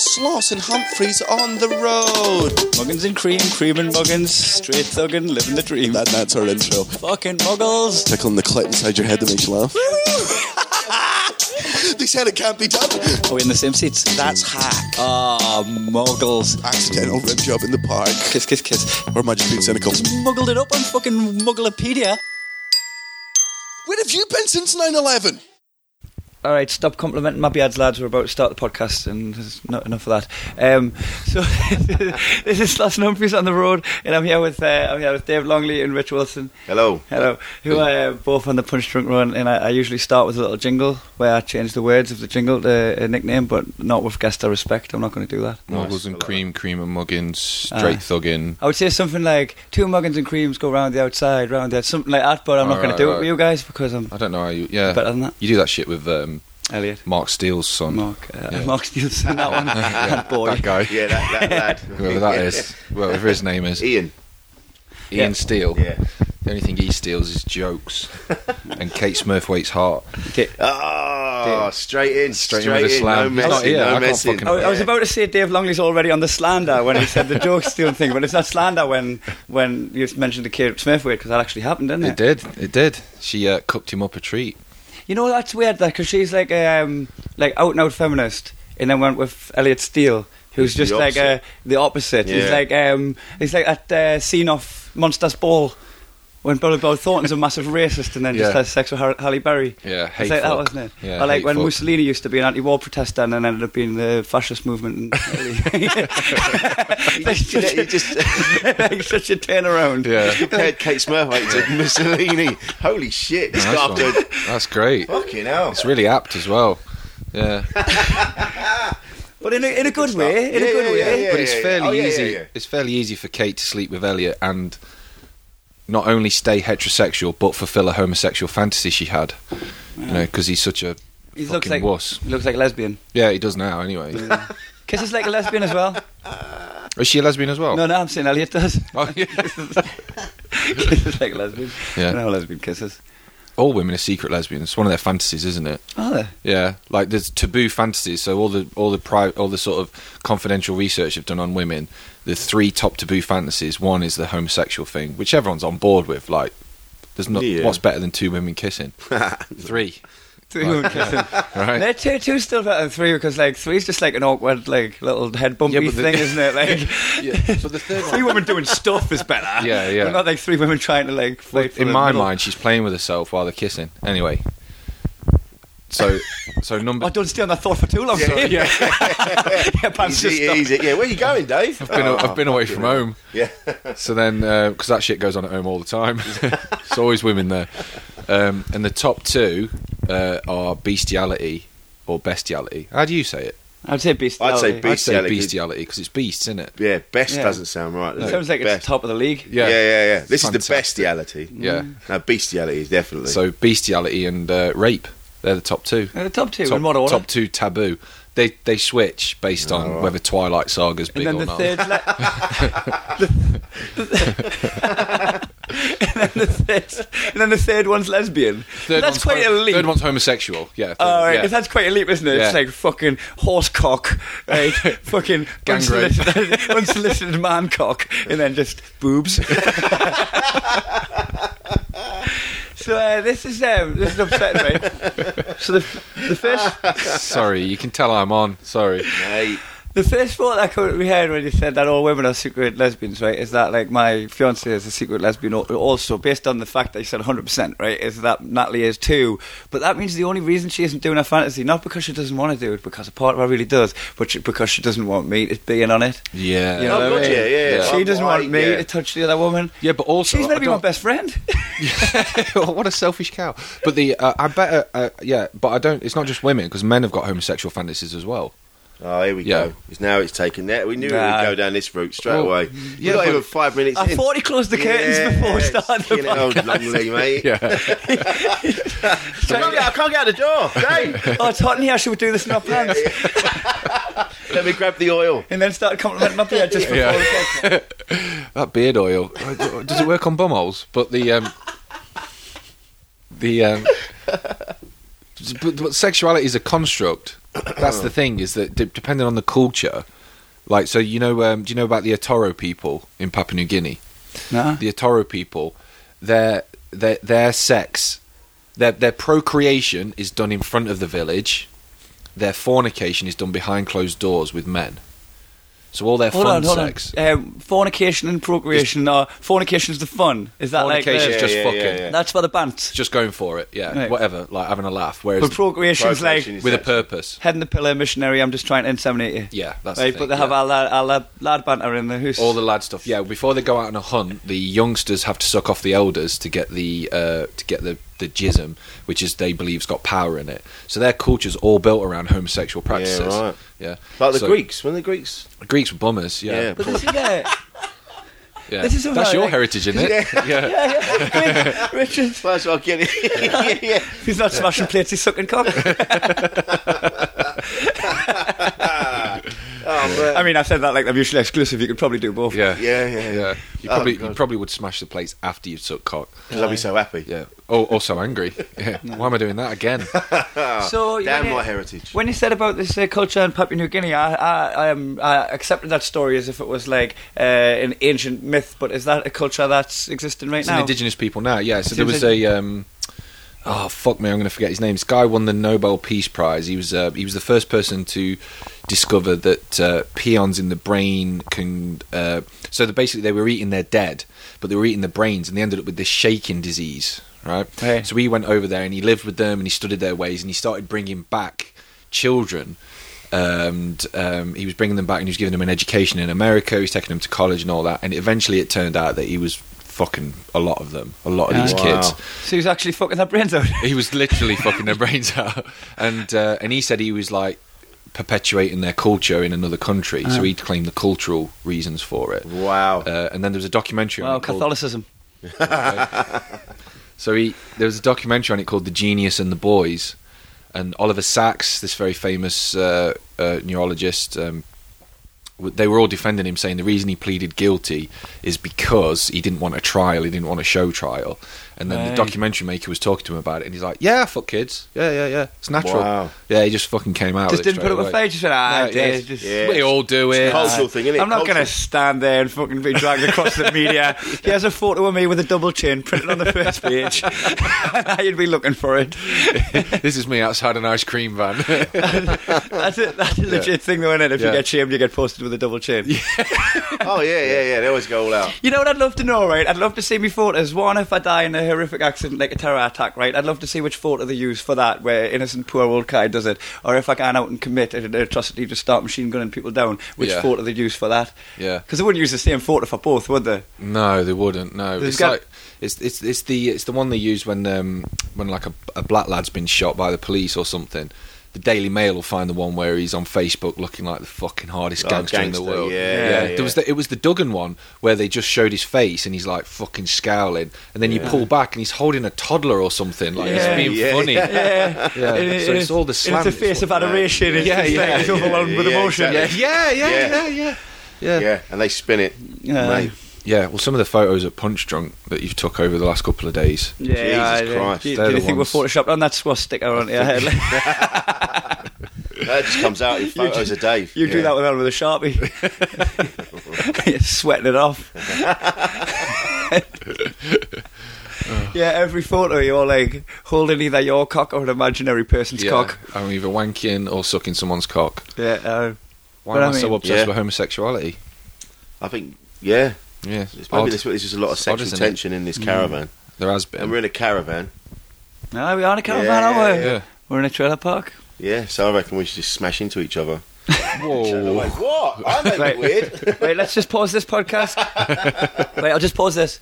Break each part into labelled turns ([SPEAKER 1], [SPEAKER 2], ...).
[SPEAKER 1] Sloss and Humphreys on the road.
[SPEAKER 2] Muggins and cream, cream and muggins, straight thuggin', living the dream.
[SPEAKER 1] That, that's our intro.
[SPEAKER 2] Fucking muggles.
[SPEAKER 1] Tickling the clit inside your head that makes you laugh. they said it can't be done.
[SPEAKER 2] Are we Oh, in the same seats?
[SPEAKER 1] That's hack.
[SPEAKER 2] Ah, muggles.
[SPEAKER 1] Accidental rim job in the park.
[SPEAKER 2] Kiss, kiss, kiss.
[SPEAKER 1] Or am I just being cynical?
[SPEAKER 2] Muggled it up on fucking Mugglepedia.
[SPEAKER 1] Where have you been since 9 11?
[SPEAKER 2] All right, stop complimenting my beards, lads. We're about to start the podcast, and there's not enough of that. Um, so this is Sloss and Humphreys on the road, and I'm here with uh, I'm here with Dave Longley and Rich Wilson.
[SPEAKER 3] Hello.
[SPEAKER 2] Hello, who are uh, both on the Punch Drunk Run, and I, I usually start with a little jingle where I change the words of the jingle to a nickname, but not with guest I respect. I'm not going to do that.
[SPEAKER 4] Muggles and
[SPEAKER 3] Nice.
[SPEAKER 4] cream, cream and muggins, straight
[SPEAKER 2] Ah.
[SPEAKER 4] thuggin.
[SPEAKER 2] I would say something like two muggins and creams go round the outside, round the outside," something like that. But I'm not
[SPEAKER 4] Alright,
[SPEAKER 2] going to do it with
[SPEAKER 4] alright.
[SPEAKER 2] you guys because I'm
[SPEAKER 4] I don't know how you. Yeah.
[SPEAKER 2] better than that.
[SPEAKER 4] You do that shit with um,
[SPEAKER 2] Elliot,
[SPEAKER 4] Mark Steele's son.
[SPEAKER 2] Mark, uh,
[SPEAKER 4] Yeah.
[SPEAKER 2] Mark Stevenson, that one, that boy.
[SPEAKER 4] That guy.
[SPEAKER 3] Yeah, that, that lad.
[SPEAKER 4] Whoever that is. Whatever his name is. Ian
[SPEAKER 3] Ian.
[SPEAKER 2] Yeah.
[SPEAKER 4] Steele.
[SPEAKER 3] Yeah.
[SPEAKER 4] The only thing he steals is jokes. and Kate Smurthwaite's heart.
[SPEAKER 3] Ah, straight in.
[SPEAKER 4] Straight
[SPEAKER 3] Straight,
[SPEAKER 4] in with a
[SPEAKER 3] in.
[SPEAKER 4] slam.
[SPEAKER 3] No
[SPEAKER 4] It's
[SPEAKER 3] messing.
[SPEAKER 4] not here, I
[SPEAKER 3] No
[SPEAKER 4] can't
[SPEAKER 3] messing.
[SPEAKER 4] fucking-
[SPEAKER 2] I, I was
[SPEAKER 3] Yeah.
[SPEAKER 2] about to say Dave Longley's already on the slander when he said the joke stealing thing, but it's not slander when when you mentioned the Kate Smithwaite because that actually happened, didn't
[SPEAKER 4] It did. It did. She uh, cooked him up a treat.
[SPEAKER 2] You know that's weird, like, 'cause she's like um like out and out feminist, and then went with Elliot Steele, who's
[SPEAKER 3] Who's the
[SPEAKER 2] just like uh,
[SPEAKER 3] opposite.
[SPEAKER 2] the opposite. He's
[SPEAKER 3] Yeah.
[SPEAKER 2] like um he's like that uh, scene off Monsters Ball when Billy Bob Thornton's a massive racist and then just
[SPEAKER 4] Yeah.
[SPEAKER 2] has sex with Har- Halle Berry.
[SPEAKER 4] Yeah, hate
[SPEAKER 2] it's like that,
[SPEAKER 4] fuck.
[SPEAKER 2] wasn't it?
[SPEAKER 4] Yeah,
[SPEAKER 2] or like
[SPEAKER 4] hate
[SPEAKER 2] when
[SPEAKER 4] fuck.
[SPEAKER 2] Mussolini used to be an anti-war protester and then ended up being the fascist movement. In Italy. That's
[SPEAKER 3] You know,
[SPEAKER 2] just
[SPEAKER 3] you just
[SPEAKER 2] like such a turnaround.
[SPEAKER 4] Yeah.
[SPEAKER 3] compared Kate Smurfite to Mussolini. Holy shit! This guy
[SPEAKER 4] Nice one.
[SPEAKER 3] after
[SPEAKER 4] That's great.
[SPEAKER 3] fucking hell.
[SPEAKER 4] It's really apt as well. Yeah.
[SPEAKER 2] but in a, in a good way. In
[SPEAKER 3] Yeah,
[SPEAKER 2] a good
[SPEAKER 3] yeah,
[SPEAKER 2] way.
[SPEAKER 3] yeah,
[SPEAKER 4] but it's fairly
[SPEAKER 3] Oh, yeah, yeah,
[SPEAKER 4] easy.
[SPEAKER 3] yeah.
[SPEAKER 4] It's fairly easy for Kate to sleep with Elliot and not only stay heterosexual but fulfill a homosexual fantasy she had. You know, because he's such a
[SPEAKER 2] He looks
[SPEAKER 4] fucking
[SPEAKER 2] like
[SPEAKER 4] wuss.
[SPEAKER 2] he looks like a lesbian.
[SPEAKER 4] Yeah, he does now. Anyway,
[SPEAKER 2] Kisses like a lesbian as well.
[SPEAKER 4] is she a lesbian as well?
[SPEAKER 2] No, no, I'm saying Elliot does.
[SPEAKER 4] Oh, yeah.
[SPEAKER 2] kisses like lesbian.
[SPEAKER 4] Yeah.
[SPEAKER 2] No lesbian kisses.
[SPEAKER 4] all women are secret lesbians. It's one of their fantasies, isn't it?
[SPEAKER 2] Are they?
[SPEAKER 4] Yeah, like there's taboo fantasies. So all the all the pri- all the sort of confidential research they've done on women, the three top taboo fantasies. One is the homosexual thing, which everyone's on board with. Like, there's not
[SPEAKER 3] Yeah.
[SPEAKER 4] what's better than two women kissing. three,
[SPEAKER 2] Three women kissing.
[SPEAKER 4] right?
[SPEAKER 2] They're two, two's still better than three because like three's just like an awkward like little head bumpy
[SPEAKER 4] Yeah, but the-
[SPEAKER 2] thing, isn't it? Like
[SPEAKER 4] yeah. So the third
[SPEAKER 2] three women doing stuff is better.
[SPEAKER 4] Yeah, yeah.
[SPEAKER 2] But not like three women trying to like.
[SPEAKER 4] Well,
[SPEAKER 2] fight for
[SPEAKER 4] in
[SPEAKER 2] the
[SPEAKER 4] my
[SPEAKER 2] middle.
[SPEAKER 4] mind, she's playing with herself while they're kissing. Anyway, so so number.
[SPEAKER 2] Oh, don't stay on that thought for too long. Yeah, yeah. Pam's
[SPEAKER 3] Easy,
[SPEAKER 2] just stopped.
[SPEAKER 3] easy. Yeah, where you going, Dave?
[SPEAKER 4] I've been, I've been
[SPEAKER 2] Oh,
[SPEAKER 4] away from home,
[SPEAKER 3] Yeah.
[SPEAKER 4] so then because that shit goes on at home all the time. it's always women there, um, and the top two uh, are bestiality or bestiality. How do you say it?
[SPEAKER 2] I'd say beast.
[SPEAKER 3] I'd say
[SPEAKER 4] I'd say
[SPEAKER 3] Bestiality.
[SPEAKER 4] bestiality because it's beasts, isn't it?
[SPEAKER 3] Yeah, best
[SPEAKER 2] Yeah.
[SPEAKER 3] doesn't sound right. does
[SPEAKER 2] It
[SPEAKER 3] it?
[SPEAKER 2] sounds like it's
[SPEAKER 3] best.
[SPEAKER 2] top of the league.
[SPEAKER 3] Yeah, yeah, yeah. This is the
[SPEAKER 4] Fantastic.
[SPEAKER 3] bestiality. Mm.
[SPEAKER 4] Yeah.
[SPEAKER 3] No, bestiality is definitely.
[SPEAKER 4] So bestiality and uh, rape, they're the top two.
[SPEAKER 2] Uh, The top two
[SPEAKER 4] top,
[SPEAKER 2] in what order?
[SPEAKER 4] top two taboo. They they switch based on
[SPEAKER 3] Alright.
[SPEAKER 4] whether Twilight Saga's big
[SPEAKER 2] and then
[SPEAKER 4] or
[SPEAKER 2] the
[SPEAKER 4] not.
[SPEAKER 2] third la- and then the third and then the third one's lesbian
[SPEAKER 4] Third
[SPEAKER 2] that's
[SPEAKER 4] one's
[SPEAKER 2] quite
[SPEAKER 4] hom-
[SPEAKER 2] a leap
[SPEAKER 4] Third one's homosexual. Yeah. third-
[SPEAKER 2] all right
[SPEAKER 4] yeah.
[SPEAKER 2] that's quite a leap isn't it it's
[SPEAKER 4] Yeah.
[SPEAKER 2] like fucking horse cock right fucking
[SPEAKER 4] Gang rape.
[SPEAKER 2] unsolicited, unsolicited man cock and then just boobs so uh, this is um, this is upsetting me so the, the first
[SPEAKER 4] Sorry, you can tell I'm on. Sorry.
[SPEAKER 3] Mate,
[SPEAKER 2] The first thought I could we heard when you said that all women are secret lesbians, right? Is that like my fiance is a secret lesbian al- also, based on the fact that you said 100%, right? Is that Natalie is too. But that means the only reason she isn't doing her fantasy, not because she doesn't want to do it, because a part of her really does, but she, because she doesn't want me to be in on it.
[SPEAKER 4] Yeah.
[SPEAKER 2] You know what
[SPEAKER 3] Oh,
[SPEAKER 2] I
[SPEAKER 3] God,
[SPEAKER 2] mean?
[SPEAKER 3] yeah, yeah, yeah.
[SPEAKER 2] She doesn't
[SPEAKER 3] Why-
[SPEAKER 2] want me
[SPEAKER 3] yeah.
[SPEAKER 2] to touch the other woman.
[SPEAKER 4] Yeah, but also
[SPEAKER 2] She's meant
[SPEAKER 4] I
[SPEAKER 2] to be my
[SPEAKER 4] don't- Oh,
[SPEAKER 2] best friend.
[SPEAKER 4] what a selfish cow. But the uh, I better uh, yeah, but I don't. It's not just women because men have got homosexual fantasies as well.
[SPEAKER 3] oh, here we
[SPEAKER 4] Yeah.
[SPEAKER 3] go. It's now it's taken there. We knew
[SPEAKER 2] Nah.
[SPEAKER 3] we'd go down this route straight
[SPEAKER 4] Well,
[SPEAKER 3] away.
[SPEAKER 4] yeah,
[SPEAKER 3] We're not
[SPEAKER 4] but-
[SPEAKER 3] even five minutes
[SPEAKER 2] I
[SPEAKER 3] in.
[SPEAKER 2] thought he closed the curtains before we started the
[SPEAKER 3] Get it, old Longley, mate.
[SPEAKER 4] Yeah,
[SPEAKER 3] I, can't get, I can't get out the door. Dave,
[SPEAKER 2] Oh, it's hot in here. Should we do this in our pants?
[SPEAKER 3] let me grab the oil.
[SPEAKER 2] And then start complimenting my beard just before
[SPEAKER 4] Yeah.
[SPEAKER 2] the podcast.
[SPEAKER 4] that beard oil. Uh, Does it work on bumholes? But the um, the um, but, but sexuality is a construct. that's the thing is that de- depending on the culture, like so you know um, do you know about the Atoro people in Papua New Guinea?
[SPEAKER 2] No.
[SPEAKER 4] The Atoro people, their their their sex, their their procreation is done in front of the village. Their fornication is done behind closed doors with men. So all their
[SPEAKER 2] Hold
[SPEAKER 4] fun
[SPEAKER 2] on, hold
[SPEAKER 4] sex.
[SPEAKER 2] on. Um, fornication and procreation are fornication's the fun. Is that like
[SPEAKER 4] Fornication's
[SPEAKER 2] the-
[SPEAKER 3] Yeah,
[SPEAKER 4] just
[SPEAKER 3] yeah,
[SPEAKER 4] fucking.
[SPEAKER 3] yeah, yeah.
[SPEAKER 2] that's for the band.
[SPEAKER 4] Just going for it, yeah,
[SPEAKER 2] Right.
[SPEAKER 4] whatever, like having a laugh. Whereas
[SPEAKER 2] But procreation's
[SPEAKER 3] Procreation
[SPEAKER 2] like
[SPEAKER 3] is-
[SPEAKER 4] with a
[SPEAKER 3] sex.
[SPEAKER 4] purpose,
[SPEAKER 2] head in the pillow missionary. I'm just trying to inseminate you.
[SPEAKER 4] yeah, that's the
[SPEAKER 2] right,
[SPEAKER 4] thing,
[SPEAKER 2] but they
[SPEAKER 4] yeah.
[SPEAKER 2] have our lad, our lad, lad banter in the house.
[SPEAKER 4] all the lad stuff. Yeah, before they go out on a hunt, the youngsters have to suck off the elders to get the uh, to get the the jism, which is they believe's got power in it. So their culture's all built around homosexual practices.
[SPEAKER 3] right.
[SPEAKER 4] Yeah.
[SPEAKER 3] Like the
[SPEAKER 4] So-
[SPEAKER 3] Greeks, when the Greeks.
[SPEAKER 4] the Greeks were bummers. Yeah,
[SPEAKER 2] But this is it.
[SPEAKER 4] yeah.
[SPEAKER 2] This is
[SPEAKER 4] that's
[SPEAKER 2] about
[SPEAKER 4] your
[SPEAKER 2] like-
[SPEAKER 4] heritage, isn't it? yeah.
[SPEAKER 2] Richard,
[SPEAKER 3] Might as well get it. yeah, yeah.
[SPEAKER 2] he's not smashing plates. He's sucking cock.
[SPEAKER 3] Oh, man.
[SPEAKER 2] I mean, I said that like they're mutually exclusive. You could probably do both.
[SPEAKER 4] yeah,
[SPEAKER 3] Yeah, yeah,
[SPEAKER 4] yeah.
[SPEAKER 3] yeah.
[SPEAKER 4] You
[SPEAKER 3] Oh,
[SPEAKER 4] probably, you
[SPEAKER 3] God.
[SPEAKER 4] probably would smash the plates after you took cock.
[SPEAKER 3] Because I'll be so happy.
[SPEAKER 4] Yeah. Oh, or so angry. Yeah. Why am I doing that again?
[SPEAKER 2] So
[SPEAKER 3] Damn
[SPEAKER 2] when
[SPEAKER 3] my
[SPEAKER 2] Oh, you-
[SPEAKER 3] heritage.
[SPEAKER 2] When you said about this uh, culture in Papua New Guinea, I, I, I, um, I accepted that story as if it was like uh, an ancient myth. But is that a culture that's existing right
[SPEAKER 4] It's an
[SPEAKER 2] now?
[SPEAKER 4] indigenous people now. Yeah. So there
[SPEAKER 2] Seems
[SPEAKER 4] was a. Um, oh fuck me! I'm going to forget his name. This guy won the Nobel Peace Prize. He was uh, he was the first person to discover that uh, peons in the brain can. Uh, so that basically they were eating their dead, but they were eating the brains, and they ended up with this shaking disease. Right.
[SPEAKER 2] Right.
[SPEAKER 4] So he went over there and he lived with them and he studied their ways and he started bringing back children. And um, he was bringing them back and he was giving them an education in America. He was taking them to college and all that. And eventually, it turned out that he was fucking a lot of them, a lot of these
[SPEAKER 3] Wow.
[SPEAKER 4] kids
[SPEAKER 2] so he's actually fucking their brains out.
[SPEAKER 4] he was literally fucking their brains out, and uh, and he said he was like perpetuating their culture in another country, so he'd claim the cultural reasons for it.
[SPEAKER 3] Uh-huh. Wow.
[SPEAKER 4] Uh, and then there was a documentary. on
[SPEAKER 2] Wow,
[SPEAKER 4] it called-
[SPEAKER 2] Catholicism.
[SPEAKER 4] so he there was a documentary on it called The Genius and the Boys, and Oliver Sacks, this very famous uh, uh, neurologist, um, w- they were all defending him, saying the reason he pleaded guilty is because he didn't want a trial, he didn't want a show trial. And then the
[SPEAKER 2] Right.
[SPEAKER 4] documentary maker was talking to him about it, and he's like, "Yeah, fuck kids, yeah, yeah, yeah, it's natural."
[SPEAKER 3] Wow.
[SPEAKER 4] Yeah, he just fucking came out.
[SPEAKER 2] Just
[SPEAKER 4] with it
[SPEAKER 2] didn't put up
[SPEAKER 4] straight
[SPEAKER 2] a
[SPEAKER 4] away.
[SPEAKER 2] fight. Just said, ah,
[SPEAKER 4] No,
[SPEAKER 2] I
[SPEAKER 4] it
[SPEAKER 2] did.
[SPEAKER 4] is.
[SPEAKER 2] Just-
[SPEAKER 3] Yeah.
[SPEAKER 4] We all do it.
[SPEAKER 3] cultural thing, innit?
[SPEAKER 2] I'm not
[SPEAKER 3] Cultural.
[SPEAKER 2] going to stand there and fucking be dragged across the media. Here's a photo of me with a double chin printed on the first page. You'd be looking for it.
[SPEAKER 4] this is me outside an ice cream van.
[SPEAKER 2] That's it. That's a legit thing, though, isn't it? If
[SPEAKER 4] Yeah.
[SPEAKER 2] you get shamed, you get posted with a double chin.
[SPEAKER 3] Oh, yeah, yeah, yeah. They always go all out.
[SPEAKER 2] You know what I'd love to know, right? I'd love to see me photos. One, if I die in a horrific accident like a terror attack, right? I'd love to see which photo they use for that, where innocent poor old guy does it. Or if I can out and commit an atrocity to start machine gunning people down, which
[SPEAKER 4] Yeah.
[SPEAKER 2] photo they use for that.
[SPEAKER 4] Yeah.
[SPEAKER 2] Because they wouldn't use the same photo for both, would they?
[SPEAKER 4] No, they wouldn't. No,
[SPEAKER 2] There's
[SPEAKER 4] it's
[SPEAKER 2] got-
[SPEAKER 4] like it's, it's it's the it's the one they use when um when like a, a black lad's been shot by the police or something. The Daily Mail will find the one where he's on Facebook looking like the fucking hardest
[SPEAKER 3] Oh,
[SPEAKER 4] gangster, in the
[SPEAKER 3] gangster,
[SPEAKER 4] world.
[SPEAKER 3] yeah, yeah, yeah.
[SPEAKER 4] There was the, it was the Duggan one where they just showed his face and he's like fucking scowling, and then you pull back and he's holding a toddler or something like
[SPEAKER 2] Yeah,
[SPEAKER 4] he's being
[SPEAKER 3] yeah,
[SPEAKER 4] funny.
[SPEAKER 2] Yeah.
[SPEAKER 4] Yeah.
[SPEAKER 2] And it-
[SPEAKER 4] So it's
[SPEAKER 2] it-
[SPEAKER 4] all the
[SPEAKER 2] and
[SPEAKER 4] slant,
[SPEAKER 2] It's a
[SPEAKER 4] it's
[SPEAKER 2] face
[SPEAKER 4] all
[SPEAKER 2] of adoration. It's
[SPEAKER 4] Yeah,
[SPEAKER 2] just
[SPEAKER 4] yeah,
[SPEAKER 2] like, it's
[SPEAKER 4] yeah,
[SPEAKER 2] overwhelmed with
[SPEAKER 3] yeah,
[SPEAKER 2] emotion.
[SPEAKER 3] exactly.
[SPEAKER 4] yeah,
[SPEAKER 3] Yeah.
[SPEAKER 4] yeah, yeah, yeah, yeah. yeah.
[SPEAKER 3] Yeah, and they spin it.
[SPEAKER 2] Yeah.
[SPEAKER 3] Mate.
[SPEAKER 4] Yeah, well, some of the photos at Punch Drunk that you've took over the last couple of days,
[SPEAKER 2] Yeah,
[SPEAKER 3] Jesus
[SPEAKER 2] I-
[SPEAKER 3] Christ.
[SPEAKER 2] Do you,
[SPEAKER 4] They're
[SPEAKER 2] do you
[SPEAKER 4] the
[SPEAKER 2] think
[SPEAKER 4] ones.
[SPEAKER 2] we're photoshopped on that swastika on your head?
[SPEAKER 3] That just comes out in photos of Dave.
[SPEAKER 2] You
[SPEAKER 3] Yeah.
[SPEAKER 2] do that with with a sharpie. You're sweating it off. yeah, every photo you're like holding either your cock or an imaginary person's
[SPEAKER 4] yeah,
[SPEAKER 2] cock.
[SPEAKER 4] I'm either wanking or sucking someone's cock.
[SPEAKER 2] Yeah, uh,
[SPEAKER 4] Why
[SPEAKER 2] But
[SPEAKER 4] am I,
[SPEAKER 2] I
[SPEAKER 4] so
[SPEAKER 2] mean-
[SPEAKER 4] obsessed
[SPEAKER 3] Yeah.
[SPEAKER 4] with homosexuality?
[SPEAKER 3] I think, yeah.
[SPEAKER 4] Yeah,
[SPEAKER 3] It's maybe
[SPEAKER 4] odd.
[SPEAKER 3] this, there's just a lot of
[SPEAKER 4] It's odd,
[SPEAKER 3] sexual
[SPEAKER 4] isn't it?
[SPEAKER 3] tension in this caravan.
[SPEAKER 4] there has
[SPEAKER 3] And
[SPEAKER 4] been.
[SPEAKER 3] we're in a caravan.
[SPEAKER 2] no, we aren't a caravan,
[SPEAKER 3] Yeah,
[SPEAKER 2] are we?
[SPEAKER 4] yeah.
[SPEAKER 2] We're in a trailer park.
[SPEAKER 3] Yeah, so I reckon we should just smash into each other.
[SPEAKER 4] Whoa.
[SPEAKER 3] Oh. Like, what? I make
[SPEAKER 2] Right.
[SPEAKER 3] it weird.
[SPEAKER 2] Wait, let's just pause this podcast. Wait, I'll just pause this.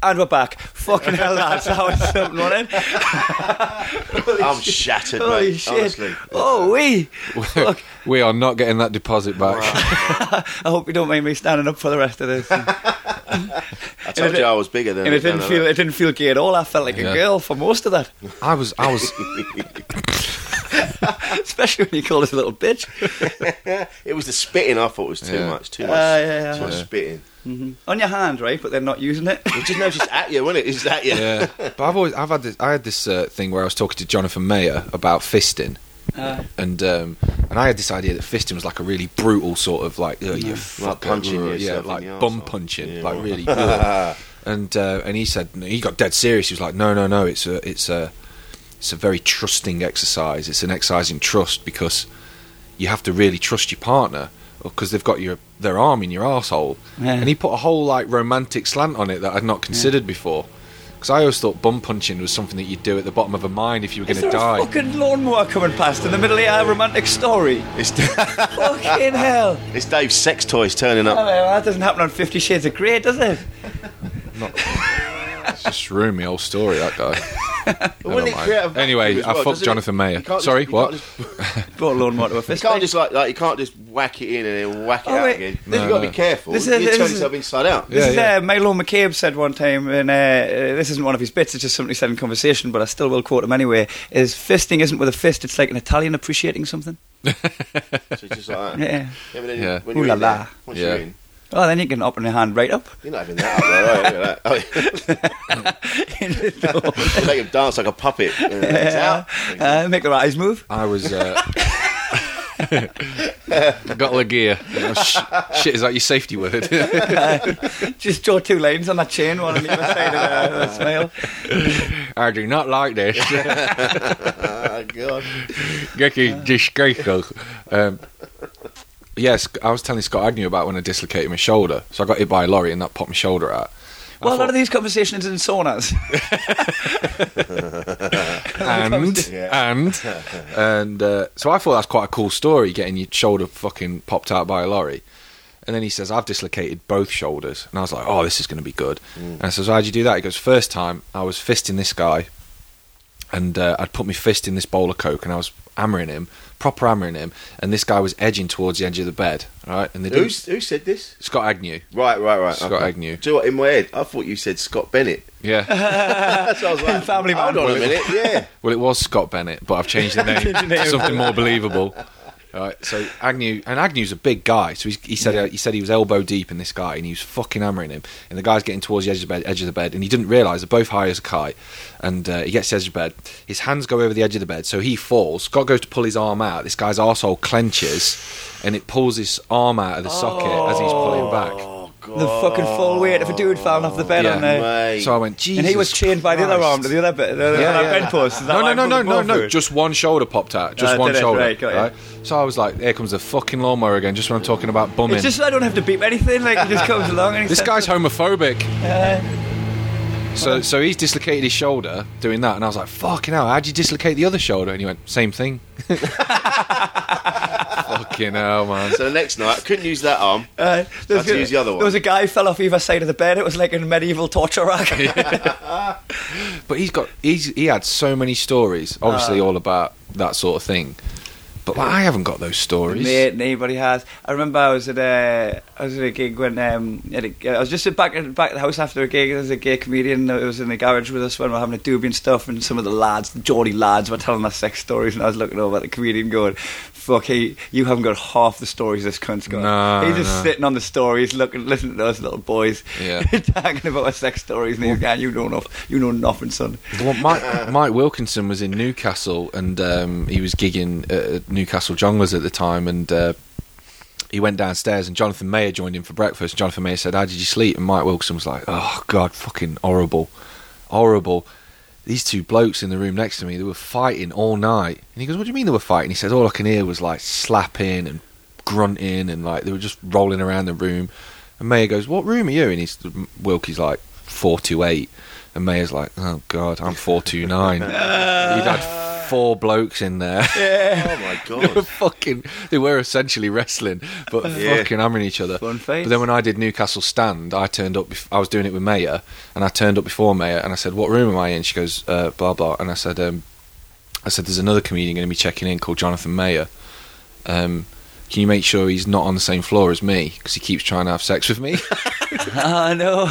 [SPEAKER 2] And we're back. Fucking hell, lads, that was something, wasn't it?
[SPEAKER 3] I'm shattered,
[SPEAKER 2] Holy
[SPEAKER 3] mate.
[SPEAKER 2] shit.
[SPEAKER 3] Honestly.
[SPEAKER 2] Oh, we. Fuck.
[SPEAKER 4] we are not getting that deposit back.
[SPEAKER 2] I hope you don't mind me standing up for the rest of this.
[SPEAKER 3] I told you I was bigger than
[SPEAKER 2] and it didn't
[SPEAKER 3] than-
[SPEAKER 2] feel it didn't feel gay at all. I felt like
[SPEAKER 4] Yeah.
[SPEAKER 2] a girl for most of that,
[SPEAKER 4] I was, I was,
[SPEAKER 2] especially when you called us a little bitch.
[SPEAKER 3] It was the spitting I thought was too
[SPEAKER 4] Yeah.
[SPEAKER 3] much. Too
[SPEAKER 2] Ah,
[SPEAKER 3] much.
[SPEAKER 2] yeah, yeah.
[SPEAKER 3] Too much
[SPEAKER 4] Yeah.
[SPEAKER 3] spitting.
[SPEAKER 2] On your hand, right? But they're not using it.
[SPEAKER 3] It just knows it's at you, wasn't it? It's at you.
[SPEAKER 4] yeah. But I've always, I've had this, I had this uh, thing where I was talking to Jonathan Mayer about fisting,
[SPEAKER 2] Aye.
[SPEAKER 4] and um, and I had this idea that fisting was like a really brutal sort of like oh, you fuck
[SPEAKER 3] punching
[SPEAKER 4] yeah
[SPEAKER 3] yourself in
[SPEAKER 4] like
[SPEAKER 3] the
[SPEAKER 4] bum
[SPEAKER 3] arsehole.
[SPEAKER 4] punching
[SPEAKER 3] Yeah.
[SPEAKER 4] like really ugh. and uh, and he said he got dead serious he was like no no no it's a it's a it's a very trusting exercise it's an exercise in trust because you have to really trust your partner because they've got your their arm in your asshole
[SPEAKER 2] Yeah.
[SPEAKER 4] and he put a whole like romantic slant on it that I'd not considered before. 'Cause before because I always thought bum punching was something that you'd do at the bottom of a mine if you were
[SPEAKER 2] Is
[SPEAKER 4] going to
[SPEAKER 2] there
[SPEAKER 4] die
[SPEAKER 2] a fucking lawnmower coming past in the middle of our romantic story?
[SPEAKER 3] It's,
[SPEAKER 2] fucking hell.
[SPEAKER 3] it's Dave's sex toys turning
[SPEAKER 2] Hello,
[SPEAKER 3] up.
[SPEAKER 2] that doesn't happen on Fifty Shades of Grey, does it?
[SPEAKER 4] Just ruined my whole story, that guy.
[SPEAKER 3] But
[SPEAKER 4] Never
[SPEAKER 3] wouldn't it
[SPEAKER 4] mind.
[SPEAKER 3] create a vacuum
[SPEAKER 4] Anyway,
[SPEAKER 3] as
[SPEAKER 4] I
[SPEAKER 3] well,
[SPEAKER 4] fucked
[SPEAKER 3] doesn't it?
[SPEAKER 4] Jonathan Mayer.
[SPEAKER 3] You can't just-
[SPEAKER 4] Sorry,
[SPEAKER 3] you
[SPEAKER 4] what?
[SPEAKER 3] can't just-
[SPEAKER 2] Brought a lawnmower to a
[SPEAKER 3] You
[SPEAKER 2] fist.
[SPEAKER 3] can't just like, like you can't just whack it in and then whack it
[SPEAKER 2] Oh,
[SPEAKER 3] out
[SPEAKER 2] wait.
[SPEAKER 3] again.
[SPEAKER 4] No,
[SPEAKER 3] You've got to
[SPEAKER 4] no.
[SPEAKER 3] be careful.
[SPEAKER 2] This
[SPEAKER 3] you
[SPEAKER 2] is-
[SPEAKER 3] turn
[SPEAKER 2] this is-
[SPEAKER 3] yourself inside out.
[SPEAKER 2] This
[SPEAKER 4] Yeah,
[SPEAKER 2] is
[SPEAKER 4] yeah.
[SPEAKER 2] Uh, Milo McCabe said one time, and uh, uh, this isn't one of his bits, it's just something he said in conversation, but I still will quote him anyway, is fisting isn't with a fist, it's like an Italian appreciating something.
[SPEAKER 3] So it's just like that.
[SPEAKER 2] Yeah.
[SPEAKER 3] Yeah, but then
[SPEAKER 4] Yeah.
[SPEAKER 3] when you're
[SPEAKER 2] Ooh la
[SPEAKER 3] in there,
[SPEAKER 2] la.
[SPEAKER 3] once
[SPEAKER 4] Yeah.
[SPEAKER 3] you're in,
[SPEAKER 2] Oh, then you can open your hand right up.
[SPEAKER 3] you're not having that up there, right? Like, oh, yeah. You make him dance like a puppet. Yeah, it's
[SPEAKER 2] Yeah.
[SPEAKER 3] out.
[SPEAKER 2] Uh, make her eyes move.
[SPEAKER 4] I was. Uh, got La Gear. You know, sh- shit, is that your safety word?
[SPEAKER 2] Uh, Just draw two lines on that chain, one on the other side of the, the smile.
[SPEAKER 4] I do not like this.
[SPEAKER 3] Oh, God.
[SPEAKER 4] This is disgraceful. Um, yes, I was telling Scott Agnew about when I dislocated my shoulder. So I got hit by a lorry and that popped my shoulder out.
[SPEAKER 2] Well, a lot
[SPEAKER 4] thought-
[SPEAKER 2] of these conversations in saunas.
[SPEAKER 4] and
[SPEAKER 3] Yeah.
[SPEAKER 4] and and uh, so I thought that's quite a cool story, getting your shoulder fucking popped out by a lorry. And then he says, "I've dislocated both shoulders," and I was like, "Oh, this is going to be good."
[SPEAKER 3] Mm.
[SPEAKER 4] And I says, "How'd you do that?" He goes, first time I was fisting this guy, and uh, I'd put my fist in this bowl of coke, and I was hammering him, proper hammering him, and this guy was edging towards the edge of the bed, right? And they do
[SPEAKER 3] Who's, who said this?
[SPEAKER 4] Scott Agnew,
[SPEAKER 3] Right, right, right.
[SPEAKER 4] Scott Agnew.
[SPEAKER 3] Do you know what, in my head, I thought you said Scott Bennett.
[SPEAKER 4] yeah.
[SPEAKER 3] That's what I was like.
[SPEAKER 2] Family
[SPEAKER 3] Hold
[SPEAKER 2] man.
[SPEAKER 3] on a minute, yeah.
[SPEAKER 4] Well, it was Scott Bennett, but I've changed the name to something more believable. All right, so Agnew and Agnew's a big guy, so he's, he said uh, he said he was elbow deep in this guy, and he was fucking hammering him. And the guy's getting towards the edge of the bed, edge of the bed, and he didn't realise they're both high as a kite. And uh, he gets to the edge of the bed, his hands go over the edge of the bed, so he falls. Scott goes to pull his arm out. This guy's arsehole clenches, and it pulls his arm out of the socket as he's pulling back.
[SPEAKER 3] Oh, God.
[SPEAKER 2] the fucking full weight of a dude falling off the bed
[SPEAKER 4] Yeah.
[SPEAKER 2] on there.
[SPEAKER 3] Mate.
[SPEAKER 4] So I went, Jesus.
[SPEAKER 2] and he was chained by the other
[SPEAKER 4] Christ."
[SPEAKER 2] arm to the other bit, the other
[SPEAKER 4] Yeah,
[SPEAKER 2] that
[SPEAKER 4] yeah.
[SPEAKER 2] bedpost. Is that
[SPEAKER 4] No, no,
[SPEAKER 2] like
[SPEAKER 4] no, no,
[SPEAKER 2] before
[SPEAKER 4] no, no.
[SPEAKER 2] food?
[SPEAKER 4] Just one shoulder popped out. Just
[SPEAKER 2] Ah,
[SPEAKER 4] one
[SPEAKER 2] did it,
[SPEAKER 4] shoulder.
[SPEAKER 2] right, got you.
[SPEAKER 4] right? So I was like, here comes the fucking lawnmower again, just when I'm talking about bumming.
[SPEAKER 2] It's just I don't have to beep anything. Like he just comes along and he
[SPEAKER 4] this
[SPEAKER 2] says-
[SPEAKER 4] guy's homophobic. so, so he's dislocated his shoulder doing that, and I was like, fucking hell, how'd you dislocate the other shoulder? And he went, same thing. fucking hell, man.
[SPEAKER 3] So the next night, I couldn't use that arm.
[SPEAKER 2] Uh, there was
[SPEAKER 3] Had to
[SPEAKER 2] a-
[SPEAKER 3] use the other one.
[SPEAKER 2] There was a guy who fell off either side of the bed. It was like in medieval torture rack.
[SPEAKER 4] But he's got he's he had so many stories,
[SPEAKER 2] Ah.
[SPEAKER 4] obviously all about that sort of thing. But like, I haven't got those stories.
[SPEAKER 2] Mate, nobody has. I remember I was at a I was at a gig when um at a, I was just back at back at the house after a gig. There was a gay comedian that was in the garage with us when we were having a doobie and stuff. And some of the lads, the Geordie lads, were telling us sex stories, and I was looking over at the comedian going. Fuck, he, you haven't got half the stories this cunt's got.
[SPEAKER 4] No,
[SPEAKER 2] he's just
[SPEAKER 4] no.
[SPEAKER 2] sitting on the stories, looking, listening to us little boys
[SPEAKER 4] Yeah.
[SPEAKER 2] talking about our sex stories, and he's going, "You know nothing, you know nothing, son."
[SPEAKER 4] Well, Mike, Mike Wilkinson was in Newcastle and um, he was gigging at Newcastle Jonglers at the time and uh, he went downstairs and Jonathan Mayer joined him for breakfast. Jonathan Mayer said, how did you sleep? And Mike Wilkinson was like, oh, God, fucking horrible, horrible. These two blokes in the room next to me, they were fighting all night. And he goes, what do you mean they were fighting? He says, all I can hear was like slapping and grunting and like they were just rolling around the room. And Mayer goes, what room are you? in?" he's, Wilkie's like, 428. And Mayer's like, oh God, I'm 429. You'd had four blokes in there.
[SPEAKER 3] Oh, my
[SPEAKER 4] they were
[SPEAKER 3] God.
[SPEAKER 4] fucking, they were essentially wrestling, but
[SPEAKER 3] Yeah.
[SPEAKER 4] fucking hammering each other.
[SPEAKER 2] Fun
[SPEAKER 4] But
[SPEAKER 2] face.
[SPEAKER 4] then when I did Newcastle Stand, I turned up, bef- I was doing it with Mayer, and I turned up before Mayer, and I said, what room am I in? She goes, uh, blah, blah. And I said, um, I said, there's another comedian going to be checking in called Jonathan Mayer. Um, can you make sure he's not on the same floor as me? Because he keeps trying to have sex with me.
[SPEAKER 2] Ah, no.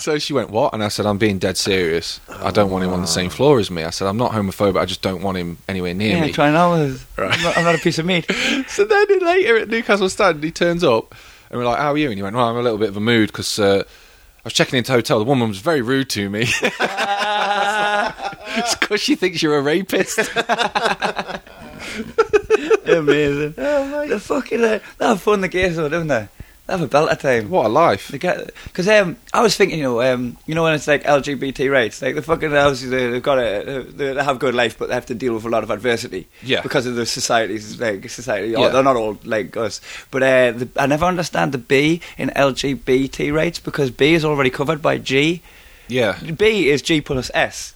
[SPEAKER 4] So she went, What? And I said, I'm being dead serious. I don't want him on the same floor as me. I said, I'm not homophobic. I just don't want him anywhere near
[SPEAKER 2] Oh. Yeah,
[SPEAKER 4] me.
[SPEAKER 2] trying on with us. I'm, not, I'm not a piece of meat.
[SPEAKER 4] so then later at Newcastle Stand, he turns up and we're like, How are you? And he went, Well, I'm a little bit of a mood because uh, I was checking into a hotel. The woman was very rude to me. It's because she thinks you're a rapist.
[SPEAKER 2] Amazing.
[SPEAKER 4] Oh,
[SPEAKER 2] the fucking uh, they have fun the gays though, don't they? They have a belt of time.
[SPEAKER 4] what a life.
[SPEAKER 2] Because um, I was thinking, you know, um, you know when it's like LGBT rights, like the fucking houses they- they've got a, they they have good life, but they have to deal with a lot of adversity.
[SPEAKER 4] Yeah.
[SPEAKER 2] Because of the society's like society,
[SPEAKER 4] Yeah.
[SPEAKER 2] or they're not all like us. But uh, the, I never understand the B in LGBT rights because B is already covered by G.
[SPEAKER 4] Yeah.
[SPEAKER 2] B is G plus S.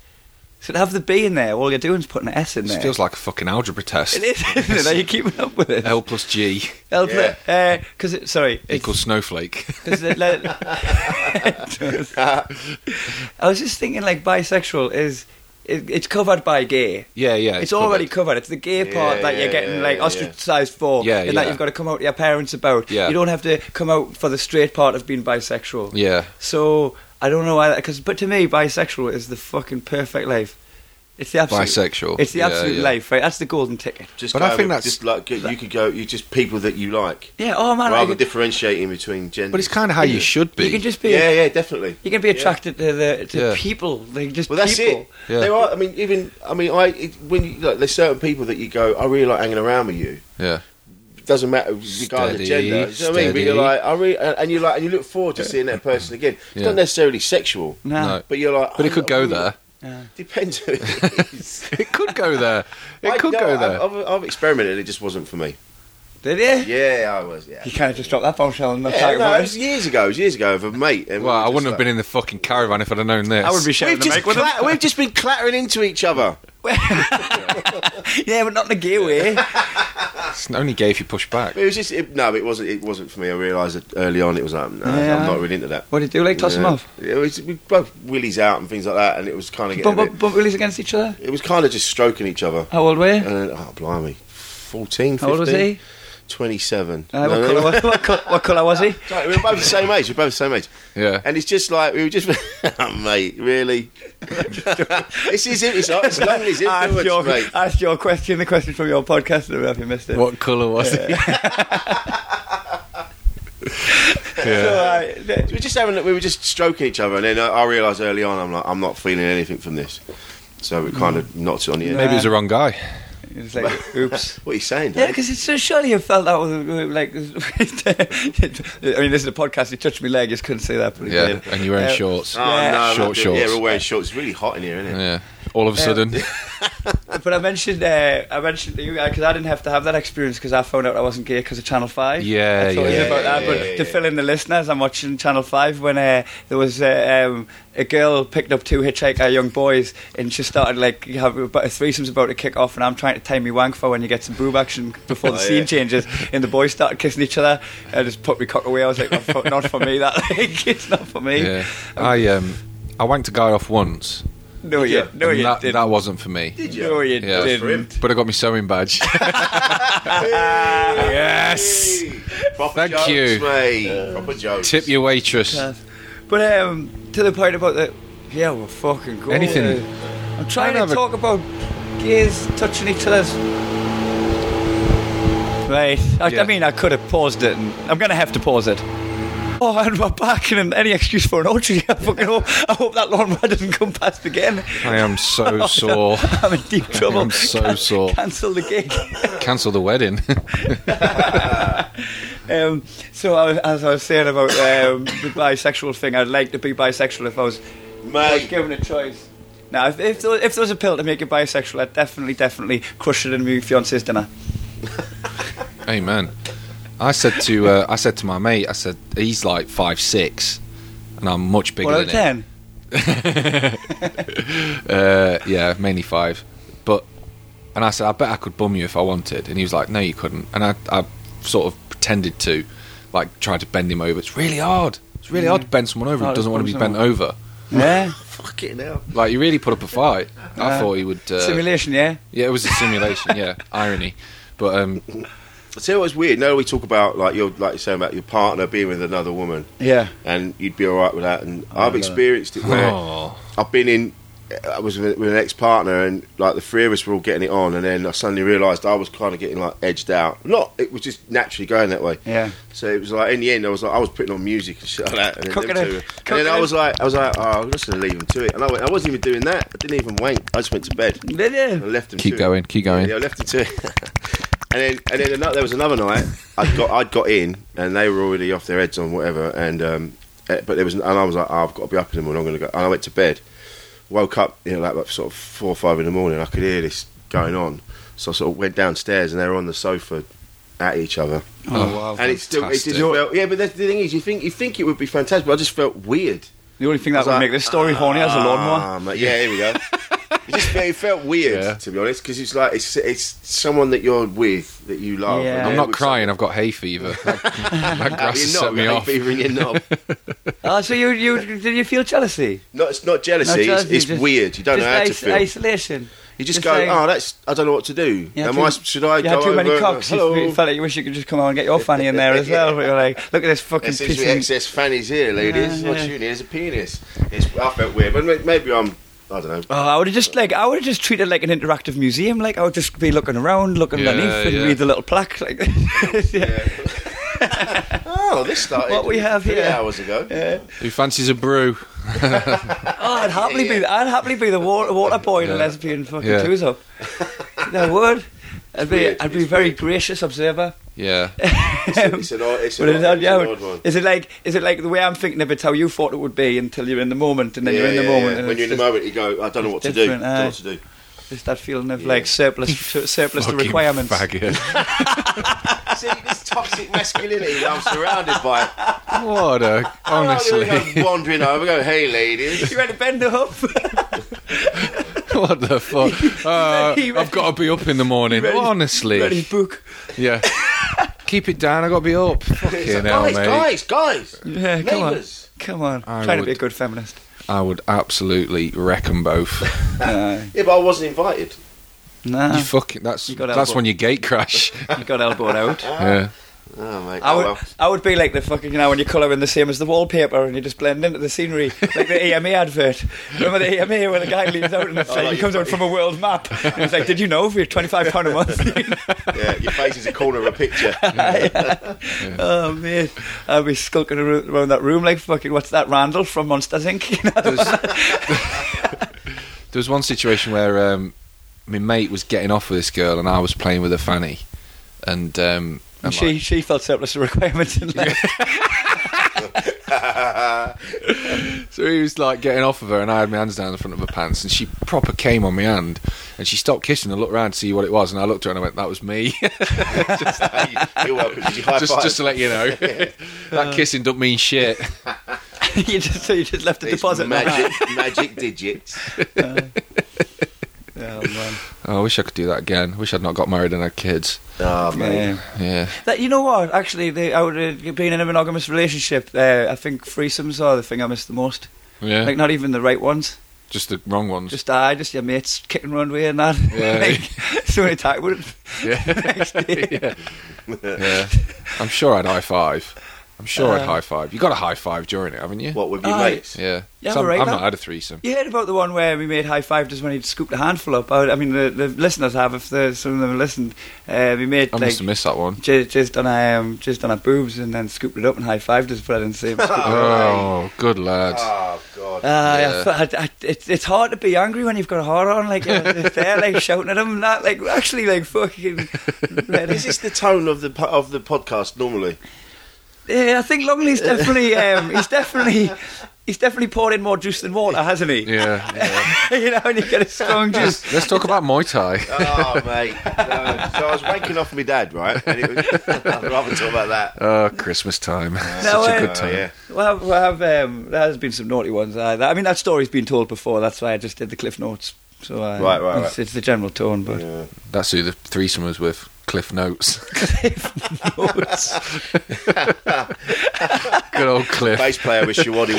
[SPEAKER 2] So to have the B in there, all you're doing is putting an S in there.
[SPEAKER 4] This feels like a fucking algebra test.
[SPEAKER 2] it is, isn't it? Are you keeping up with it?
[SPEAKER 4] L plus G
[SPEAKER 2] Help it. Uh 'cause it, sorry, it's-
[SPEAKER 4] equals snowflake.
[SPEAKER 2] 'cause it let- it does. I was just thinking, like bisexual is it, it's covered by gay.
[SPEAKER 4] Yeah, yeah.
[SPEAKER 2] It's, already covered. It's the gay part
[SPEAKER 3] Yeah,
[SPEAKER 2] that you're
[SPEAKER 3] yeah,
[SPEAKER 2] getting
[SPEAKER 3] yeah,
[SPEAKER 2] like
[SPEAKER 3] yeah.
[SPEAKER 2] ostracized for,
[SPEAKER 4] Yeah,
[SPEAKER 2] and
[SPEAKER 4] yeah.
[SPEAKER 2] that you've got to come out to your parents about.
[SPEAKER 4] Yeah.
[SPEAKER 2] You don't have to come out for the straight part of being bisexual.
[SPEAKER 4] Yeah.
[SPEAKER 2] So I don't know why, because but to me, bisexual is the fucking perfect life. It's the absolute
[SPEAKER 4] Bisexual.
[SPEAKER 2] It's the
[SPEAKER 4] Yeah,
[SPEAKER 2] absolute
[SPEAKER 4] yeah.
[SPEAKER 2] life, right? That's the golden ticket.
[SPEAKER 3] Just
[SPEAKER 4] But
[SPEAKER 3] go
[SPEAKER 4] I think
[SPEAKER 3] with-
[SPEAKER 4] that's-
[SPEAKER 3] just like you could go. You just people that you like,
[SPEAKER 2] Yeah. Oh man, I
[SPEAKER 3] rather
[SPEAKER 2] could-
[SPEAKER 3] than differentiating between genders.
[SPEAKER 4] But it's kind of how you should be.
[SPEAKER 2] you can just be.
[SPEAKER 3] yeah, yeah, definitely.
[SPEAKER 2] You can be
[SPEAKER 3] Yeah.
[SPEAKER 2] attracted to the to
[SPEAKER 4] Yeah.
[SPEAKER 2] people, like just
[SPEAKER 3] Well, that's
[SPEAKER 2] people.
[SPEAKER 3] it.
[SPEAKER 4] Yeah.
[SPEAKER 3] There are. I mean, even. I mean, I it, when you, like, there's certain people that you go. I really like hanging around with you.
[SPEAKER 4] yeah.
[SPEAKER 3] It doesn't matter regarding the
[SPEAKER 4] Steady,
[SPEAKER 3] gender. You know what I mean? But you're
[SPEAKER 4] steady.
[SPEAKER 3] like, I really, and and you like, and you look forward to seeing that person again. It's
[SPEAKER 4] Yeah.
[SPEAKER 3] not necessarily sexual,
[SPEAKER 2] No.
[SPEAKER 4] No.
[SPEAKER 3] but you're like.
[SPEAKER 4] But it
[SPEAKER 3] oh,
[SPEAKER 4] could
[SPEAKER 3] I
[SPEAKER 4] go
[SPEAKER 3] really-
[SPEAKER 4] there.
[SPEAKER 3] Depends who it is.
[SPEAKER 4] It could go there. It
[SPEAKER 3] I-
[SPEAKER 4] could
[SPEAKER 3] no,
[SPEAKER 4] go
[SPEAKER 3] I've-
[SPEAKER 4] there.
[SPEAKER 3] I've, I've experimented. It just wasn't for me.
[SPEAKER 2] Did you?
[SPEAKER 3] Yeah, I was. Yeah.
[SPEAKER 2] You kind of just dropped that bombshell and not
[SPEAKER 3] Yeah,
[SPEAKER 2] talking
[SPEAKER 3] no,
[SPEAKER 2] about it.
[SPEAKER 3] it was years ago. It was years ago of a mate. And we
[SPEAKER 4] Well,
[SPEAKER 3] were
[SPEAKER 4] I
[SPEAKER 3] just
[SPEAKER 4] wouldn't have
[SPEAKER 3] like-
[SPEAKER 4] been in the fucking caravan if I'd have known this.
[SPEAKER 2] I would be
[SPEAKER 3] We've
[SPEAKER 2] shouting to
[SPEAKER 3] just,
[SPEAKER 2] make with
[SPEAKER 3] cla- we've just been clattering into each other.
[SPEAKER 2] them. Yeah, but not in a gay way.
[SPEAKER 4] It's only gay if you push back.
[SPEAKER 3] It was just it, no, it wasn't. It wasn't for me. I realised it early on. It was like no,
[SPEAKER 2] Yeah.
[SPEAKER 3] I'm not really into that.
[SPEAKER 2] What do you do? Like toss
[SPEAKER 3] Yeah.
[SPEAKER 2] them off?
[SPEAKER 3] It was, we both willies out and things like that, and it was kind of getting.
[SPEAKER 2] Bump,
[SPEAKER 3] a
[SPEAKER 2] bump,
[SPEAKER 3] bit-
[SPEAKER 2] bump willies against each other.
[SPEAKER 3] it was kind of just stroking each other.
[SPEAKER 2] How old were you?
[SPEAKER 3] And oh blimey, 14, 15,
[SPEAKER 2] How old was he?
[SPEAKER 3] 27.
[SPEAKER 2] Uh, what,
[SPEAKER 3] No, no,
[SPEAKER 2] colour
[SPEAKER 3] no.
[SPEAKER 2] was, what, colour, what colour was he?
[SPEAKER 3] Sorry, we were both the same age. We were both the same age.
[SPEAKER 4] Yeah.
[SPEAKER 3] And it's just like we were just, oh, mate. Really, this is it. It's, it's lonely. It's
[SPEAKER 2] Ask your,
[SPEAKER 3] influence, mate.
[SPEAKER 2] ask your question, the question from your podcast, I don't know if you missed it.
[SPEAKER 4] What colour was it?
[SPEAKER 2] So,
[SPEAKER 4] yeah.
[SPEAKER 2] uh, th-
[SPEAKER 3] We were just having, we were just stroking each other, and then I, I realised early on, I'm like, I'm not feeling anything from this. So we kind
[SPEAKER 2] Mm.
[SPEAKER 3] of knocked it on the end.
[SPEAKER 4] Maybe it was the wrong guy.
[SPEAKER 2] it's like, oops.
[SPEAKER 3] What are you saying?
[SPEAKER 2] Yeah,
[SPEAKER 3] Dave?
[SPEAKER 2] because it's so surely you felt that was uh, like. I mean, this is a podcast. You touched my leg. You just couldn't see that. but you
[SPEAKER 4] Yeah.
[SPEAKER 2] did.
[SPEAKER 4] And you're wearing
[SPEAKER 2] Uh,
[SPEAKER 4] shorts.
[SPEAKER 3] Oh
[SPEAKER 2] Yeah.
[SPEAKER 3] no,
[SPEAKER 4] Short
[SPEAKER 3] we're- Yeah,
[SPEAKER 4] shorts.
[SPEAKER 3] we're wearing shorts. It's really hot in here, isn't it?
[SPEAKER 4] Yeah. All of a sudden.
[SPEAKER 2] But I mentioned, uh, I mentioned because I didn't have to have that experience because I found out I wasn't gay because of Channel Five.
[SPEAKER 4] Yeah,
[SPEAKER 2] I told
[SPEAKER 4] yeah,
[SPEAKER 2] you about
[SPEAKER 3] yeah,
[SPEAKER 2] that.
[SPEAKER 3] yeah,
[SPEAKER 2] but
[SPEAKER 3] yeah,
[SPEAKER 2] to
[SPEAKER 3] yeah.
[SPEAKER 2] fill in the listeners, I'm watching Channel Five when uh, there was uh, um, a girl picked up two hitchhiker young boys and she started like you have about a threesome's about to kick off and I'm trying to time me wank for when you get some boob action before the
[SPEAKER 3] Oh,
[SPEAKER 2] scene
[SPEAKER 3] yeah.
[SPEAKER 2] changes and the boys started kissing each other. I just put my cock away. I was like, "Oh, fuck, not for me. That like, it's not for me.
[SPEAKER 4] Yeah. I um I wanked a guy off once.
[SPEAKER 2] No, you,
[SPEAKER 3] Yeah.
[SPEAKER 2] no,
[SPEAKER 4] and
[SPEAKER 2] you
[SPEAKER 4] that,
[SPEAKER 2] didn't.
[SPEAKER 4] that wasn't for me.
[SPEAKER 3] Did
[SPEAKER 2] No, you
[SPEAKER 4] Yeah.
[SPEAKER 3] Good for him.
[SPEAKER 2] didn't.
[SPEAKER 4] But I got my sewing badge. yes.
[SPEAKER 3] Proper
[SPEAKER 4] Thank
[SPEAKER 3] jokes,
[SPEAKER 4] you.
[SPEAKER 3] Mate. Proper jokes.
[SPEAKER 4] Tip your waitress.
[SPEAKER 2] Yes. But um, to the point about the yeah, we're fucking going.
[SPEAKER 4] Anything.
[SPEAKER 2] uh, I'm trying
[SPEAKER 4] Try and have
[SPEAKER 2] to
[SPEAKER 4] a-
[SPEAKER 2] talk about gears touching each other's. Right. I,
[SPEAKER 4] Yeah.
[SPEAKER 2] I mean, I could have paused it, and I'm going to have to pause it. Oh, and we're back, and any excuse for an orgy. I fucking hope, I hope that lawnmower doesn't come past again.
[SPEAKER 4] I am so sore.
[SPEAKER 2] I'm in deep trouble.
[SPEAKER 4] I'm so
[SPEAKER 2] Can-
[SPEAKER 4] sore.
[SPEAKER 2] Cancel the gig.
[SPEAKER 4] Cancel the wedding.
[SPEAKER 2] Um, so, I, was- as I was saying about um, the bisexual thing, I'd like to be bisexual if I was I was
[SPEAKER 3] mate.
[SPEAKER 2] given a choice. Now, if, if, there, was- if there was a pill to make you bisexual, I'd definitely, definitely crush it in my fiance's dinner.
[SPEAKER 4] Amen. I said to uh, I said to my mate, I said he's like five six, and I'm much bigger
[SPEAKER 2] One out
[SPEAKER 4] than
[SPEAKER 2] of
[SPEAKER 4] him.
[SPEAKER 2] ten.
[SPEAKER 4] uh, yeah, mainly five. But and I said, I bet I could bum you if I wanted, and he was like, No, you couldn't. And I, I sort of pretended to, like, tried to bend him over. It's really hard. It's really hard to bend someone over who
[SPEAKER 2] Mm. Hard to
[SPEAKER 4] doesn't want to
[SPEAKER 2] bum
[SPEAKER 4] be bent
[SPEAKER 2] someone.
[SPEAKER 4] over.
[SPEAKER 2] Yeah.
[SPEAKER 3] Fucking hell.
[SPEAKER 4] Like, you really put up a fight. I
[SPEAKER 2] Uh,
[SPEAKER 4] thought he would. Uh,
[SPEAKER 2] Simulation, yeah.
[SPEAKER 4] yeah, it was a simulation. yeah, irony. But um,
[SPEAKER 3] I tell you what's weird. Now we talk about like you're like you're saying about your partner being with another woman,
[SPEAKER 2] Yeah.
[SPEAKER 3] and you'd be all right with that. And I've experienced it where
[SPEAKER 4] oh,
[SPEAKER 3] I've been in I was with, with an ex partner, and like the three of us were all getting it on, and then I suddenly realised I was kind of getting like edged out. Not, it was just naturally going that way.
[SPEAKER 2] Yeah.
[SPEAKER 3] So it was like in the end, I was like, I was putting on music and shit like that, and then, them
[SPEAKER 2] Cooking it,
[SPEAKER 3] two,
[SPEAKER 2] cooking
[SPEAKER 3] and then I
[SPEAKER 2] it.
[SPEAKER 3] was like, I was like, oh, I'm just gonna leave them to it, and I, went, I wasn't even doing that. I didn't even wait. I just went to bed.
[SPEAKER 2] Yeah.
[SPEAKER 3] I left him.
[SPEAKER 4] Keep
[SPEAKER 3] to
[SPEAKER 4] going,
[SPEAKER 3] it.
[SPEAKER 4] keep going.
[SPEAKER 3] Yeah, I left him to it. and then, and then another, there was another night. I got, I got in, and they were already off their heads on whatever. And um, eh, but there was, and I was like, oh, I've got to be up in the morning. I'm going to go. And I went to bed. Woke up, you know, like, like sort of four or five in the morning. I could hear this going on, so I sort of went downstairs, and they were on the sofa at each other.
[SPEAKER 2] Oh, wow.
[SPEAKER 3] and it still, it
[SPEAKER 4] fantastic.
[SPEAKER 3] just felt, yeah. But that's the thing is, you think you think it would be fantastic, but I just felt weird.
[SPEAKER 2] The only thing that
[SPEAKER 3] was
[SPEAKER 2] would
[SPEAKER 3] like,
[SPEAKER 2] make this story horny is a lawnmower.
[SPEAKER 3] Ah, mate, yeah, here we go. it just felt, it felt weird
[SPEAKER 4] Yeah.
[SPEAKER 3] to be honest because it's like it's it's someone that you're with that you love.
[SPEAKER 2] Yeah.
[SPEAKER 3] and
[SPEAKER 4] I'm
[SPEAKER 3] they're
[SPEAKER 4] not
[SPEAKER 3] with
[SPEAKER 4] crying. I've got hay fever. That, that
[SPEAKER 3] someone-
[SPEAKER 4] grass has
[SPEAKER 3] You're
[SPEAKER 4] set
[SPEAKER 3] not
[SPEAKER 4] me
[SPEAKER 3] really
[SPEAKER 4] off.
[SPEAKER 3] fever in your knob.
[SPEAKER 2] Ah, so you, you did you feel jealousy?
[SPEAKER 3] No, it's not jealousy.
[SPEAKER 2] No,
[SPEAKER 3] it's-
[SPEAKER 2] jealousy,
[SPEAKER 3] it's
[SPEAKER 2] just-
[SPEAKER 3] weird. You don't know
[SPEAKER 2] just
[SPEAKER 3] how to
[SPEAKER 2] is-
[SPEAKER 3] feel.
[SPEAKER 2] Isolation.
[SPEAKER 3] you just
[SPEAKER 2] just
[SPEAKER 3] go,
[SPEAKER 2] saying-
[SPEAKER 3] oh, that's I don't know what to do.
[SPEAKER 2] You had
[SPEAKER 3] Am
[SPEAKER 2] too-
[SPEAKER 3] I? Should I
[SPEAKER 2] You
[SPEAKER 3] go
[SPEAKER 2] had too
[SPEAKER 3] over?
[SPEAKER 2] many cocks. You
[SPEAKER 3] Hello.
[SPEAKER 2] felt like you wish you could just come on and get your fanny in there as well. But you're like, look at this fucking
[SPEAKER 3] There's
[SPEAKER 2] piece.
[SPEAKER 3] actually
[SPEAKER 2] of-
[SPEAKER 3] excess fannies here, ladies.
[SPEAKER 2] Yeah,
[SPEAKER 3] What's
[SPEAKER 2] yeah.
[SPEAKER 3] you need is a penis. It's, I felt weird, but ma- maybe I'm. I don't know.
[SPEAKER 2] Oh, I would have just like I would have just treated it like an interactive museum. Like I would just be looking around, looking
[SPEAKER 4] Yeah,
[SPEAKER 2] underneath, and
[SPEAKER 4] yeah.
[SPEAKER 2] read the little plaque. Like, yeah.
[SPEAKER 3] Oh, this started
[SPEAKER 2] What we have
[SPEAKER 3] three
[SPEAKER 2] here. Um,
[SPEAKER 3] hours ago.
[SPEAKER 2] Yeah.
[SPEAKER 4] Who fancies a brew?
[SPEAKER 2] Oh, I'd happily be I'd happily be the water, water boy in a
[SPEAKER 4] Yeah.
[SPEAKER 2] lesbian fucking
[SPEAKER 4] Yeah.
[SPEAKER 2] Tuzo. I would. I'd be
[SPEAKER 3] weird,
[SPEAKER 2] I'd be
[SPEAKER 3] it's
[SPEAKER 2] very
[SPEAKER 3] weird.
[SPEAKER 2] gracious observer.
[SPEAKER 4] Yeah.
[SPEAKER 3] It's, a, it's an odd. It's, an
[SPEAKER 2] But
[SPEAKER 3] odd,
[SPEAKER 2] it's not-
[SPEAKER 3] it's an
[SPEAKER 2] yeah,
[SPEAKER 3] odd one.
[SPEAKER 2] is it like is it like the way I'm thinking of it's how you thought it would be until you're in the moment and then you're in the
[SPEAKER 3] yeah,
[SPEAKER 2] moment
[SPEAKER 3] yeah.
[SPEAKER 2] and it's
[SPEAKER 3] When you're in the
[SPEAKER 2] just,
[SPEAKER 3] moment, you go, I don't know what to do.
[SPEAKER 2] different, eh?
[SPEAKER 3] I don't know
[SPEAKER 2] aye.
[SPEAKER 3] what to do.
[SPEAKER 2] just that feeling of
[SPEAKER 3] Yeah.
[SPEAKER 2] like surplus to, surplus to
[SPEAKER 4] Fucking
[SPEAKER 2] requirements.
[SPEAKER 4] faggot.
[SPEAKER 3] See, this toxic masculinity that I'm surrounded by.
[SPEAKER 4] what a honestly,
[SPEAKER 3] I'm going wandering over, go, hey, ladies.
[SPEAKER 2] You ready to bend it up?
[SPEAKER 4] what the fuck? Uh,
[SPEAKER 2] He read-
[SPEAKER 4] I've got to be up in the morning.
[SPEAKER 2] read his-
[SPEAKER 4] honestly,
[SPEAKER 2] read his book.
[SPEAKER 4] yeah. Keep it down. I got to be up. Fucking hell,
[SPEAKER 3] guys,
[SPEAKER 4] mate.
[SPEAKER 3] guys, guys.
[SPEAKER 2] Yeah, come on.
[SPEAKER 3] Neighbours.
[SPEAKER 2] Come on.
[SPEAKER 4] I
[SPEAKER 2] Trying to be a
[SPEAKER 4] would-
[SPEAKER 2] good feminist.
[SPEAKER 4] I would absolutely wreck 'em both.
[SPEAKER 2] No.
[SPEAKER 3] Yeah, but I wasn't invited.
[SPEAKER 2] Nah.
[SPEAKER 4] You fucking. That's
[SPEAKER 2] You got
[SPEAKER 4] that's
[SPEAKER 2] elbow.
[SPEAKER 4] when you gate crash.
[SPEAKER 2] You got elbowed out.
[SPEAKER 4] yeah.
[SPEAKER 3] Oh, mate.
[SPEAKER 2] I
[SPEAKER 3] oh,
[SPEAKER 2] would,
[SPEAKER 3] well.
[SPEAKER 2] I would be like the fucking, you know, when you colour in the same as the wallpaper and you just blend into the scenery, like the EMA advert. Remember the EMA where the guy leaves out and it's
[SPEAKER 3] Oh,
[SPEAKER 2] like,
[SPEAKER 3] like
[SPEAKER 2] he comes
[SPEAKER 3] you-
[SPEAKER 2] out from a world map and it's like, did you know for your £25 a month?
[SPEAKER 3] Yeah, your face is a corner of a picture.
[SPEAKER 2] oh, man. I'd be skulking ar- around that room like fucking, what's that, Randall from Monsters Inc? You know?
[SPEAKER 4] There's, there was one situation where um, my mate was getting off with this girl, and I was playing with a fanny, and um,
[SPEAKER 2] And
[SPEAKER 4] and
[SPEAKER 2] she,
[SPEAKER 4] like,
[SPEAKER 2] she felt surplus to requirements and left.
[SPEAKER 4] so he was like getting off of her, and I had my hands down the front of her pants, and she proper came on my hand, and she stopped kissing and looked around to see what it was, and I looked at her and I went, "That was me."
[SPEAKER 3] Hey, You're welcome. Did you high
[SPEAKER 4] just,
[SPEAKER 3] five?
[SPEAKER 4] just to let you know, that kissing don't mean shit.
[SPEAKER 2] you, just, you just left a
[SPEAKER 3] It's
[SPEAKER 2] deposit.
[SPEAKER 3] magic, magic digits.
[SPEAKER 2] Oh, man.
[SPEAKER 4] Oh, I wish I could do that again. Wish I'd not got married and had kids.
[SPEAKER 3] Oh, mate.
[SPEAKER 2] Yeah.
[SPEAKER 4] Yeah,
[SPEAKER 2] That you know what? Actually, the, I would, uh, being in a monogamous relationship, uh, I think threesomes are the thing I miss the most.
[SPEAKER 4] yeah.
[SPEAKER 2] Like not even the right ones.
[SPEAKER 4] just the wrong ones.
[SPEAKER 2] Just I, just your mates kicking around way and that.
[SPEAKER 4] Yeah.
[SPEAKER 2] like, so many times would next day.
[SPEAKER 4] yeah. yeah. I'm sure I'd high five. I'm sure I'd
[SPEAKER 2] Uh,
[SPEAKER 4] high five. You got a high five during it, haven't you?
[SPEAKER 3] What, with your
[SPEAKER 2] Aye.
[SPEAKER 3] mates?
[SPEAKER 4] Yeah.
[SPEAKER 2] Yeah,
[SPEAKER 4] So I'm-
[SPEAKER 2] right
[SPEAKER 4] I've
[SPEAKER 2] now.
[SPEAKER 4] not had a threesome.
[SPEAKER 2] You heard about the one where we made high five just when he scooped a handful up. I, I mean, the, the listeners have, if the, some of them have listened. Uh, we made
[SPEAKER 4] I
[SPEAKER 2] like
[SPEAKER 4] must have missed that one.
[SPEAKER 2] ju- just on our um, just on our boobs and then scooped it up and high fived us. But I didn't see him.
[SPEAKER 3] Ah,
[SPEAKER 2] scoop-
[SPEAKER 4] Oh, good lad.
[SPEAKER 3] Oh, God.
[SPEAKER 2] Uh,
[SPEAKER 4] Yeah.
[SPEAKER 2] I, I, I, it's it's hard to be angry when you've got a heart on, like you're just there, like shouting at him, and that, like actually, like fucking.
[SPEAKER 3] Is this the tone of the po- of the podcast normally?
[SPEAKER 2] yeah, I think Longley's definitely, um, he's definitely, he's definitely poured in more juice than water, hasn't he?
[SPEAKER 4] Yeah.
[SPEAKER 2] you know, and you get a strong juice.
[SPEAKER 4] Let's talk about Muay Thai.
[SPEAKER 3] Oh, mate. No. So I was waking off my dad, right? And it was, I'd rather talk about that.
[SPEAKER 4] Oh, Christmas time.
[SPEAKER 2] No,
[SPEAKER 4] Such
[SPEAKER 2] uh,
[SPEAKER 4] a good
[SPEAKER 3] Oh,
[SPEAKER 4] time.
[SPEAKER 3] yeah.
[SPEAKER 2] Well, I've, well, I've, um, there has been some naughty ones. Uh, that, I mean, that story's been told before. That's why I just did the cliff notes. So uh,
[SPEAKER 3] Right, right,
[SPEAKER 2] it's,
[SPEAKER 3] right.
[SPEAKER 2] it's the general tone, but
[SPEAKER 3] Yeah.
[SPEAKER 4] That's who the threesome was with. Cliff Notes.
[SPEAKER 2] cliff notes.
[SPEAKER 4] Good old Cliff.
[SPEAKER 3] Bass player with Shawaddy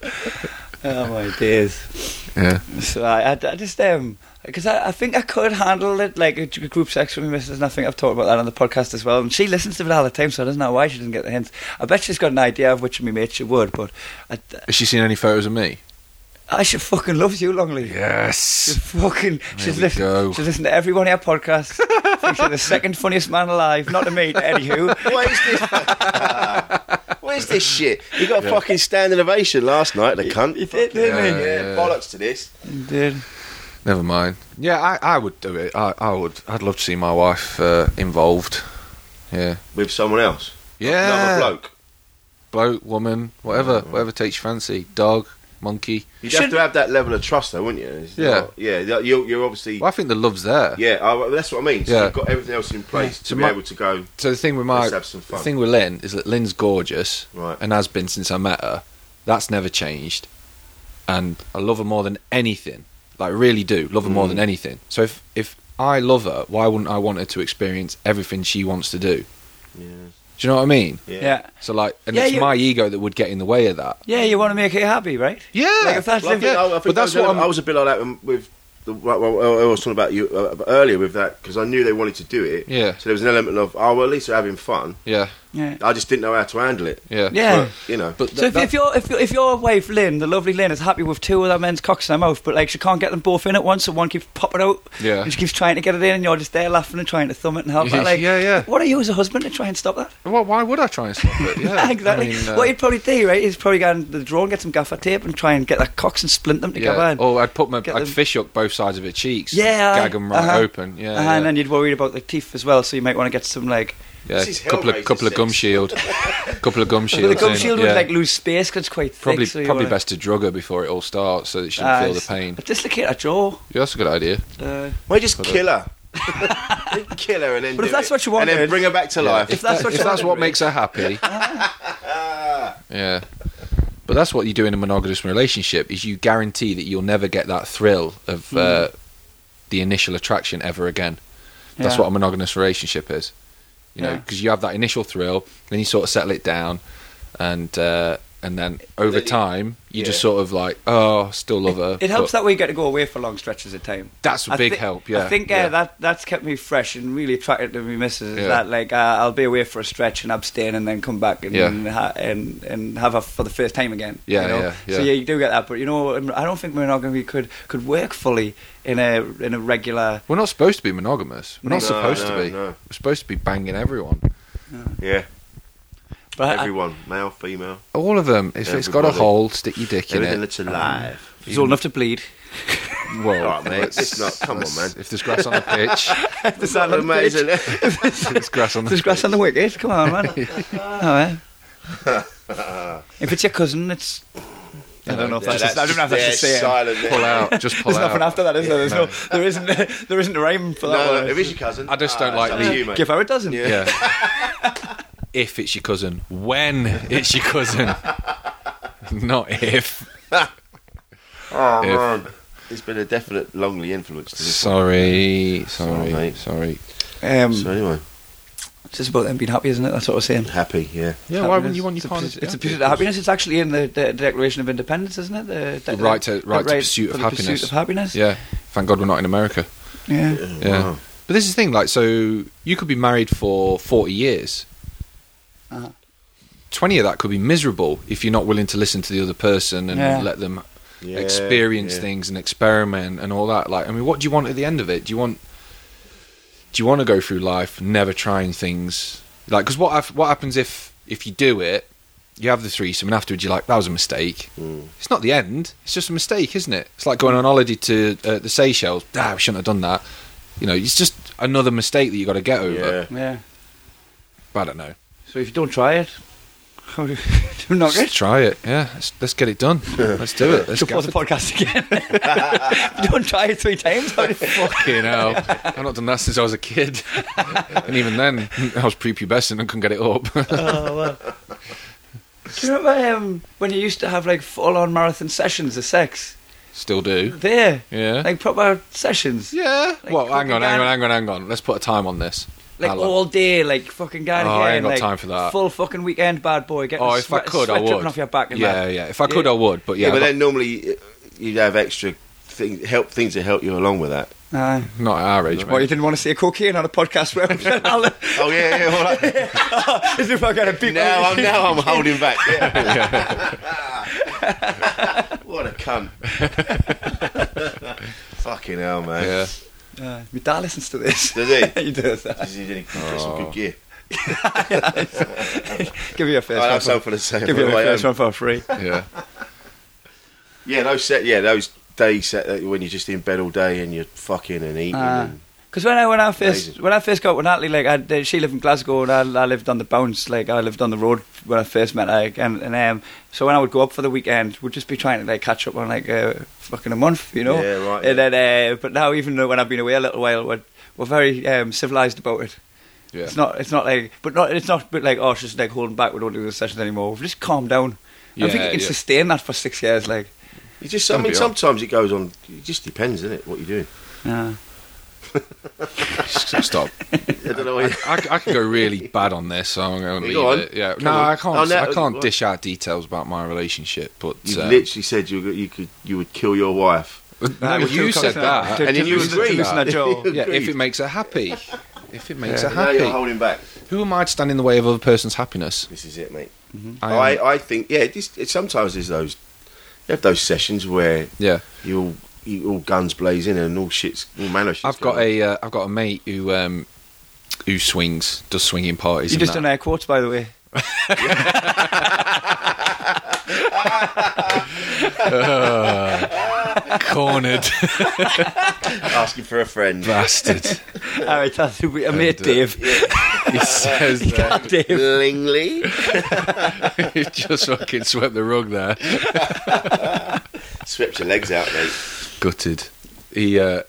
[SPEAKER 3] Waddy.
[SPEAKER 2] oh my days.
[SPEAKER 4] Yeah.
[SPEAKER 2] So I, I, I just um because I, I think I could handle it like a g- group sex with my missus, and I think I've talked about that on the podcast as well. And she listens to it all the time, so I don't know why she doesn't get the hints. I bet she's got an idea of which of my mates she would, but I,
[SPEAKER 4] Has she seen any photos of me?
[SPEAKER 2] Aisha fucking loves you, Longley. She's
[SPEAKER 4] Yes.
[SPEAKER 2] fucking. She's
[SPEAKER 4] we
[SPEAKER 2] listened.
[SPEAKER 4] go.
[SPEAKER 2] She's listened to every one of our podcasts. Thinks you're the second funniest man alive. Not to me, to anywho.
[SPEAKER 3] What is this? what is this shit? You got a fucking standing ovation last night, the cunt.
[SPEAKER 2] You did, didn't
[SPEAKER 4] Yeah.
[SPEAKER 2] you?
[SPEAKER 3] Yeah, bollocks to this.
[SPEAKER 2] Did.
[SPEAKER 4] Never mind. Yeah, I, I would do it. I, I would. I'd love to see my wife uh, involved. Yeah.
[SPEAKER 3] With someone else.
[SPEAKER 4] Yeah.
[SPEAKER 3] Another bloke.
[SPEAKER 4] Bloke, woman, whatever, whatever takes your fancy. Dog, monkey.
[SPEAKER 3] You'd
[SPEAKER 2] Shouldn't-
[SPEAKER 3] have to have that level of trust, though, wouldn't you? It's
[SPEAKER 4] Yeah.
[SPEAKER 3] not- yeah. You're, you're obviously.
[SPEAKER 4] Well, I think the love's there.
[SPEAKER 3] Yeah, I, that's what I mean. So
[SPEAKER 4] Yeah.
[SPEAKER 3] you've got everything else in place to
[SPEAKER 4] So
[SPEAKER 3] be
[SPEAKER 4] my-
[SPEAKER 3] able to go.
[SPEAKER 4] So the thing with my
[SPEAKER 3] Let's have some
[SPEAKER 4] the
[SPEAKER 3] fun.
[SPEAKER 4] thing with Lynn is that Lynn's gorgeous
[SPEAKER 3] Right.
[SPEAKER 4] and has been since I met her. That's never changed, and I love her more than anything. Like really do love her
[SPEAKER 3] Mm.
[SPEAKER 4] more than anything. So if if I love her, why wouldn't I want her to experience everything she wants to do?
[SPEAKER 3] Yeah.
[SPEAKER 4] Do you know what I mean?
[SPEAKER 3] Yeah.
[SPEAKER 2] Yeah.
[SPEAKER 4] So like, and
[SPEAKER 2] Yeah,
[SPEAKER 4] it's
[SPEAKER 2] you-
[SPEAKER 4] my ego that would get in the way of that.
[SPEAKER 2] Yeah, you want to make her happy, right?
[SPEAKER 4] Yeah,
[SPEAKER 2] Like, if that's
[SPEAKER 3] Well, I
[SPEAKER 2] if-
[SPEAKER 3] think, I, I think
[SPEAKER 4] but that's
[SPEAKER 3] I was,
[SPEAKER 4] what I'm-
[SPEAKER 3] I was a bit like that when- with. The, well, well, I was talking about you uh, earlier with that because I knew they wanted to do it.
[SPEAKER 4] Yeah.
[SPEAKER 3] So there was an element of oh well, at least they're having fun.
[SPEAKER 4] Yeah,
[SPEAKER 2] yeah.
[SPEAKER 3] I just didn't know how to handle it.
[SPEAKER 4] yeah,
[SPEAKER 2] Yeah.
[SPEAKER 3] But, you know.
[SPEAKER 4] But
[SPEAKER 2] So
[SPEAKER 4] th-
[SPEAKER 2] if, if your if your if your wife Lynn, the lovely Lynn, is happy with two other men's cocks in her mouth, but like she can't get them both in at once, so one keeps popping out,
[SPEAKER 4] Yeah.
[SPEAKER 2] and she keeps trying to get it in, and you're just there laughing and trying to thumb it and help her. Like,
[SPEAKER 4] Yeah, yeah.
[SPEAKER 2] What are you as a husband to try and stop that?
[SPEAKER 4] well, why would I try and stop it? Yeah,
[SPEAKER 2] exactly.
[SPEAKER 4] I mean, uh,
[SPEAKER 2] what you'd probably do, right, is probably go into the drawer and get some gaffer tape and try and get that cocks and splint them together.
[SPEAKER 4] yeah.
[SPEAKER 2] and-
[SPEAKER 4] Or I'd put my
[SPEAKER 2] Get
[SPEAKER 4] I'd
[SPEAKER 2] them-
[SPEAKER 4] fish hook both sides of her cheeks.
[SPEAKER 2] yeah, aye.
[SPEAKER 4] gag them right
[SPEAKER 2] Uh-huh.
[SPEAKER 4] open. Yeah,
[SPEAKER 2] Uh-huh,
[SPEAKER 4] yeah.
[SPEAKER 2] and then you'd worry about the teeth as well, so you might want to get some like
[SPEAKER 4] Yeah,
[SPEAKER 3] This is
[SPEAKER 4] couple of
[SPEAKER 3] Hellraiser
[SPEAKER 4] couple of gum
[SPEAKER 3] sex.
[SPEAKER 4] shield, couple of gum shield.
[SPEAKER 2] But the gum shield would like lose space because it's quite thick.
[SPEAKER 4] probably
[SPEAKER 2] so you
[SPEAKER 4] probably
[SPEAKER 2] wanna-
[SPEAKER 4] best to drug her before it all starts so that she
[SPEAKER 2] Ah,
[SPEAKER 4] doesn't feel the
[SPEAKER 2] just-
[SPEAKER 4] pain.
[SPEAKER 2] Dislocate a jaw.
[SPEAKER 4] Yeah, that's a good idea.
[SPEAKER 2] Uh,
[SPEAKER 3] Why just kill her? kill her and then.
[SPEAKER 2] But if
[SPEAKER 3] do
[SPEAKER 2] that's
[SPEAKER 3] it.
[SPEAKER 2] what you wanted-
[SPEAKER 3] and then bring her back to life.
[SPEAKER 2] If that's what
[SPEAKER 4] if
[SPEAKER 2] you
[SPEAKER 4] that's
[SPEAKER 2] wanted,
[SPEAKER 4] what
[SPEAKER 2] really.
[SPEAKER 4] makes her happy, yeah. But that's what you do in a monogamous relationship: is you guarantee that you'll never get that thrill of uh,
[SPEAKER 2] Hmm.
[SPEAKER 4] the initial attraction ever again. That's
[SPEAKER 2] Yeah.
[SPEAKER 4] what a monogamous relationship is, you know,
[SPEAKER 2] Yeah.
[SPEAKER 4] because you have that initial thrill, then you sort of settle it down, and uh, and then over
[SPEAKER 3] then you-
[SPEAKER 4] time you just
[SPEAKER 3] yeah.
[SPEAKER 4] sort of like, oh, still love her.
[SPEAKER 2] It helps
[SPEAKER 4] but
[SPEAKER 2] that we get to go away for long stretches of time.
[SPEAKER 4] That's a
[SPEAKER 2] I
[SPEAKER 4] big
[SPEAKER 2] thi-
[SPEAKER 4] help, yeah,
[SPEAKER 2] I think uh,
[SPEAKER 4] yeah.
[SPEAKER 2] that that's kept me fresh and really attracted to me missus. Is
[SPEAKER 4] Yeah.
[SPEAKER 2] that like uh, I'll be away for a stretch and abstain and then come back and
[SPEAKER 4] Yeah.
[SPEAKER 2] ha- and and have her for the first time again.
[SPEAKER 4] Yeah,
[SPEAKER 2] you know?
[SPEAKER 4] yeah,
[SPEAKER 2] So
[SPEAKER 4] yeah.
[SPEAKER 2] yeah, you do get that, but you know, I don't think monogamy could could work fully in a in a regular.
[SPEAKER 4] We're not supposed to be monogamous. We're not
[SPEAKER 3] No,
[SPEAKER 4] supposed
[SPEAKER 3] no,
[SPEAKER 4] to be.
[SPEAKER 3] no.
[SPEAKER 4] We're supposed to be banging everyone.
[SPEAKER 3] yeah,
[SPEAKER 2] But I-
[SPEAKER 3] everyone, male, female,
[SPEAKER 4] All of them. If it's got a
[SPEAKER 3] Everybody.
[SPEAKER 4] hole, stick your dick in
[SPEAKER 3] everything
[SPEAKER 4] it.
[SPEAKER 3] that's alive.
[SPEAKER 2] He's old enough to bleed. Oh,
[SPEAKER 4] Well,
[SPEAKER 3] All right, mate,
[SPEAKER 4] let's-
[SPEAKER 3] it's not- come on,
[SPEAKER 4] let's-
[SPEAKER 3] man.
[SPEAKER 4] If there's grass on the pitch,
[SPEAKER 2] Does that not
[SPEAKER 3] Amazing.
[SPEAKER 4] if there's grass on the
[SPEAKER 2] There's
[SPEAKER 4] pitch.
[SPEAKER 2] grass on the wicket. Come on, man. Alright. if it's your cousin, it's. I don't know if that's.
[SPEAKER 3] Yeah,
[SPEAKER 2] just, I don't know if that's
[SPEAKER 3] yeah,
[SPEAKER 2] just saying.
[SPEAKER 3] silent. there.
[SPEAKER 4] Pull out. Just pull
[SPEAKER 2] There's
[SPEAKER 4] out.
[SPEAKER 2] nothing after that, is there? There's no. There isn't. There isn't a rhyme for that
[SPEAKER 3] No,
[SPEAKER 2] one.
[SPEAKER 3] no, if it's your cousin,
[SPEAKER 4] I just don't
[SPEAKER 3] ah, it's
[SPEAKER 4] like
[SPEAKER 3] up to
[SPEAKER 4] the-
[SPEAKER 3] you, mate.
[SPEAKER 2] Give her a dozen.
[SPEAKER 3] Yeah.
[SPEAKER 4] Yeah. if it's your cousin, when it's your cousin, not if.
[SPEAKER 3] Oh,
[SPEAKER 4] If-
[SPEAKER 3] man. It's been a definite Longley influence to this.
[SPEAKER 4] Sorry,
[SPEAKER 3] Sorry,
[SPEAKER 4] sorry,
[SPEAKER 3] mate.
[SPEAKER 4] sorry.
[SPEAKER 2] Um,
[SPEAKER 3] So anyway,
[SPEAKER 2] it's just about them being happy, isn't it? That's what I was saying.
[SPEAKER 3] happy, yeah.
[SPEAKER 4] Yeah, why wouldn't you want
[SPEAKER 2] It's
[SPEAKER 4] your
[SPEAKER 2] a
[SPEAKER 4] partner?
[SPEAKER 2] pursuit- It's a pursuit of happiness. It's actually in the, the Declaration of Independence, isn't it? The,
[SPEAKER 4] The right to
[SPEAKER 2] the
[SPEAKER 4] right to pursuit
[SPEAKER 2] for
[SPEAKER 4] of
[SPEAKER 2] the
[SPEAKER 4] happiness.
[SPEAKER 2] Pursuit of happiness.
[SPEAKER 4] Yeah. Thank God we're not in America.
[SPEAKER 2] Yeah.
[SPEAKER 4] Yeah.
[SPEAKER 3] Wow.
[SPEAKER 4] But this is the thing, like, so you could be married for 40 years.
[SPEAKER 2] Uh-huh.
[SPEAKER 4] 20 of that could be miserable if you're not willing to listen to the other person and
[SPEAKER 2] Yeah.
[SPEAKER 4] let them
[SPEAKER 3] Yeah,
[SPEAKER 4] experience
[SPEAKER 3] yeah.
[SPEAKER 4] things and experiment and all that. Like, I mean, what do you want at the end of it? Do you want. Do you want to go through life never trying things? Like, because what, hap- what happens if, if you do it, you have the threesome, and afterwards you're like, that was a mistake.
[SPEAKER 3] Hmm.
[SPEAKER 4] It's not the end. It's just a mistake, isn't it? It's like going on holiday to uh, the Seychelles. Ah, we shouldn't have done that. You know, it's just another mistake that you got to get over.
[SPEAKER 3] Yeah.
[SPEAKER 2] Yeah.
[SPEAKER 4] But I don't know.
[SPEAKER 2] So if you don't try it, how do you do not
[SPEAKER 4] Let's
[SPEAKER 2] get?
[SPEAKER 4] try it. Yeah, let's, let's get it done. Let's do it. Let's
[SPEAKER 2] Should
[SPEAKER 4] get
[SPEAKER 2] pause the podcast again. You don't try it three times. how do you-
[SPEAKER 4] Fucking hell. I've not done that since I was a kid. and even then, I was prepubescent and couldn't get it up.
[SPEAKER 2] Oh, well. Do you remember um, when you used to have like full-on marathon sessions of sex?
[SPEAKER 4] Still do.
[SPEAKER 2] There,
[SPEAKER 4] Yeah.
[SPEAKER 2] like proper sessions,
[SPEAKER 4] yeah.
[SPEAKER 2] Like,
[SPEAKER 4] well, hang on, hang
[SPEAKER 2] Cooper
[SPEAKER 4] on, hang on, hang on. Let's put a time on this. uh,
[SPEAKER 2] like
[SPEAKER 4] How long?
[SPEAKER 2] all day, like fucking guy
[SPEAKER 4] Oh, I
[SPEAKER 2] again,
[SPEAKER 4] ain't got
[SPEAKER 2] like
[SPEAKER 4] time for that.
[SPEAKER 2] full fucking weekend bad boy. Getting
[SPEAKER 4] Oh,
[SPEAKER 2] the
[SPEAKER 4] if I
[SPEAKER 2] sweat,
[SPEAKER 4] could, I
[SPEAKER 2] sweat dripping
[SPEAKER 4] would.
[SPEAKER 2] off your back. And
[SPEAKER 4] yeah,
[SPEAKER 2] that.
[SPEAKER 4] yeah. If I could,
[SPEAKER 2] Yeah.
[SPEAKER 4] I would. But yeah,
[SPEAKER 3] Yeah, but
[SPEAKER 4] not-
[SPEAKER 3] then normally uh, you'd have extra thing, help things to help you along with that.
[SPEAKER 2] Aye.
[SPEAKER 4] not at our age,
[SPEAKER 2] Well, you
[SPEAKER 4] mate.
[SPEAKER 2] didn't want to see a cocaine on a podcast where I'm
[SPEAKER 3] Oh yeah, yeah. All right.
[SPEAKER 2] if I got a beat
[SPEAKER 3] now I'm now I'm holding back. Yeah. What a cunt. Fucking hell, man.
[SPEAKER 4] Yeah.
[SPEAKER 2] Uh, my dad listens to this.
[SPEAKER 3] Does he?
[SPEAKER 2] he does.
[SPEAKER 3] He's he's in some good gear.
[SPEAKER 2] Give me a
[SPEAKER 4] Oh,
[SPEAKER 2] first
[SPEAKER 3] I'll
[SPEAKER 2] one. For,
[SPEAKER 3] have something to say.
[SPEAKER 2] give you
[SPEAKER 3] on
[SPEAKER 2] a
[SPEAKER 3] the way
[SPEAKER 2] first
[SPEAKER 3] home.
[SPEAKER 2] one for free.
[SPEAKER 4] Yeah.
[SPEAKER 3] Yeah, those set. Yeah, those days set that when you're just in bed all day and you're fucking and eating.
[SPEAKER 2] Ah.
[SPEAKER 3] and,
[SPEAKER 2] Because when I when I first
[SPEAKER 3] Amazing.
[SPEAKER 2] when I first got with Natalie, like I, she lived in Glasgow and I, I lived on the bounce, like I lived on the road when I first met her, like, and, and um, so when I would go up for the weekend, we'd just be trying to like catch up on like uh, fucking a month, you know.
[SPEAKER 3] Yeah, right,
[SPEAKER 2] And
[SPEAKER 3] yeah.
[SPEAKER 2] then, uh, but now even though when I've been away a little while, we're, we're very um, civilized about it.
[SPEAKER 4] Yeah.
[SPEAKER 2] It's not. It's not like. But not. It's not. But like, oh, she's like holding back. We don't do those sessions anymore. We've just calmed down. I think
[SPEAKER 4] Yeah,
[SPEAKER 2] you can
[SPEAKER 4] yeah.
[SPEAKER 2] sustain that for six years. Like,
[SPEAKER 3] you just. I
[SPEAKER 4] Don't
[SPEAKER 3] mean,
[SPEAKER 4] be
[SPEAKER 3] sometimes it goes on. It just depends, doesn't it? What you're doing.
[SPEAKER 2] yeah.
[SPEAKER 4] Stop.
[SPEAKER 3] I don't know.
[SPEAKER 4] I,
[SPEAKER 3] What you-
[SPEAKER 4] I, I could go really bad on this, so I'm going to leave
[SPEAKER 3] Go on.
[SPEAKER 4] it. Yeah,
[SPEAKER 3] Come
[SPEAKER 4] no,
[SPEAKER 3] on.
[SPEAKER 4] I can't.
[SPEAKER 3] Oh, no,
[SPEAKER 4] I can't
[SPEAKER 3] what?
[SPEAKER 4] dish out details about my relationship, but
[SPEAKER 3] you
[SPEAKER 4] uh,
[SPEAKER 3] literally said you you could you would kill your wife.
[SPEAKER 4] no, you said that.
[SPEAKER 3] And then you agree.
[SPEAKER 2] Listen, Joel.
[SPEAKER 4] yeah, if it makes her happy, if it makes
[SPEAKER 3] Now
[SPEAKER 4] her
[SPEAKER 3] you're
[SPEAKER 4] happy,
[SPEAKER 3] holding back.
[SPEAKER 4] who am I to stand in the way of other person's happiness?
[SPEAKER 3] This is it, mate.
[SPEAKER 4] Mm-hmm. I am-
[SPEAKER 3] I, I think yeah. It is, it, sometimes there's those you have those sessions where
[SPEAKER 4] yeah,
[SPEAKER 3] you all you all guns blazing and all shits all manner. Of shit's
[SPEAKER 4] I've got
[SPEAKER 3] going on.
[SPEAKER 4] a uh, I've got a mate who um, who swings, does swinging parties.
[SPEAKER 2] You
[SPEAKER 4] and
[SPEAKER 2] just
[SPEAKER 4] that.
[SPEAKER 2] done air quotes, by the way.
[SPEAKER 4] cornered
[SPEAKER 3] asking for a friend.
[SPEAKER 4] bastard.
[SPEAKER 2] All right, that's who we, I mate
[SPEAKER 4] uh,
[SPEAKER 2] Dave.
[SPEAKER 4] He says that
[SPEAKER 2] God, Dave.
[SPEAKER 3] Lingley.
[SPEAKER 4] he just fucking swept the rug there.
[SPEAKER 3] Swept your legs out, mate.
[SPEAKER 4] gutted. He, uh,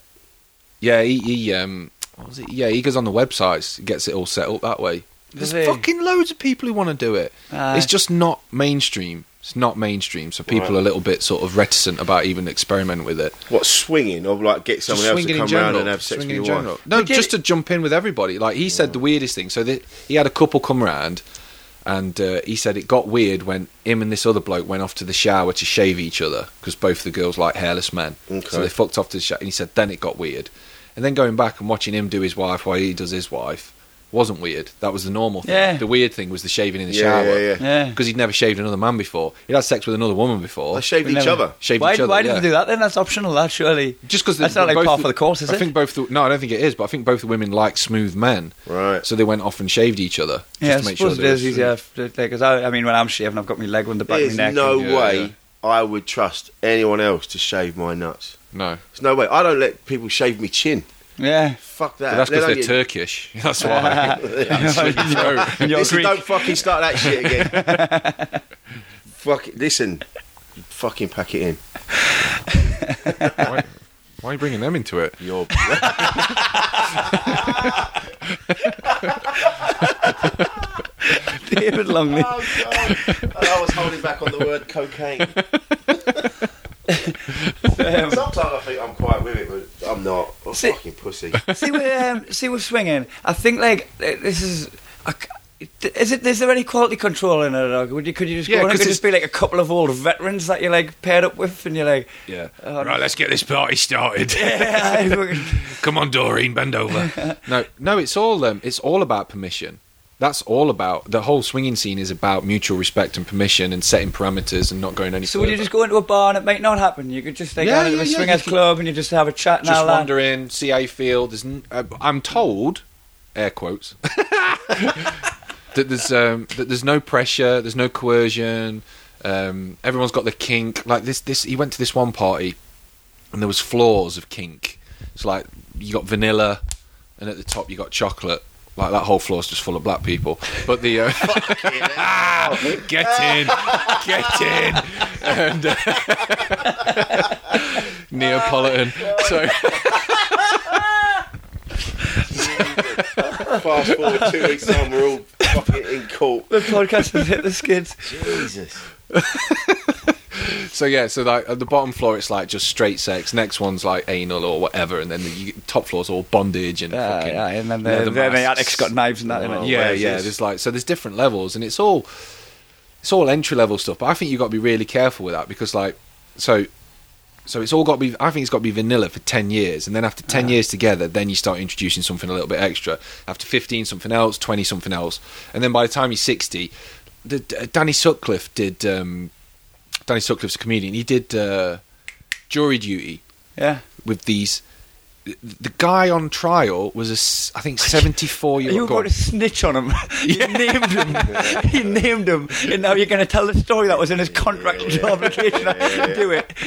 [SPEAKER 4] yeah, he, he, um, what was it? Yeah, he goes on the websites, gets it all set up that way.
[SPEAKER 2] Does
[SPEAKER 4] There's
[SPEAKER 2] he?
[SPEAKER 4] fucking loads of people who want to do it.
[SPEAKER 2] Aye.
[SPEAKER 4] it's just not mainstream. It's not mainstream, so people are a little bit sort of reticent about even experimenting with it.
[SPEAKER 3] What swinging or like get someone
[SPEAKER 4] Just
[SPEAKER 3] else to
[SPEAKER 4] swinging
[SPEAKER 3] come
[SPEAKER 4] in general,
[SPEAKER 3] round and have sex with
[SPEAKER 4] swinging
[SPEAKER 3] your
[SPEAKER 4] in
[SPEAKER 3] wife? Mm.
[SPEAKER 4] general. No,
[SPEAKER 2] But did
[SPEAKER 4] just
[SPEAKER 2] it-
[SPEAKER 4] to jump in with everybody. Like he said, the weirdest thing. So that he had a couple come round, and uh, he said it got weird when him and this other bloke went off to the shower to shave each other because both the girls like hairless men.
[SPEAKER 3] Okay.
[SPEAKER 4] So they fucked off to the shower, and he said then it got weird. And then going back and watching him do his wife while he does his wife wasn't weird. That was the normal thing.
[SPEAKER 2] Yeah.
[SPEAKER 4] The weird thing was the shaving in the
[SPEAKER 3] Yeah, yeah,
[SPEAKER 4] shower.
[SPEAKER 3] yeah.
[SPEAKER 2] Yeah.
[SPEAKER 4] Because he'd never shaved another man before. He'd had sex with another woman before.
[SPEAKER 3] They shaved
[SPEAKER 2] We
[SPEAKER 3] each
[SPEAKER 2] never-
[SPEAKER 3] other.
[SPEAKER 4] shaved
[SPEAKER 2] why
[SPEAKER 4] each other.
[SPEAKER 2] why did
[SPEAKER 4] yeah.
[SPEAKER 2] they do that then? That's optional, that surely.
[SPEAKER 4] Just because
[SPEAKER 2] That's not like par for the course, is
[SPEAKER 4] I
[SPEAKER 2] it?
[SPEAKER 4] think both. The, no, I don't think it is. But I think both the women like smooth men,
[SPEAKER 3] Right.
[SPEAKER 4] So they went off and shaved each other. Just
[SPEAKER 2] yeah, I
[SPEAKER 4] to make
[SPEAKER 2] suppose
[SPEAKER 4] sure uh,
[SPEAKER 2] it is easier. Because I, I mean, when I'm shaving, I've got my leg on the back of
[SPEAKER 3] There's
[SPEAKER 2] my neck.
[SPEAKER 3] no
[SPEAKER 4] and- yeah,
[SPEAKER 3] way
[SPEAKER 4] yeah.
[SPEAKER 3] I would trust anyone else to shave my nuts.
[SPEAKER 4] No,
[SPEAKER 3] There's no way. I don't let people shave me chin.
[SPEAKER 2] Yeah.
[SPEAKER 3] Fuck
[SPEAKER 4] but
[SPEAKER 3] that.
[SPEAKER 4] that's
[SPEAKER 3] They don't
[SPEAKER 4] because they're
[SPEAKER 3] get-
[SPEAKER 4] Turkish. That's why. Slit your throat.
[SPEAKER 2] And you're
[SPEAKER 3] Listen,
[SPEAKER 2] Greek.
[SPEAKER 3] don't fucking start that shit again. Fuck it. Listen. Fucking pack it in.
[SPEAKER 4] why, why are you bringing them into it?
[SPEAKER 3] You're.
[SPEAKER 2] David Longley.
[SPEAKER 3] Oh, God. I was holding back on the word cocaine.
[SPEAKER 2] Um,
[SPEAKER 3] Sometimes I think I'm quite with it, but I'm not. I'm
[SPEAKER 2] See-
[SPEAKER 3] fucking pussy.
[SPEAKER 2] see with um, see with swinging. I think like uh, this is. I c- Is it? Is there any quality control in it? Or would you? Could you just
[SPEAKER 4] Yeah,
[SPEAKER 2] go? on and
[SPEAKER 4] 'cause
[SPEAKER 2] Could just be like a couple of old veterans that you're like paired up with, and you're like,
[SPEAKER 4] Yeah.
[SPEAKER 2] Oh,
[SPEAKER 4] right, let's get this party started. Come on, Doreen, bend over. no, no, it's all um, it's all about permission. That's all about the whole swinging scene is about mutual respect and permission and setting parameters and not going any.
[SPEAKER 2] So would you
[SPEAKER 4] further.
[SPEAKER 2] just go into a bar and it might not happen? You could just like
[SPEAKER 4] Yeah,
[SPEAKER 2] go into
[SPEAKER 4] yeah,
[SPEAKER 2] a
[SPEAKER 4] yeah,
[SPEAKER 2] swingers
[SPEAKER 4] you could-
[SPEAKER 2] club and you just have a chat and all
[SPEAKER 4] just
[SPEAKER 2] that.
[SPEAKER 4] wander in, see how you feel. There's, n- uh, I'm told, air quotes, that there's um, that there's no pressure, there's no coercion. Um, everyone's got the kink. Like this, this he went to this one party, and there was floors of kink. It's like you got vanilla, and at the top you got chocolate. Like that whole floor's just full of black people. But the uh, get in, get in, and uh, Neapolitan. so.
[SPEAKER 3] Fast forward two weeks time, we're all fucking in court.
[SPEAKER 2] The podcast has hit the skids.
[SPEAKER 3] Jesus.
[SPEAKER 4] So yeah, so like at the bottom floor, it's like just straight sex. Next onene's like anal or whatever, and then the you, top floor's all bondage and
[SPEAKER 2] Yeah,
[SPEAKER 4] fucking.
[SPEAKER 2] yeah, and then the,
[SPEAKER 4] leather
[SPEAKER 2] the, the
[SPEAKER 4] masks.
[SPEAKER 2] attic's got knives and that in it.
[SPEAKER 3] Oh,
[SPEAKER 4] yeah,
[SPEAKER 3] whereas
[SPEAKER 4] yeah.
[SPEAKER 3] this-
[SPEAKER 4] There's like so there's different levels, and it's all it's all entry level stuff. But I think you have got to be really careful with that because like so so it's all got to be. I think it's got to be vanilla for ten years, and then after ten years together, then you start introducing something a little bit extra. After fifteen, something else. Twenty, something else. And then by the time you're sixty, the, Danny Sutcliffe did. Um, Danny Sutcliffe's a comedian. He did uh, jury duty
[SPEAKER 2] Yeah.
[SPEAKER 4] with these. The guy on trial was a, s- I think, seventy-four year
[SPEAKER 2] You were
[SPEAKER 4] old.
[SPEAKER 2] going to snitch on him. You named him. you named him. And now you're going to tell the story that was in his contract and job application. Do it.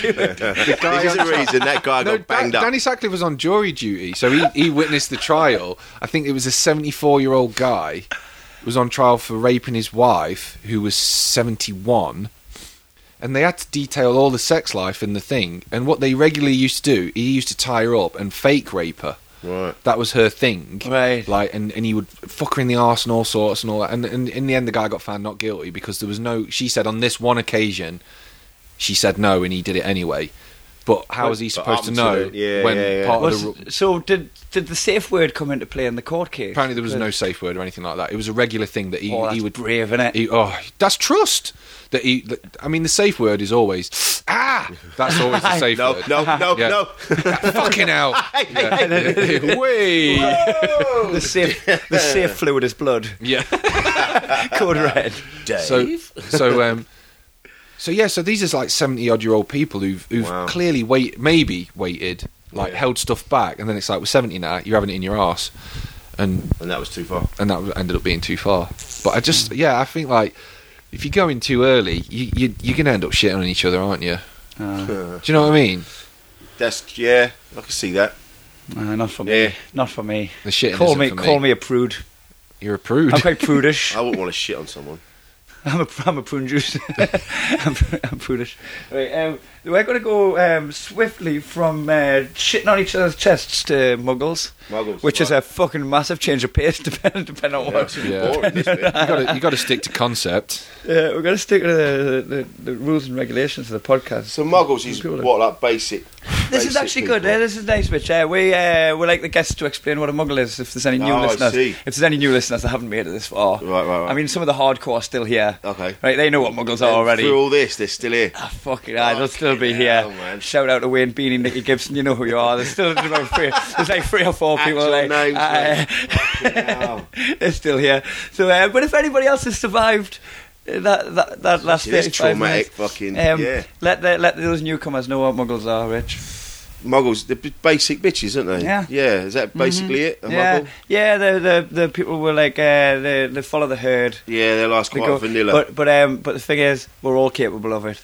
[SPEAKER 2] Do it.
[SPEAKER 3] There's a reason that guy
[SPEAKER 4] No,
[SPEAKER 3] got banged
[SPEAKER 4] Dan-
[SPEAKER 3] up.
[SPEAKER 4] Danny Sutcliffe was on jury duty, so he, he witnessed the trial. I think it was a 74 year old guy was on trial for raping his wife, who was 71. And they had to detail all the sex life in the thing. And what they regularly used to do, he used to tie her up and fake rape her.
[SPEAKER 3] Right.
[SPEAKER 4] That was her thing.
[SPEAKER 2] Right.
[SPEAKER 4] Like, and, and he would fuck her in the arse and all sorts and all that. And, and in the end, the guy got found not guilty because there was no. She said on this one occasion, she said no, and he did it anyway. But how
[SPEAKER 3] Well,
[SPEAKER 4] was he
[SPEAKER 3] but
[SPEAKER 4] supposed to
[SPEAKER 3] up
[SPEAKER 4] know
[SPEAKER 3] until the- yeah,
[SPEAKER 4] when
[SPEAKER 3] yeah, yeah.
[SPEAKER 4] part of
[SPEAKER 2] Was-
[SPEAKER 4] the ru-
[SPEAKER 2] so did did the safe word come into play in the court case?
[SPEAKER 4] apparently there was no safe word or anything like that. It was a regular thing that he
[SPEAKER 2] Oh, that's
[SPEAKER 4] he would
[SPEAKER 2] brave, innit?
[SPEAKER 4] he- oh, that's trust. That he, that, I mean, the safe word is always ah. That's always the safe
[SPEAKER 3] No,
[SPEAKER 4] word.
[SPEAKER 3] no, no,
[SPEAKER 4] Yeah.
[SPEAKER 3] no.
[SPEAKER 4] fucking hell. Yeah. Whey.
[SPEAKER 2] the safe the safe fluid is blood.
[SPEAKER 4] Yeah.
[SPEAKER 2] Code red.
[SPEAKER 4] So, so, um, so yeah. So these are like seventy odd year old people who've who've
[SPEAKER 3] Wow.
[SPEAKER 4] clearly wait, maybe waited, like
[SPEAKER 3] Yeah.
[SPEAKER 4] held stuff back, and then it's like we're seventy now. You're having it in your ass, and
[SPEAKER 3] And that was too far.
[SPEAKER 4] and that ended up being too far. But I just, yeah, I think like if you go in too early, you, you you're gonna end up shitting on each other, aren't you? Do you know what I mean?
[SPEAKER 3] That's yeah. I can see that.
[SPEAKER 2] Uh, not for
[SPEAKER 3] Yeah.
[SPEAKER 2] me. Not for me.
[SPEAKER 4] The shitting
[SPEAKER 2] Call
[SPEAKER 4] isn't
[SPEAKER 2] me,
[SPEAKER 4] for me.
[SPEAKER 2] call me a prude.
[SPEAKER 4] You're a prude.
[SPEAKER 2] I'm quite prudish.
[SPEAKER 3] I wouldn't want to shit on someone.
[SPEAKER 2] I'm a, I'm a prune juice. I'm, I'm prudish. Right, um, we're going to go um, swiftly from uh, shitting on each other's chests to muggles,
[SPEAKER 3] Muggles,
[SPEAKER 2] which is
[SPEAKER 3] right.
[SPEAKER 2] a fucking massive change of pace, depending, depending on what.
[SPEAKER 3] Absolutely
[SPEAKER 4] Yeah.
[SPEAKER 3] boring, this bit.
[SPEAKER 4] you got to you got to stick to concept.
[SPEAKER 2] Uh, we're going to stick to the, the, the rules and regulations of the podcast.
[SPEAKER 3] So muggles is
[SPEAKER 2] Cool.
[SPEAKER 3] what like basic.
[SPEAKER 2] This is
[SPEAKER 3] basic
[SPEAKER 2] actually
[SPEAKER 3] people.
[SPEAKER 2] good. eh? This is nice, Rich. Uh, we uh, we like the guests to explain what a muggle is. If there's any new
[SPEAKER 3] Oh, I
[SPEAKER 2] listeners,
[SPEAKER 3] see.
[SPEAKER 2] if there's any new listeners that haven't made it this far,
[SPEAKER 3] Right, right, right.
[SPEAKER 2] I mean, some of the hardcore are still here.
[SPEAKER 3] Okay.
[SPEAKER 2] right, they know what muggles are
[SPEAKER 3] And
[SPEAKER 2] already.
[SPEAKER 3] Through all this, they're still here.
[SPEAKER 2] Ah, fucking, ah, they'll still be
[SPEAKER 3] Fucking
[SPEAKER 2] here.
[SPEAKER 3] hell, man.
[SPEAKER 2] Shout out to Wayne Beanie, Nicky Gibson. You know who you are. There's still about three, there's like three or four people. like,
[SPEAKER 3] Actual names,
[SPEAKER 2] ah, they're still here. So, uh, but if anybody else has survived. uh, That that, that last
[SPEAKER 3] It is
[SPEAKER 2] 35 minutes, um,
[SPEAKER 3] traumatic, fucking- yeah.
[SPEAKER 2] Let the, let those newcomers know what muggles are, Rich.
[SPEAKER 3] Muggles, they're b- basic bitches, aren't they?
[SPEAKER 2] Yeah.
[SPEAKER 3] Yeah. Is that basically it? A
[SPEAKER 2] Mm-hmm. yeah,
[SPEAKER 3] muggle?
[SPEAKER 2] yeah. The, the the people were like uh, they they follow the herd.
[SPEAKER 3] Yeah, they're like
[SPEAKER 2] They
[SPEAKER 3] quite
[SPEAKER 2] go-
[SPEAKER 3] vanilla.
[SPEAKER 2] But but um but the thing is, we're all capable of it.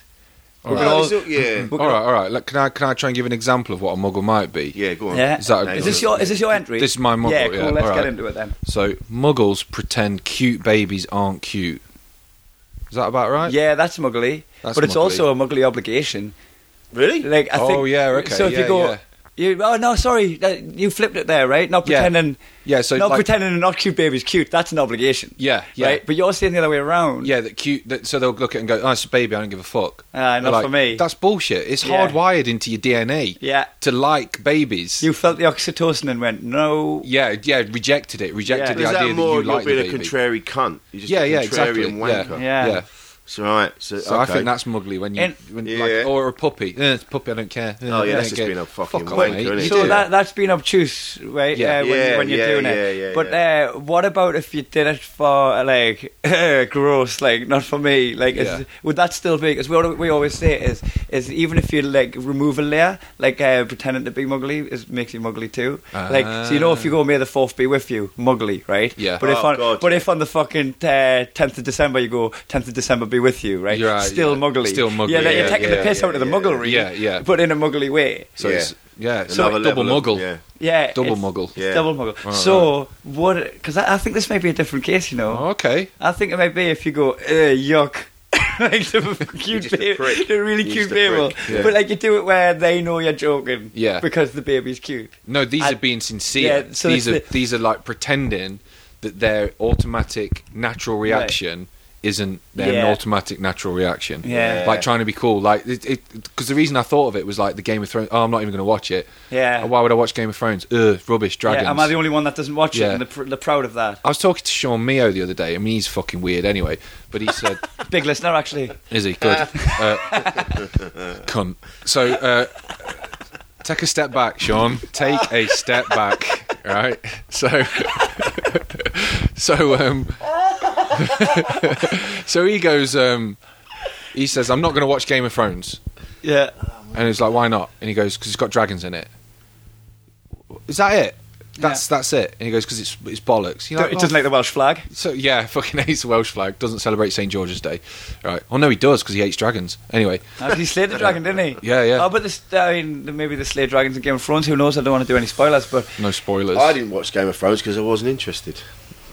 [SPEAKER 2] We
[SPEAKER 3] Well,
[SPEAKER 2] can all-
[SPEAKER 3] it's not- yeah.
[SPEAKER 2] we
[SPEAKER 4] All
[SPEAKER 2] can-
[SPEAKER 4] right, all right. Like, can I can I try and give an example of what a muggle might be?
[SPEAKER 3] Yeah, go on.
[SPEAKER 2] Yeah.
[SPEAKER 4] Is that
[SPEAKER 3] a-
[SPEAKER 2] is this your is this your entry?
[SPEAKER 4] This is my muggle,
[SPEAKER 2] Yeah, cool.
[SPEAKER 4] yeah,
[SPEAKER 2] let's
[SPEAKER 4] all
[SPEAKER 2] get
[SPEAKER 4] right.
[SPEAKER 2] into it then.
[SPEAKER 4] So muggles pretend cute babies aren't cute. Is that about right?
[SPEAKER 2] Yeah, that's muggly,
[SPEAKER 4] That's
[SPEAKER 2] but it's
[SPEAKER 4] muggly.
[SPEAKER 2] also a muggly obligation.
[SPEAKER 3] Really?
[SPEAKER 2] Like I
[SPEAKER 4] Oh,
[SPEAKER 2] think.
[SPEAKER 4] yeah, okay,
[SPEAKER 2] So if
[SPEAKER 4] yeah,
[SPEAKER 2] you go.
[SPEAKER 4] yeah.
[SPEAKER 2] You, oh no! Sorry, uh, you flipped it there, right? Not
[SPEAKER 4] Yeah.
[SPEAKER 2] pretending.
[SPEAKER 4] Yeah, so
[SPEAKER 2] not
[SPEAKER 4] like-
[SPEAKER 2] pretending a not cute baby's cute. That's an obligation.
[SPEAKER 4] Yeah, yeah.
[SPEAKER 2] Right, but you're saying the other way around.
[SPEAKER 4] Yeah, that cute. That, so they'll look at it and go, "Oh, it's a baby. I don't give a fuck."
[SPEAKER 2] Ah, not
[SPEAKER 4] They're like,
[SPEAKER 2] for me.
[SPEAKER 4] That's bullshit. It's
[SPEAKER 2] Yeah.
[SPEAKER 4] hardwired into your DNA.
[SPEAKER 2] Yeah.
[SPEAKER 4] To like babies.
[SPEAKER 2] You felt the oxytocin and went, no.
[SPEAKER 4] Yeah, yeah. Rejected it.
[SPEAKER 2] Yeah.
[SPEAKER 4] Rejected
[SPEAKER 3] Is
[SPEAKER 4] the
[SPEAKER 3] that
[SPEAKER 4] idea that
[SPEAKER 3] more
[SPEAKER 4] you
[SPEAKER 3] you're
[SPEAKER 4] like the
[SPEAKER 3] being
[SPEAKER 4] baby.
[SPEAKER 3] a contrary cunt? You're just
[SPEAKER 4] yeah,
[SPEAKER 3] a
[SPEAKER 4] yeah,
[SPEAKER 3] contrarian
[SPEAKER 4] exactly.
[SPEAKER 3] wanker.
[SPEAKER 4] Yeah.
[SPEAKER 2] Yeah.
[SPEAKER 4] yeah.
[SPEAKER 3] So, right. So,
[SPEAKER 4] So I
[SPEAKER 3] okay.
[SPEAKER 4] think that's muggly when you,
[SPEAKER 2] And-
[SPEAKER 4] when,
[SPEAKER 3] Yeah.
[SPEAKER 4] like, or a puppy. Eh, it's a puppy. I don't care.
[SPEAKER 3] Oh,
[SPEAKER 4] Eh,
[SPEAKER 3] yeah,
[SPEAKER 4] I
[SPEAKER 3] that's
[SPEAKER 4] don't
[SPEAKER 3] just
[SPEAKER 4] care.
[SPEAKER 3] being a fucking
[SPEAKER 4] Fuck off,
[SPEAKER 3] wanker,
[SPEAKER 4] mate.
[SPEAKER 3] isn't it?
[SPEAKER 4] You
[SPEAKER 2] So
[SPEAKER 4] do.
[SPEAKER 2] that that's been obtuse, right?
[SPEAKER 4] Yeah.
[SPEAKER 2] uh, when,
[SPEAKER 3] Yeah,
[SPEAKER 2] when you're
[SPEAKER 3] yeah,
[SPEAKER 2] doing
[SPEAKER 3] yeah,
[SPEAKER 2] it.
[SPEAKER 3] yeah,
[SPEAKER 2] but Uh, what about if you did it for uh, like gross, like not for me? Like,
[SPEAKER 4] Yeah.
[SPEAKER 2] is, would that still be? Because what we always say is, is even if you like remove a layer, like uh, pretending to be muggly, is makes you muggly too. like, so you know, if you go May the Fourth be with you, muggly, right?
[SPEAKER 4] Yeah.
[SPEAKER 2] But if
[SPEAKER 3] Oh,
[SPEAKER 2] on
[SPEAKER 3] God,
[SPEAKER 2] but
[SPEAKER 3] yeah.
[SPEAKER 2] if on the fucking uh, tenth of December you go tenth of December be with you, right?
[SPEAKER 4] You're right,
[SPEAKER 2] still
[SPEAKER 4] yeah.
[SPEAKER 2] muggly.
[SPEAKER 4] Still muggly,
[SPEAKER 2] Yeah, like, you're
[SPEAKER 4] yeah,
[SPEAKER 2] taking the
[SPEAKER 4] yeah,
[SPEAKER 2] piss out of the
[SPEAKER 3] yeah,
[SPEAKER 2] mugglery.
[SPEAKER 4] yeah, yeah.
[SPEAKER 2] But in a muggly way.
[SPEAKER 4] So
[SPEAKER 3] Yeah.
[SPEAKER 4] it's yeah, it's
[SPEAKER 3] Another
[SPEAKER 4] like double
[SPEAKER 3] level of-
[SPEAKER 4] muggle.
[SPEAKER 3] yeah.
[SPEAKER 2] Yeah,
[SPEAKER 4] Double
[SPEAKER 2] it's-
[SPEAKER 4] muggle.
[SPEAKER 2] it's
[SPEAKER 3] Yeah.
[SPEAKER 2] double muggle.
[SPEAKER 4] Alright,
[SPEAKER 2] so what? Because I, I think this may be a different case. You know,
[SPEAKER 4] Oh, okay.
[SPEAKER 2] I think it might be if you go "Eh, yuck. like the cute
[SPEAKER 3] just a
[SPEAKER 2] baby,
[SPEAKER 3] prick.
[SPEAKER 2] the really
[SPEAKER 3] You're
[SPEAKER 2] cute
[SPEAKER 3] just a
[SPEAKER 2] baby,
[SPEAKER 3] prick, yeah.
[SPEAKER 2] but like you do it where they know you're joking,
[SPEAKER 4] Yeah.
[SPEAKER 2] because the baby's cute.
[SPEAKER 4] No, these
[SPEAKER 2] I-
[SPEAKER 4] are being sincere.
[SPEAKER 2] Yeah, so
[SPEAKER 4] these are
[SPEAKER 2] it's the-
[SPEAKER 4] these are like pretending that their automatic natural reaction isn't their
[SPEAKER 2] Yeah.
[SPEAKER 4] automatic natural reaction.
[SPEAKER 2] Yeah.
[SPEAKER 4] like trying to be cool. Like it because the reason I thought of it was like the Game of Thrones. Oh, I'm not even going to watch it.
[SPEAKER 2] Yeah.
[SPEAKER 4] Why would I watch Game of Thrones? Ugh, rubbish. Dragons.
[SPEAKER 2] Yeah, am I the only one that doesn't watch it?
[SPEAKER 4] Yeah.
[SPEAKER 2] And they're, pr- they're proud of that.
[SPEAKER 4] I was talking to Sean Mio the other day. I mean, he's fucking weird anyway. But he said,
[SPEAKER 2] Big listener, actually.
[SPEAKER 4] "Is he good? Uh, cunt." So uh, take a step back, Sean. Take a step back. Right. So, so um, so he goes. Um, He says, "I'm not going to watch Game of Thrones,"
[SPEAKER 2] Yeah.
[SPEAKER 4] and he's like, "Why not?" And he goes, "Because it's got dragons in it." Is that it? That's that's it. And he goes, "Because it's it's bollocks." You're like, "Oh,
[SPEAKER 2] It doesn't like the Welsh flag.
[SPEAKER 4] So yeah, fucking hates the Welsh flag. Doesn't celebrate St George's Day, right? Oh no, he does because he hates dragons. Anyway,
[SPEAKER 2] Uh, he slayed the dragon, didn't he?
[SPEAKER 4] Yeah, yeah.
[SPEAKER 2] Oh, but this, I mean, maybe the slayed dragons in Game of Thrones. Who knows? I don't want to do any spoilers, but
[SPEAKER 4] no spoilers.
[SPEAKER 3] I didn't watch Game of Thrones because I wasn't interested.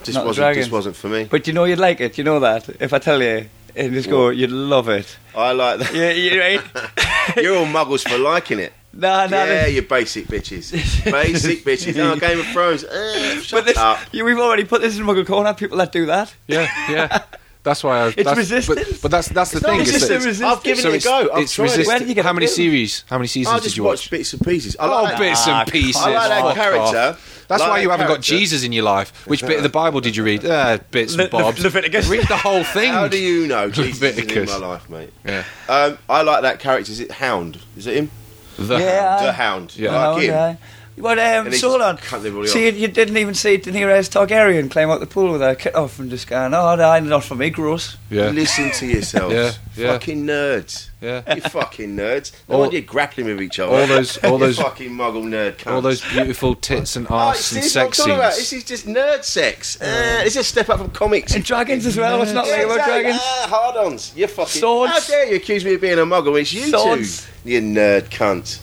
[SPEAKER 3] Just
[SPEAKER 2] Not the
[SPEAKER 3] wasn't. Just
[SPEAKER 2] dragons.
[SPEAKER 3] wasn't for me.
[SPEAKER 2] but you know you'd like it. You know that if I tell you and just go, you'd love it.
[SPEAKER 3] I like that.
[SPEAKER 2] Yeah, you right.
[SPEAKER 3] You're all muggles for liking it.
[SPEAKER 2] nah, nah.
[SPEAKER 3] yeah,
[SPEAKER 2] this-
[SPEAKER 3] you basic bitches. Basic bitches. Oh, Game of Thrones. Eh, shut
[SPEAKER 2] but this,
[SPEAKER 3] up.
[SPEAKER 2] yeah, we've already put this in Muggle Corner. People that do that.
[SPEAKER 4] Yeah, yeah. That's why I. that's,
[SPEAKER 2] resistance.
[SPEAKER 4] But, but that's that's the
[SPEAKER 2] It's not
[SPEAKER 4] thing. is
[SPEAKER 2] resistance,
[SPEAKER 4] that it's-
[SPEAKER 2] resistance. I've
[SPEAKER 3] given it a go. I've
[SPEAKER 4] it's
[SPEAKER 3] tried it.
[SPEAKER 4] resist-
[SPEAKER 2] Where did you get
[SPEAKER 4] How
[SPEAKER 2] it
[SPEAKER 4] many
[SPEAKER 2] from?
[SPEAKER 4] series? How many seasons
[SPEAKER 3] I
[SPEAKER 4] did
[SPEAKER 3] just
[SPEAKER 4] you
[SPEAKER 3] watched
[SPEAKER 4] watch?
[SPEAKER 3] bits and pieces. I
[SPEAKER 4] Oh,
[SPEAKER 3] like that.
[SPEAKER 4] bits
[SPEAKER 2] Ah,
[SPEAKER 4] and pieces.
[SPEAKER 3] I like that
[SPEAKER 4] Fuck
[SPEAKER 3] character.
[SPEAKER 4] off. That's
[SPEAKER 3] Like
[SPEAKER 4] why you
[SPEAKER 3] that
[SPEAKER 4] haven't got
[SPEAKER 3] character.
[SPEAKER 4] Jesus in your life. Which bit of the Bible did you read? Uh, bits
[SPEAKER 2] Le-
[SPEAKER 4] and bobs.
[SPEAKER 2] Le- Leviticus.
[SPEAKER 4] Read the whole thing.
[SPEAKER 3] How do you know Jesus isn't in
[SPEAKER 4] Leviticus.
[SPEAKER 3] my life, mate?
[SPEAKER 4] Yeah.
[SPEAKER 3] Um, I like that character. Is it Hound? Is it him?
[SPEAKER 4] The-
[SPEAKER 2] Yeah. Aye.
[SPEAKER 3] The Hound.
[SPEAKER 4] Yeah.
[SPEAKER 3] I
[SPEAKER 2] Oh,
[SPEAKER 3] like him.
[SPEAKER 2] yeah. But um,
[SPEAKER 3] And he
[SPEAKER 2] so hold
[SPEAKER 3] just
[SPEAKER 2] on.
[SPEAKER 3] cut everybody
[SPEAKER 2] See, you didn't even see Daenerys Targaryen climb out the pool with her kit off and just going, "Oh, no, not for me, gross."
[SPEAKER 4] Yeah.
[SPEAKER 3] Listen to yourselves.
[SPEAKER 4] Yeah, yeah.
[SPEAKER 3] Fucking nerds.
[SPEAKER 4] Yeah.
[SPEAKER 3] You fucking nerds. No
[SPEAKER 4] All-
[SPEAKER 3] wonder you're grappling with each other.
[SPEAKER 4] all those- all
[SPEAKER 3] You
[SPEAKER 4] those-
[SPEAKER 3] fucking muggle nerd cunts.
[SPEAKER 4] All those beautiful tits and
[SPEAKER 3] Oh,
[SPEAKER 4] arse
[SPEAKER 3] see,
[SPEAKER 4] and
[SPEAKER 3] this is what I'm
[SPEAKER 4] sex
[SPEAKER 3] talking about. This
[SPEAKER 4] scenes. Oh.
[SPEAKER 3] is just nerd sex. Uh, it's a step up from comics.
[SPEAKER 2] And dragons as well. It's not like about
[SPEAKER 3] exactly.
[SPEAKER 2] dragons.
[SPEAKER 3] Ah, hard-ons. You fucking.
[SPEAKER 2] Swords.
[SPEAKER 3] How dare you accuse me of being a muggle? It's you
[SPEAKER 2] Swords.
[SPEAKER 3] two. You nerd cunt.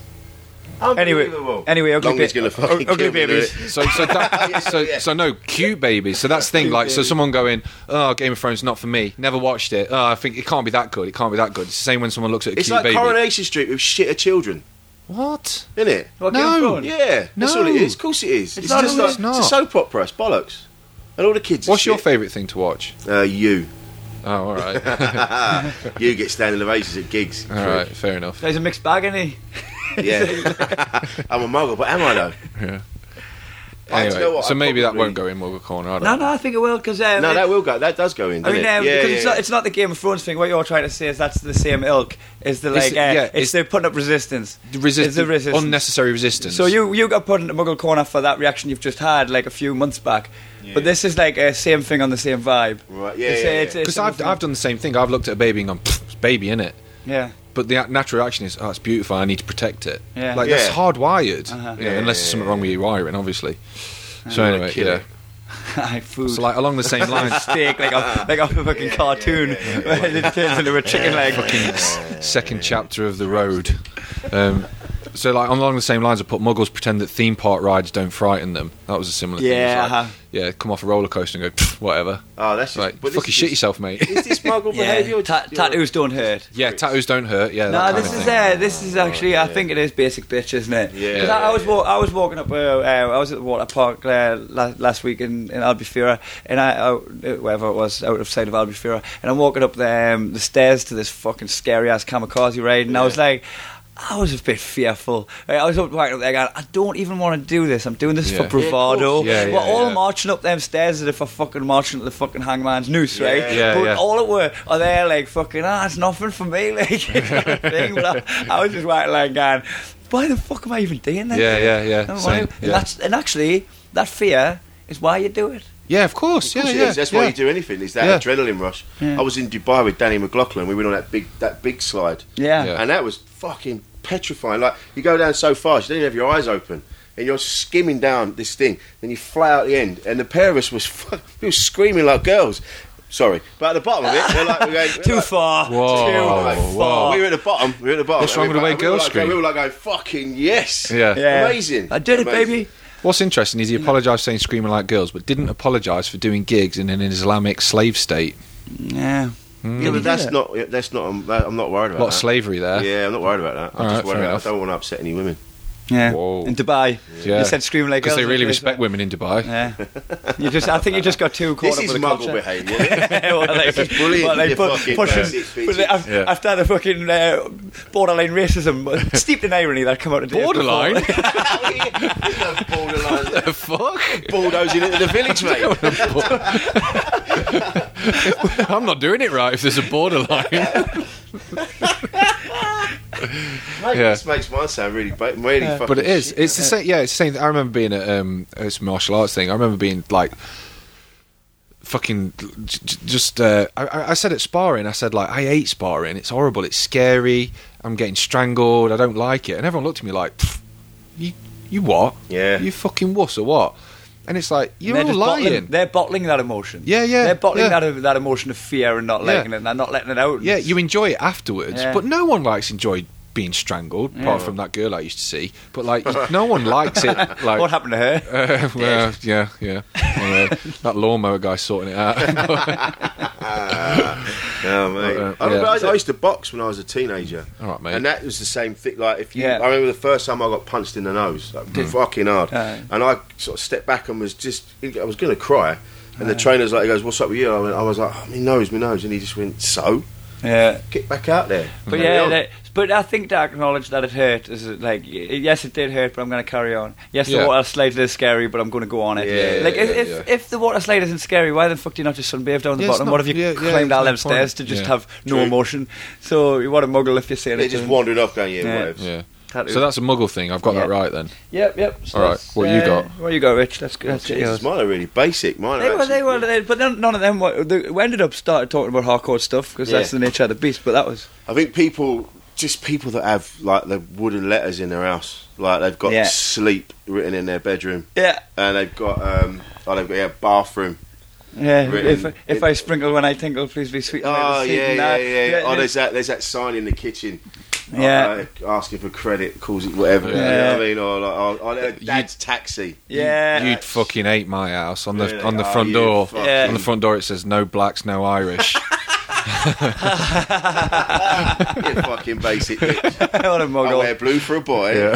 [SPEAKER 2] Anyway,
[SPEAKER 3] Unbelievable.
[SPEAKER 2] anyway, ugly,
[SPEAKER 3] Longy's
[SPEAKER 2] ba-
[SPEAKER 3] gonna fucking
[SPEAKER 2] ugly
[SPEAKER 3] kill me,
[SPEAKER 2] babies.
[SPEAKER 3] don't
[SPEAKER 4] So so,
[SPEAKER 3] Yeah,
[SPEAKER 4] that, so
[SPEAKER 3] yeah.
[SPEAKER 4] so no cute babies. So that's the thing. Like so, someone going, "Oh, Game of Thrones not for me. Never watched it. Oh, I think it can't be that good. It can't be that good." It's the same when someone looks at a
[SPEAKER 3] It's
[SPEAKER 4] cute
[SPEAKER 3] like
[SPEAKER 4] baby.
[SPEAKER 3] Coronation Street with shitter children,
[SPEAKER 4] What?
[SPEAKER 3] isn't it?
[SPEAKER 2] What, Game of
[SPEAKER 4] No.
[SPEAKER 2] Thrones?
[SPEAKER 3] Yeah, that's
[SPEAKER 4] No.
[SPEAKER 3] all it is. Of course it is.
[SPEAKER 2] It's not,
[SPEAKER 3] just
[SPEAKER 4] no,
[SPEAKER 3] like,
[SPEAKER 4] it's not.
[SPEAKER 3] It's a soap opera. It's bollocks. And all the kids. are
[SPEAKER 4] What's your
[SPEAKER 3] shit.
[SPEAKER 4] favourite thing to watch?
[SPEAKER 3] Uh, you.
[SPEAKER 4] Oh, all right,
[SPEAKER 3] you get standing ovations at gigs.
[SPEAKER 4] all right, fair enough.
[SPEAKER 2] There's a mixed bag, isn't he?
[SPEAKER 3] Yeah. I'm a muggle, but am I though? I tell you
[SPEAKER 4] Anyway,
[SPEAKER 3] what,
[SPEAKER 4] so
[SPEAKER 3] I
[SPEAKER 4] maybe that
[SPEAKER 3] probably-
[SPEAKER 4] won't go in Muggle Corner. I don't
[SPEAKER 2] No,
[SPEAKER 4] know.
[SPEAKER 2] no, I think it will because um,
[SPEAKER 3] No,
[SPEAKER 2] it-
[SPEAKER 3] that will go. That does go in.
[SPEAKER 2] I mean,
[SPEAKER 3] doesn't
[SPEAKER 2] um,
[SPEAKER 3] it? Yeah,
[SPEAKER 2] because
[SPEAKER 3] yeah,
[SPEAKER 2] it's not
[SPEAKER 3] yeah.
[SPEAKER 2] it's not the Game of Thrones thing. What you're trying to say is that's the same ilk. Is the like
[SPEAKER 4] It's-
[SPEAKER 2] uh,
[SPEAKER 4] yeah,
[SPEAKER 2] it's,
[SPEAKER 4] it's-
[SPEAKER 2] they're putting up resistance.
[SPEAKER 4] Resist-
[SPEAKER 2] It's the resistance.
[SPEAKER 4] unnecessary resistance.
[SPEAKER 2] So you you got put into Muggle Corner for that reaction you've just had like a few months back. But this is like a same thing on the same vibe.
[SPEAKER 3] Right, yeah,
[SPEAKER 2] It's,
[SPEAKER 3] yeah,
[SPEAKER 2] uh,
[SPEAKER 3] yeah.
[SPEAKER 2] it's- it's
[SPEAKER 4] because I've
[SPEAKER 2] something-
[SPEAKER 4] I've done the same thing. I've looked at a baby and gone, "Pfft, it's baby in it.
[SPEAKER 2] yeah.
[SPEAKER 4] But the a- natural reaction is, oh, it's beautiful. I need to protect it.
[SPEAKER 2] Yeah.
[SPEAKER 4] Like that's
[SPEAKER 3] Yeah.
[SPEAKER 4] hardwired.
[SPEAKER 2] Uh-huh.
[SPEAKER 4] Yeah, unless there's something wrong with your wiring, obviously. So anyway,
[SPEAKER 3] kill
[SPEAKER 4] yeah.
[SPEAKER 3] it.
[SPEAKER 2] I food.
[SPEAKER 4] So like along the same lines,
[SPEAKER 2] steak like off, like off a fucking cartoon where it turns into a chicken leg.
[SPEAKER 4] second chapter of the road. Um, so like along the same lines, I put muggles pretend that theme park rides don't frighten them. That was a similar thing. It was
[SPEAKER 2] Yeah,
[SPEAKER 4] like,
[SPEAKER 2] uh-huh.
[SPEAKER 4] yeah. Come off a roller coaster and go "Pfft, whatever.
[SPEAKER 3] Oh, that's just,
[SPEAKER 4] Like
[SPEAKER 3] but this
[SPEAKER 4] fucking
[SPEAKER 3] is
[SPEAKER 4] shit
[SPEAKER 3] just-
[SPEAKER 4] yourself, mate.
[SPEAKER 3] Is this muggle behaviour?
[SPEAKER 2] Yeah.
[SPEAKER 3] or
[SPEAKER 2] Ta-
[SPEAKER 3] just-
[SPEAKER 2] tattoos don't hurt.
[SPEAKER 4] yeah, tattoos don't hurt. Yeah.
[SPEAKER 2] No,
[SPEAKER 4] that
[SPEAKER 2] this
[SPEAKER 4] kind of
[SPEAKER 2] is
[SPEAKER 4] thing.
[SPEAKER 2] uh, this
[SPEAKER 4] Oh,
[SPEAKER 2] is actually. I think it is basic bitch, isn't it?
[SPEAKER 3] Yeah.
[SPEAKER 2] 'Cause I, I
[SPEAKER 3] Yeah,
[SPEAKER 2] was
[SPEAKER 3] yeah.
[SPEAKER 2] wa- I was walking up. Uh, uh, I was at the water park uh, la- last week in, in Albufeira, and I out, uh, wherever it was out of sight of Albufeira, and I'm walking up the, um, the stairs to this fucking scary ass kamikaze raid, and I was like. I was a bit fearful. Uh, I was up walking up there going, I don't even want to do this. I'm doing this
[SPEAKER 4] Yeah.
[SPEAKER 2] for bravado.
[SPEAKER 4] Yeah, of course. Yeah,
[SPEAKER 2] We're
[SPEAKER 4] yeah,
[SPEAKER 2] all
[SPEAKER 4] yeah.
[SPEAKER 2] marching up them stairs as if we're fucking marching to the fucking hangman's noose,
[SPEAKER 3] Yeah.
[SPEAKER 2] right?
[SPEAKER 4] Yeah,
[SPEAKER 2] but
[SPEAKER 4] yeah.
[SPEAKER 2] all it were are there like fucking ah, it's nothing for me, like kind of thing. But I, I was just right like going, why the fuck am I even doing this?
[SPEAKER 4] Yeah, yeah, yeah,
[SPEAKER 2] And,
[SPEAKER 4] same,
[SPEAKER 2] why- and
[SPEAKER 4] yeah.
[SPEAKER 2] that's and actually that fear is why you do it.
[SPEAKER 4] Yeah, of course.
[SPEAKER 3] Of course
[SPEAKER 4] yeah,
[SPEAKER 3] it
[SPEAKER 4] yeah.
[SPEAKER 3] is. That's
[SPEAKER 4] yeah.
[SPEAKER 3] why you do anything. Is that
[SPEAKER 4] Yeah.
[SPEAKER 3] adrenaline rush?
[SPEAKER 2] Yeah.
[SPEAKER 3] I was in Dubai with Danny McLaughlin. We went on that big that big slide,
[SPEAKER 2] Yeah.
[SPEAKER 4] Yeah.
[SPEAKER 3] and that was fucking petrifying. Like you go down so fast, you don't even have your eyes open, and you're skimming down this thing. Then you fly out the end, and the pair of us was fu- we were screaming like girls. Sorry, but at the bottom of it, we're like, we're going, we're
[SPEAKER 2] Too
[SPEAKER 3] like-
[SPEAKER 2] far.
[SPEAKER 4] Whoa,
[SPEAKER 2] Too
[SPEAKER 4] whoa.
[SPEAKER 2] far.
[SPEAKER 3] We were at the bottom. We were at the bottom.
[SPEAKER 4] Oh, What's wrong
[SPEAKER 3] And we-
[SPEAKER 4] with the
[SPEAKER 3] we
[SPEAKER 4] way
[SPEAKER 3] were
[SPEAKER 4] girls
[SPEAKER 3] like,
[SPEAKER 4] scream?
[SPEAKER 3] We were like going, "Fucking yes,
[SPEAKER 4] Yeah.
[SPEAKER 2] Yeah.
[SPEAKER 3] amazing."
[SPEAKER 2] I did it,
[SPEAKER 3] Amazing.
[SPEAKER 2] baby.
[SPEAKER 4] What's interesting is he
[SPEAKER 3] Mm.
[SPEAKER 4] apologised saying screaming like girls, but didn't apologise for doing gigs in an Islamic slave state.
[SPEAKER 2] Yeah.
[SPEAKER 3] Yeah, but that's not. That's not. I'm, uh, I'm not worried
[SPEAKER 4] A
[SPEAKER 3] about
[SPEAKER 4] Mm. lot of
[SPEAKER 3] that.
[SPEAKER 4] slavery there.
[SPEAKER 3] Yeah, I'm not worried about that. I'm
[SPEAKER 4] All
[SPEAKER 3] just
[SPEAKER 4] right,
[SPEAKER 3] worried
[SPEAKER 4] fair
[SPEAKER 3] about,
[SPEAKER 4] enough.
[SPEAKER 3] I don't want to upset any women.
[SPEAKER 2] Yeah.
[SPEAKER 4] Whoa.
[SPEAKER 2] In Dubai,
[SPEAKER 4] Yeah.
[SPEAKER 2] you said scream like
[SPEAKER 4] Because they
[SPEAKER 2] girls,
[SPEAKER 4] really
[SPEAKER 2] like
[SPEAKER 4] respect women in Dubai.
[SPEAKER 2] Yeah. You just. I think you just got too caught
[SPEAKER 3] This
[SPEAKER 2] up
[SPEAKER 3] is
[SPEAKER 2] with the
[SPEAKER 3] muggle
[SPEAKER 2] culture.
[SPEAKER 3] behaviour.
[SPEAKER 2] well, they,
[SPEAKER 3] This is brilliant,
[SPEAKER 2] well, they
[SPEAKER 3] you
[SPEAKER 2] put,
[SPEAKER 3] fucking
[SPEAKER 2] push
[SPEAKER 3] basic
[SPEAKER 2] but
[SPEAKER 3] bitches.
[SPEAKER 2] they- af-
[SPEAKER 4] Yeah.
[SPEAKER 2] after the fucking uh, borderline racism, steeped in irony that come out of the
[SPEAKER 4] Borderline?
[SPEAKER 3] There's no borderline.
[SPEAKER 4] the fuck?
[SPEAKER 3] Bulldozing into the village, mate.
[SPEAKER 4] I'm not doing it right if there's a borderline.
[SPEAKER 3] Mate,
[SPEAKER 4] Yeah.
[SPEAKER 3] This makes mine sound really, ba- really fucking.
[SPEAKER 4] but it is.
[SPEAKER 3] shit.
[SPEAKER 4] It's the same. Yeah, it's the same. I remember being at um, it's a martial arts thing. I remember being like fucking j- j- just uh, I- I, I said at sparring I said like I hate sparring it's horrible it's scary I'm getting strangled I don't like it and everyone looked at me like "Pff, you you what
[SPEAKER 3] Yeah.
[SPEAKER 4] you fucking wuss or what and it's like you're
[SPEAKER 2] They're
[SPEAKER 4] all
[SPEAKER 2] just
[SPEAKER 4] lying
[SPEAKER 2] Bottling, they're bottling that emotion.
[SPEAKER 4] Yeah, yeah,
[SPEAKER 2] They're bottling
[SPEAKER 4] yeah.
[SPEAKER 2] that that emotion of fear and not
[SPEAKER 4] Yeah.
[SPEAKER 2] letting it, and not letting it out.
[SPEAKER 4] yeah you enjoy it afterwards
[SPEAKER 2] Yeah.
[SPEAKER 4] but no one likes enjoy being strangled apart from that girl I used to see but like no one likes it like
[SPEAKER 2] what happened to her?
[SPEAKER 4] Uh, well, yeah, yeah. Anyway, that lawnmower guy sorting it out.
[SPEAKER 3] Yeah, mate.
[SPEAKER 4] Uh,
[SPEAKER 3] I, remember,
[SPEAKER 4] yeah.
[SPEAKER 3] I, I used to box when I was a teenager.
[SPEAKER 4] All right, mate.
[SPEAKER 3] And that was the same thing. Like if you,
[SPEAKER 2] Yeah.
[SPEAKER 3] I remember the first time I got punched in the nose, like, fucking hard.
[SPEAKER 2] Aye.
[SPEAKER 3] and I sort of stepped back and was just, I was going to cry. And the trainer's like, he goes, "What's up with you?" I, went, I was like, oh, "My nose, my nose," and he just went, "So,
[SPEAKER 2] Yeah.
[SPEAKER 3] get back out there."
[SPEAKER 2] But
[SPEAKER 3] Carry
[SPEAKER 2] yeah,
[SPEAKER 3] on."
[SPEAKER 2] that, but I think to acknowledge that it hurt is like y- yes, it did hurt, but I'm going to carry on. Yes, the
[SPEAKER 4] Yeah.
[SPEAKER 2] water slide is scary, but I'm going to go on it.
[SPEAKER 3] Yeah,
[SPEAKER 2] like
[SPEAKER 4] yeah,
[SPEAKER 2] if,
[SPEAKER 4] yeah.
[SPEAKER 2] if if the water slide isn't scary, why the fuck do you not just sunbathe down the
[SPEAKER 4] Yeah, it's
[SPEAKER 2] bottom?
[SPEAKER 4] not-
[SPEAKER 2] what if you
[SPEAKER 4] yeah, yeah,
[SPEAKER 2] climbed
[SPEAKER 4] it's
[SPEAKER 2] all
[SPEAKER 4] no
[SPEAKER 2] them stairs
[SPEAKER 4] point.
[SPEAKER 2] to just
[SPEAKER 4] Yeah.
[SPEAKER 2] have no
[SPEAKER 3] True.
[SPEAKER 2] emotion? So you want a muggle if you say
[SPEAKER 3] They
[SPEAKER 2] anything.
[SPEAKER 3] just wandered off, going, "Yeah,
[SPEAKER 2] Yeah.
[SPEAKER 3] whatever."
[SPEAKER 4] yeah.
[SPEAKER 2] Tattoo.
[SPEAKER 4] So that's a muggle thing. I've got that
[SPEAKER 2] Yeah.
[SPEAKER 4] right then.
[SPEAKER 2] yep, yep. So
[SPEAKER 4] All right,
[SPEAKER 2] that's, uh,
[SPEAKER 4] what you got?
[SPEAKER 2] What you got, Rich? Let's, let's get yours.
[SPEAKER 3] Jesus, mine are really basic. Mine are
[SPEAKER 2] They were,
[SPEAKER 3] actually
[SPEAKER 2] they were, they, but none none of them. Were, they we ended up started talking about hardcore stuff because that's
[SPEAKER 3] Yeah.
[SPEAKER 2] the nature of the beast. But that was
[SPEAKER 3] I think people, just people that have like the wooden letters in their house, like they've got
[SPEAKER 2] Yeah.
[SPEAKER 3] sleep written in their bedroom,
[SPEAKER 2] yeah,
[SPEAKER 3] and they've got um, oh, they've got yeah, bathroom.
[SPEAKER 2] yeah.
[SPEAKER 3] Written
[SPEAKER 2] If, if I sprinkle when I tinkle, please be sweet. and
[SPEAKER 3] Oh
[SPEAKER 2] let the seed
[SPEAKER 3] yeah,
[SPEAKER 2] and
[SPEAKER 3] yeah,
[SPEAKER 2] I-
[SPEAKER 3] yeah, yeah. Oh,
[SPEAKER 2] yeah.
[SPEAKER 3] there's that. There's that sign in the kitchen.
[SPEAKER 2] Yeah.
[SPEAKER 3] uh, asking for credit, calls it whatever. you know
[SPEAKER 2] Yeah.
[SPEAKER 3] what I mean, or like, oh, oh, no,
[SPEAKER 4] You-
[SPEAKER 3] dad's taxi.
[SPEAKER 2] Yeah.
[SPEAKER 4] You'd fucking hate my house on the
[SPEAKER 3] Really?
[SPEAKER 4] on the
[SPEAKER 3] Oh,
[SPEAKER 4] front
[SPEAKER 3] you
[SPEAKER 4] door.
[SPEAKER 3] fucking-
[SPEAKER 2] Yeah.
[SPEAKER 4] On the front door it says no blacks, no Irish.
[SPEAKER 3] you fucking basic. bitch.
[SPEAKER 2] what a
[SPEAKER 3] I wear
[SPEAKER 2] muggle.
[SPEAKER 3] blue for a boy.
[SPEAKER 2] yeah,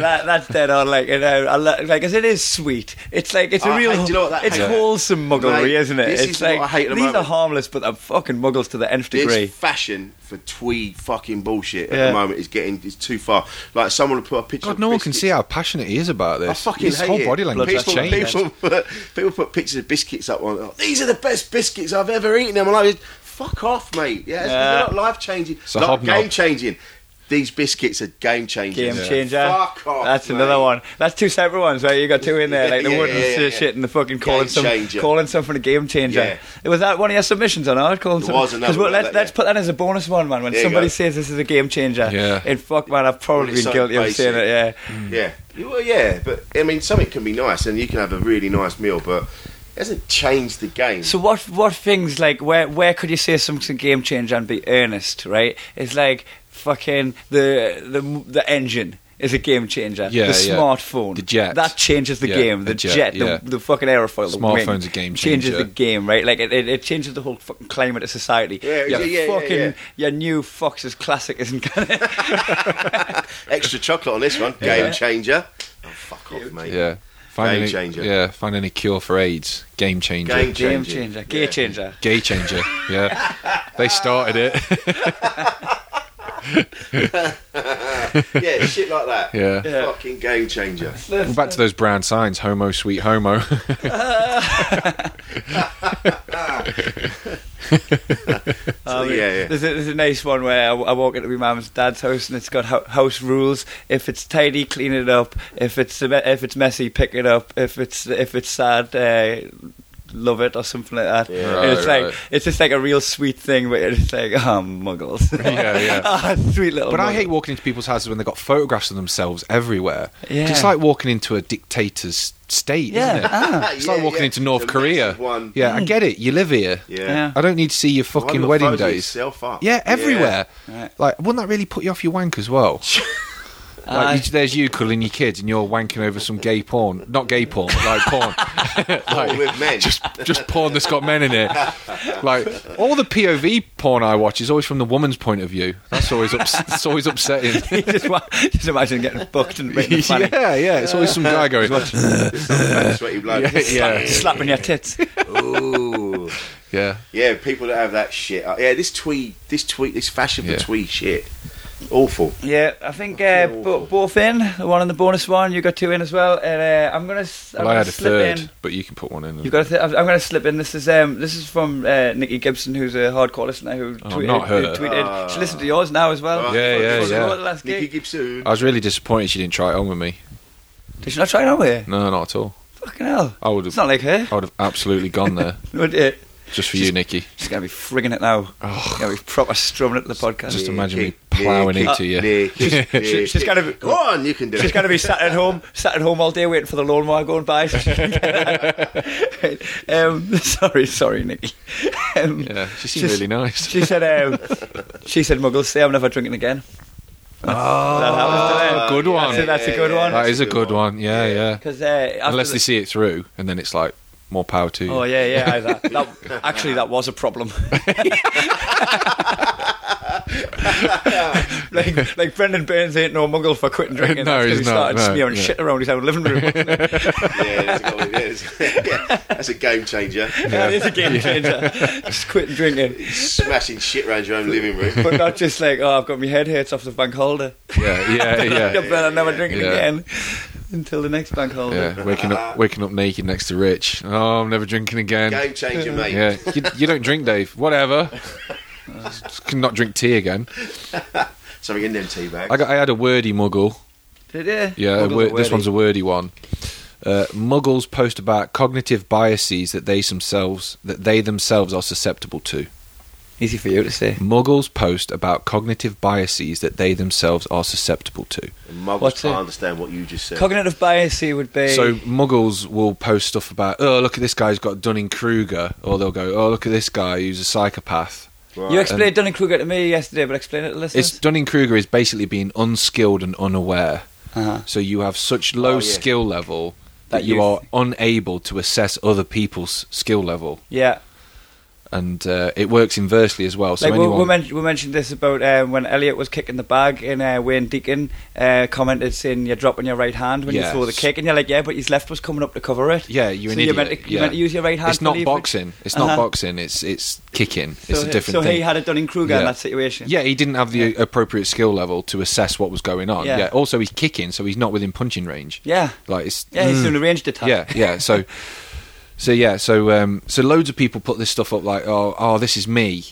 [SPEAKER 2] that, that's dead on. Like, you know, I lo- like, 'cause it is sweet. It's like, it's a
[SPEAKER 3] I-
[SPEAKER 2] real,
[SPEAKER 3] I- Ah, do you know what that-
[SPEAKER 2] it's
[SPEAKER 3] Yeah.
[SPEAKER 2] wholesome mugglery,
[SPEAKER 3] Mate,
[SPEAKER 2] isn't it?
[SPEAKER 3] this
[SPEAKER 2] it's
[SPEAKER 3] is
[SPEAKER 2] like,
[SPEAKER 3] what I hate at the
[SPEAKER 2] these are
[SPEAKER 3] moment.
[SPEAKER 2] harmless, but they're fucking muggles to the nth degree.
[SPEAKER 3] This fashion for tweed fucking bullshit at
[SPEAKER 2] Yeah.
[SPEAKER 3] the moment is getting is too far. Like someone will put a picture.
[SPEAKER 4] God,
[SPEAKER 3] of
[SPEAKER 4] no one can
[SPEAKER 3] biscuits-
[SPEAKER 4] see how passionate he is about this.
[SPEAKER 3] I fucking
[SPEAKER 4] His
[SPEAKER 3] hate
[SPEAKER 4] whole
[SPEAKER 3] it.
[SPEAKER 4] body language has
[SPEAKER 3] people,
[SPEAKER 4] changed.
[SPEAKER 3] People put, people put pictures of biscuits up on. Oh, These are the best biscuits I've ever eaten. I'm like, fuck off, mate. Yeah, it's-
[SPEAKER 2] Yeah.
[SPEAKER 3] they're not life changing.
[SPEAKER 4] a
[SPEAKER 3] Not
[SPEAKER 4] hobnob.
[SPEAKER 3] game changing. These biscuits are game changing.
[SPEAKER 2] Game changer.
[SPEAKER 3] Fuck off.
[SPEAKER 2] That's
[SPEAKER 3] mate.
[SPEAKER 2] another one. That's two separate ones, right? You got two in there, like the
[SPEAKER 3] Yeah,
[SPEAKER 2] wooden
[SPEAKER 3] yeah, yeah, yeah.
[SPEAKER 2] shit and the fucking calling
[SPEAKER 3] Game
[SPEAKER 2] some
[SPEAKER 3] changer.
[SPEAKER 2] calling something a game changer.
[SPEAKER 3] Yeah.
[SPEAKER 2] It was that one of your submissions on our calling
[SPEAKER 3] There
[SPEAKER 2] something-
[SPEAKER 3] was another
[SPEAKER 2] well,
[SPEAKER 3] one
[SPEAKER 2] let's,
[SPEAKER 3] like that,
[SPEAKER 2] let's
[SPEAKER 3] yeah.
[SPEAKER 2] put that as a bonus one, man. When
[SPEAKER 3] There you
[SPEAKER 2] somebody
[SPEAKER 3] go.
[SPEAKER 2] says this is a game changer,
[SPEAKER 4] Yeah.
[SPEAKER 2] and fuck, man, I've probably
[SPEAKER 3] It's
[SPEAKER 2] been guilty of saying
[SPEAKER 3] something
[SPEAKER 2] it. Yeah,
[SPEAKER 3] Yeah. You- Well, yeah, but I mean, something can be nice, and you can have a really nice meal, but it doesn't change the game.
[SPEAKER 2] So what what things like where where could you say something game changer and be earnest, right? It's like fucking the the the engine is a game changer.
[SPEAKER 4] Yeah,
[SPEAKER 2] the
[SPEAKER 4] yeah.
[SPEAKER 2] smartphone,
[SPEAKER 4] The jet.
[SPEAKER 2] that changes the
[SPEAKER 4] Yeah,
[SPEAKER 2] game. The
[SPEAKER 4] the jet,
[SPEAKER 2] jet,
[SPEAKER 4] yeah.
[SPEAKER 2] the, the fucking aerofoil, the wing,
[SPEAKER 4] Smartphone's a game
[SPEAKER 2] changes the
[SPEAKER 4] changer.
[SPEAKER 2] game, right? Like it, it, it changes the whole fucking climate of society.
[SPEAKER 3] Yeah,
[SPEAKER 2] your
[SPEAKER 3] yeah, yeah, yeah,
[SPEAKER 2] fucking
[SPEAKER 3] yeah.
[SPEAKER 2] your new Fox's classic isn't gonna.
[SPEAKER 3] Extra chocolate on this one. Game
[SPEAKER 2] Yeah.
[SPEAKER 3] changer. Oh, fuck off, mate.
[SPEAKER 4] Yeah. Find
[SPEAKER 3] Game
[SPEAKER 4] any,
[SPEAKER 3] changer.
[SPEAKER 4] Yeah. Find any cure for AIDS. Game changer.
[SPEAKER 3] Game
[SPEAKER 2] Game
[SPEAKER 3] Changing.
[SPEAKER 2] changer,
[SPEAKER 3] Yeah.
[SPEAKER 2] gear changer.
[SPEAKER 4] Gay changer. Yeah. they started it.
[SPEAKER 3] yeah, shit like that.
[SPEAKER 4] Yeah.
[SPEAKER 2] Yeah.
[SPEAKER 3] Fucking game changer.
[SPEAKER 4] Well, back to those brown signs, homo sweet homo. Oh,
[SPEAKER 3] So, yeah, yeah.
[SPEAKER 2] There's a, there's a nice one where I, I walk into my mum's and dad's house and it's got ho- house rules. If it's tidy, clean it up. If it's a me- if it's messy, pick it up. If it's if it's sad, uh, love it or something like that.
[SPEAKER 3] Yeah.
[SPEAKER 2] And it's
[SPEAKER 4] Right,
[SPEAKER 2] like
[SPEAKER 4] right.
[SPEAKER 2] it's just like a real sweet thing, but it's like oh muggles.
[SPEAKER 4] Yeah, yeah.
[SPEAKER 2] Ah, sweet little.
[SPEAKER 4] But I
[SPEAKER 2] muggles.
[SPEAKER 4] hate walking into people's houses when they've got photographs of themselves everywhere.
[SPEAKER 2] Yeah.
[SPEAKER 4] It's like walking into a dictator's state,
[SPEAKER 2] Yeah,
[SPEAKER 4] isn't it?
[SPEAKER 2] ah. Mm.
[SPEAKER 4] It's like
[SPEAKER 3] Yeah,
[SPEAKER 4] walking
[SPEAKER 3] yeah.
[SPEAKER 4] into North
[SPEAKER 3] The
[SPEAKER 4] Korea.
[SPEAKER 3] massive one.
[SPEAKER 4] Yeah, I get it. You live here.
[SPEAKER 3] Yeah.
[SPEAKER 2] Yeah.
[SPEAKER 4] I don't need to see your
[SPEAKER 3] Why
[SPEAKER 4] fucking
[SPEAKER 3] not
[SPEAKER 4] wedding
[SPEAKER 3] photo
[SPEAKER 4] days.
[SPEAKER 3] yourself up?
[SPEAKER 4] Yeah, everywhere.
[SPEAKER 2] Right.
[SPEAKER 4] Like, wouldn't that really put you off your wank as well?
[SPEAKER 2] Aye.
[SPEAKER 4] like, you, there's you cuddling your kids and you're wanking over some gay porn. Not gay porn, but like porn.
[SPEAKER 3] All
[SPEAKER 4] Like,
[SPEAKER 3] with men.
[SPEAKER 4] just just porn that's got men in it. Like all the POV porn I watch is always from the woman's point of view. That's always ups- it's always upsetting.
[SPEAKER 2] just, wa- just imagine getting booked and making funny.
[SPEAKER 4] yeah, yeah. It's always some guy going.
[SPEAKER 3] sweaty bloke.
[SPEAKER 4] Yeah.
[SPEAKER 2] Slap, slapping your tits.
[SPEAKER 3] Ooh.
[SPEAKER 4] yeah,
[SPEAKER 3] Yeah, people that have that shit. Uh, Yeah, this tweed, this tweed, this fashion for
[SPEAKER 4] Yeah.
[SPEAKER 3] tweed shit. Awful.
[SPEAKER 2] Yeah, I think uh,
[SPEAKER 3] Fucking
[SPEAKER 2] bo-
[SPEAKER 3] awful.
[SPEAKER 2] both in. The one and the bonus one. You got two in as well. And uh, I'm gonna. s- I'm
[SPEAKER 4] well, I
[SPEAKER 2] gonna
[SPEAKER 4] had a
[SPEAKER 2] slip
[SPEAKER 4] third,
[SPEAKER 2] in.
[SPEAKER 4] but you can put one in.
[SPEAKER 2] You got. To th- I'm going to slip in. This is um. This is from uh, Nikki Gibson, who's a hardcore listener who
[SPEAKER 4] Oh,
[SPEAKER 2] tweeted.
[SPEAKER 4] not her.
[SPEAKER 2] who tweeted.
[SPEAKER 3] Ah.
[SPEAKER 2] she listened to yours now as well.
[SPEAKER 3] Oh,
[SPEAKER 4] Yeah, yeah,
[SPEAKER 2] She
[SPEAKER 4] yeah.
[SPEAKER 2] wrote the last
[SPEAKER 3] Nicky
[SPEAKER 2] gig.
[SPEAKER 3] Gibson.
[SPEAKER 4] I was really disappointed she didn't try it on with me.
[SPEAKER 2] Did she not try it on with you?
[SPEAKER 4] No, not at all.
[SPEAKER 2] Fucking hell.
[SPEAKER 4] I would
[SPEAKER 2] It's
[SPEAKER 4] have.
[SPEAKER 2] not like her.
[SPEAKER 4] I would have absolutely gone there
[SPEAKER 2] Would it?
[SPEAKER 4] just for
[SPEAKER 2] She's-
[SPEAKER 4] you, Nikki.
[SPEAKER 2] She's going to be frigging it now.
[SPEAKER 4] Oh.
[SPEAKER 2] She's going to be proper strumming it to the podcast.
[SPEAKER 4] Just
[SPEAKER 3] Nicky,
[SPEAKER 4] imagine me ploughing
[SPEAKER 3] Nicky,
[SPEAKER 4] into you.
[SPEAKER 3] Nicky,
[SPEAKER 4] She's-
[SPEAKER 3] Nicky.
[SPEAKER 2] she's gotta be-
[SPEAKER 3] Go on, you can do
[SPEAKER 2] She's
[SPEAKER 3] it.
[SPEAKER 2] going to be sat at home, sat at home all day waiting for the lawnmower going by. um, sorry, sorry, Nikki. Um,
[SPEAKER 4] Yeah, she seemed really nice.
[SPEAKER 2] She said, um, "She said, muggles say I'm never drinking again." Oh, that happens to them.
[SPEAKER 4] Ah, good one.
[SPEAKER 2] That's a, that's a good one.
[SPEAKER 4] that is a good one. Yeah, yeah.
[SPEAKER 2] Because uh, after
[SPEAKER 4] Unless
[SPEAKER 2] the-
[SPEAKER 4] they see it through, and then it's like more power to you.
[SPEAKER 2] Oh yeah, yeah. aye, that, that, actually, that was a problem. like, like Brendan Burns ain't no muggle for quitting drinking.
[SPEAKER 4] No,
[SPEAKER 2] That's 'cause
[SPEAKER 4] he's
[SPEAKER 2] he
[SPEAKER 4] not,
[SPEAKER 2] started
[SPEAKER 4] no,
[SPEAKER 2] smearing
[SPEAKER 4] yeah.
[SPEAKER 2] shit around his own living room. wasn't it?
[SPEAKER 3] Yeah, that's a good one, yeah, that's- yeah, that's a game changer.
[SPEAKER 2] That is a game changer. Just quitting drinking,
[SPEAKER 3] Smashing shit around your own living room.
[SPEAKER 2] but not just like, oh, I've got my head hurts off the bank holiday.
[SPEAKER 4] yeah, yeah, yeah.
[SPEAKER 2] but I'm never drinking
[SPEAKER 4] Yeah.
[SPEAKER 2] again until the next bank holiday.
[SPEAKER 4] Yeah, waking up, waking up naked next to Rich. Oh, I'm never drinking again.
[SPEAKER 3] Game changer, mate.
[SPEAKER 4] Yeah, you, you don't drink, Dave. Whatever. Just Can not drink tea again.
[SPEAKER 3] Something in them tea bags.
[SPEAKER 4] I got. I had a wordy muggle.
[SPEAKER 2] Did you?
[SPEAKER 4] Yeah, a
[SPEAKER 2] Muggles
[SPEAKER 4] wor-
[SPEAKER 2] are
[SPEAKER 4] this
[SPEAKER 2] wordy.
[SPEAKER 4] one's a wordy one. Uh, muggles post about cognitive biases that they themselves that they themselves are susceptible to.
[SPEAKER 2] easy for you to say.
[SPEAKER 4] Muggles post about cognitive biases that they themselves are susceptible to.
[SPEAKER 3] Muggles
[SPEAKER 2] What's
[SPEAKER 3] can't
[SPEAKER 2] it?
[SPEAKER 3] understand what you just said.
[SPEAKER 2] Cognitive bias here would be
[SPEAKER 4] So muggles will post stuff about, oh look at this guy's got Dunning Kruger, or they'll go, oh look at this guy who's a psychopath.
[SPEAKER 3] Right.
[SPEAKER 2] You explained Dunning Kruger to me yesterday, but explain it to
[SPEAKER 4] It's
[SPEAKER 2] listeners.
[SPEAKER 4] Dunning Kruger is basically being unskilled and unaware.
[SPEAKER 2] Uh-huh.
[SPEAKER 4] So you have such low
[SPEAKER 3] yeah.
[SPEAKER 4] skill level that,
[SPEAKER 2] That
[SPEAKER 4] you
[SPEAKER 2] you-
[SPEAKER 4] are unable to assess other people's skill level,
[SPEAKER 2] Yeah,
[SPEAKER 4] and uh, it works inversely as well. So
[SPEAKER 2] like we,
[SPEAKER 4] anyone,
[SPEAKER 2] we, men- we mentioned this about um, when Elliot was kicking the bag, and uh, Wayne Deacon uh, commented saying you're dropping your right hand when you
[SPEAKER 4] Yes.
[SPEAKER 2] throw the kick, and you're like, yeah, but his left was coming up to cover it.
[SPEAKER 4] yeah, you're
[SPEAKER 2] so
[SPEAKER 4] an idiot.
[SPEAKER 2] You're meant to,
[SPEAKER 4] yeah.
[SPEAKER 2] you're meant to use your right hand.
[SPEAKER 4] It's
[SPEAKER 2] to
[SPEAKER 4] not
[SPEAKER 2] leave it.
[SPEAKER 4] boxing. It's
[SPEAKER 2] Uh-huh.
[SPEAKER 4] not boxing. It's it's kicking.
[SPEAKER 2] So
[SPEAKER 4] it's a
[SPEAKER 2] he-
[SPEAKER 4] different
[SPEAKER 2] So
[SPEAKER 4] thing.
[SPEAKER 2] he had a Dunning Kruger in
[SPEAKER 4] Yeah.
[SPEAKER 2] that situation.
[SPEAKER 4] Yeah, he didn't have the
[SPEAKER 2] Yeah.
[SPEAKER 4] appropriate skill level to assess what was going on.
[SPEAKER 2] Yeah.
[SPEAKER 4] Yeah. Also, he's kicking, so he's not within punching range.
[SPEAKER 2] yeah,
[SPEAKER 4] Like it's
[SPEAKER 2] yeah. He's
[SPEAKER 4] Mm.
[SPEAKER 2] doing a ranged attack.
[SPEAKER 4] yeah, yeah. So, so yeah, so um, so loads of people put this stuff up like, oh, oh, this is me,